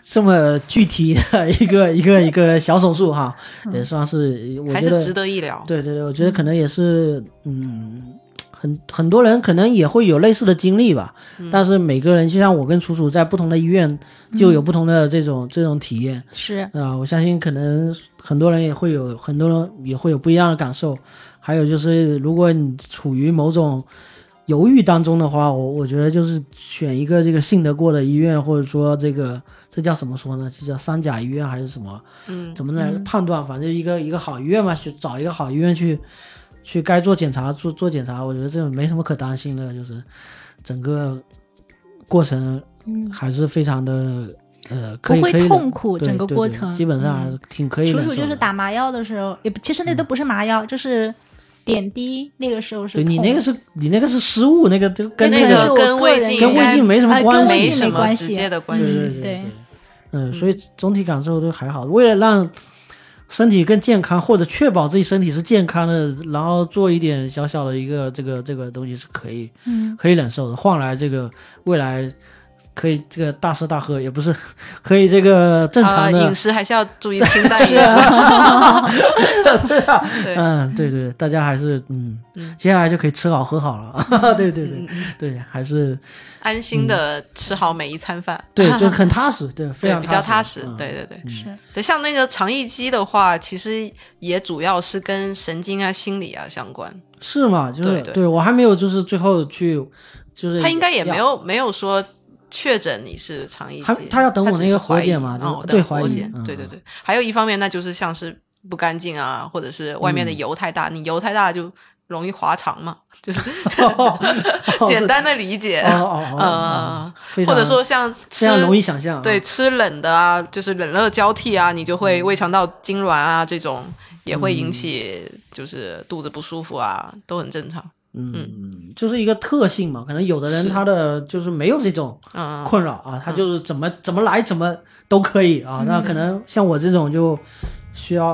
S1: 这么具体的一个一个一个小手术哈，也算是我
S3: 嗯还
S1: 觉
S3: 是
S1: 得
S3: 值得一聊。
S1: 对对对，我觉得可能也是，嗯，很很多人可能也会有类似的经历吧。
S3: 嗯
S1: 但是每个人，就像我跟楚楚，在不同的医院就有不同的这种、这种体验
S2: 是
S1: 啊、我相信可能很多人也会有，很多人也会有不一样的感受。还有就是，如果你处于某种犹豫当中的话，我我觉得就是选一个这个信得过的医院，或者说这个这叫什么说呢？这叫三甲医院还是什么？
S3: 嗯，
S1: 怎么来判断？反正一个一个好医院嘛，去找一个好医院去，去该做检查做做检查，我觉得这没什么可担心的，就是整个过程
S2: 嗯
S1: 还是非常的呃，可以
S2: 不会
S1: 可以的
S2: 痛苦
S1: 对
S2: 整个
S1: 对
S2: 过
S1: 对
S2: 程
S1: 基本上还是挺可以
S2: 楚
S1: 忍
S2: 楚
S1: 受
S2: 就是
S1: 的。
S2: 打麻药的时候，也不其实那都不是麻药，就是点滴那个时候是
S1: 嗯对
S2: 痛。
S1: 你那个是你那个是失误，那个就跟
S3: 那
S1: 那
S3: 个
S1: 个
S2: 跟
S3: 跟胃
S2: 个人
S3: 镜
S1: 跟
S3: 应
S1: 胃
S3: 该
S1: 镜没什么
S2: 呃
S1: 关
S2: 跟
S1: 系，
S2: 胃
S3: 没
S2: 镜
S3: 什
S2: 没
S3: 么
S2: 关
S3: 直
S2: 系
S3: 接的关
S1: 对
S3: 系。
S1: 对
S2: 嗯
S1: 对
S2: 对
S1: 嗯，所以总体感受都还好。为了让身体更健康，或者确保自己身体是健康的，然后做一点小小的一个这个这个东西是可以，
S2: 嗯，
S1: 可以忍受的，换来这个未来可以这个大吃大喝，也不是 *laughs* 可以这个正
S3: 呃，
S2: 啊
S1: 常的啊
S3: 饮食还是要注意清
S1: *laughs*
S3: 淡饮食。
S2: 啊
S3: 对
S1: 嗯，对对，大家还是嗯，接下来就可以吃好喝好
S3: 嗯
S1: 了， *laughs* 对对对对，还是
S3: 安心的吃好每一餐饭，
S1: 嗯对，就很踏实，对，非
S3: *laughs* 对，
S1: 常
S3: 比较踏实
S1: 实，嗯，
S3: 对对对。
S2: 是
S3: 对，像那个肠易激的话，其实也主要是跟神经啊、心理啊相关。
S1: 是嘛？就是
S3: 对对
S1: 我还没有就是最后去，就是
S3: 他应该也没
S1: 要
S3: 有没有说确诊你是肠易
S1: 他
S3: 激，
S1: 他要等我
S3: 只
S1: 那个
S3: 是
S1: 活
S3: 怀疑
S1: 检嘛就是
S3: 哦，
S1: 对
S3: 对
S1: 怀
S3: 活
S1: 疑
S3: 检
S1: 嗯，
S3: 对对对。还有一方面，那就是像是不干净啊，或者是
S1: 嗯
S3: 外面的油太大，你油太大就容易滑肠嘛，就是
S1: *laughs*
S3: 简单的理解。
S1: 哦哦哦
S3: *laughs* 呃
S1: 哦，非
S3: 或者
S1: 常
S3: 说像吃
S1: 非常容易想象啊，
S3: 对，吃冷的啊，就是冷热交替啊，你就
S1: 嗯
S3: 会胃肠道痉挛啊，这种也会引起就是肚子不舒服啊，都很正常。
S1: 嗯，就是一个特性嘛。可能有的人
S3: 是
S1: 他的就是没有这种
S3: 嗯，嗯
S1: 困扰啊，他就是怎么怎么来怎么都可以啊。那可能像我这种就需要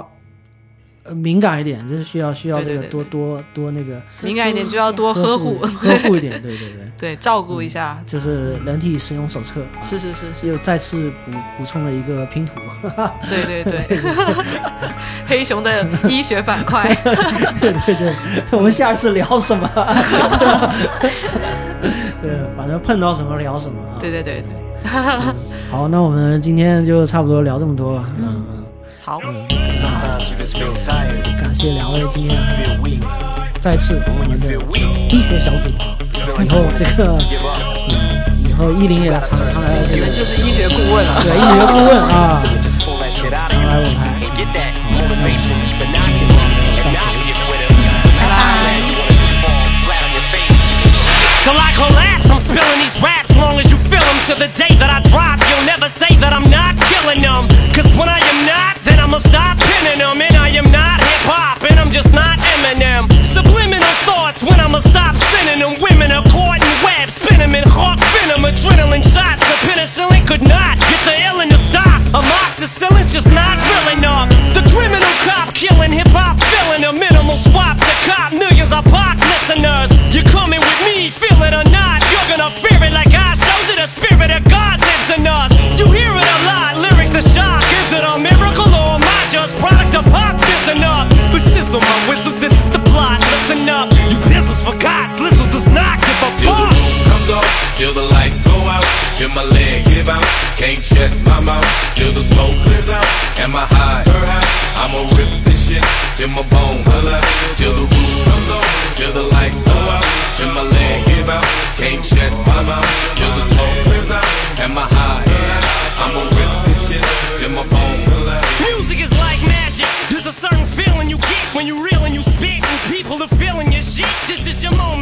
S1: 呃敏感一点，就是需要需要
S3: 对
S1: 这
S3: 对
S1: 个
S3: 对
S1: 多
S3: 对
S1: 多多那个
S3: 敏感一点就要多呵
S1: 呵
S3: 护，
S1: 呵护一点，对对 *laughs* 对，
S3: *laughs* 对，照顾一下，
S1: 就是人体使用手册啊，
S3: 是是是是，
S1: 又再次补补充了一个拼图， *laughs*
S3: 对对对， *laughs* 黑熊的医学板
S1: *laughs*
S3: 块，
S1: 对对对，我们下次聊什么？ *laughs* 对，反正碰到什么聊什么啊。
S3: 对对对对，
S1: 好，那我们今天就差不多聊这么多吧。嗯，
S3: 好，
S5: Sometimes you just feel tired,
S1: 感谢两位今天
S5: feel weak.
S1: 再次我们的
S5: Feel weak,
S1: 医学小组，
S5: feel like
S1: 以后
S5: you wanna
S1: 这
S5: just
S1: 个嗯
S5: give up.
S1: 以后依林也常常来这
S3: 你
S1: 个
S3: 们就是医学顾问了。
S1: 对医学顾问啊，
S5: Just pull that shit out of
S1: 常
S5: you
S1: 来我台。
S5: and get that motivation to not give up and not be a quitter. And I'm glad you wanna just fall flat on your face.
S6: Till I collapse, I'm spilling these raps long as you feel them. To the day that I drop, you'll never say that I'm not killing them. Cause when I am not, then I'ma stop pinning them. And I am not hip hop, and I'm just not Eminem. Subliminal thoughts when I'ma stop sending them. Women are caught in webs, spin 'em in hawk venom, adrenaline shots. The penicillin could not get the illin to stop. Amoxicillin's just not real enough. The criminal cop killing hip hop, filling a minimal swap to cop. Millions are pop listeners. You're coming with me, feel it or not. You're gonna fear it like I showed you. The spirit of God lives in us. You hear it a lot, lyrics the shock. Is it a miracle or am I just product of pop? Listen up, but sizzle my whistle. This is the plot. Listen up, you pizzles for God. Slizzle does not give a
S7: Till the
S6: fuck.
S7: roof comes off, till the lights go out, till my leg give out, can't shut my mouth, till the smoke clears out, and my high, her high, I'ma rip this shit, till my bone collapse, till the roof comes off, till the lights go out, till my leg give out, can't shut my mouth, till the smoke clears out, and my high, her high, I'ma rip this shit, till my bone collapse.
S6: Music is like magic. There's a certain feeling you get when you reel and you spit, and people are feeling your shit. This is your moment.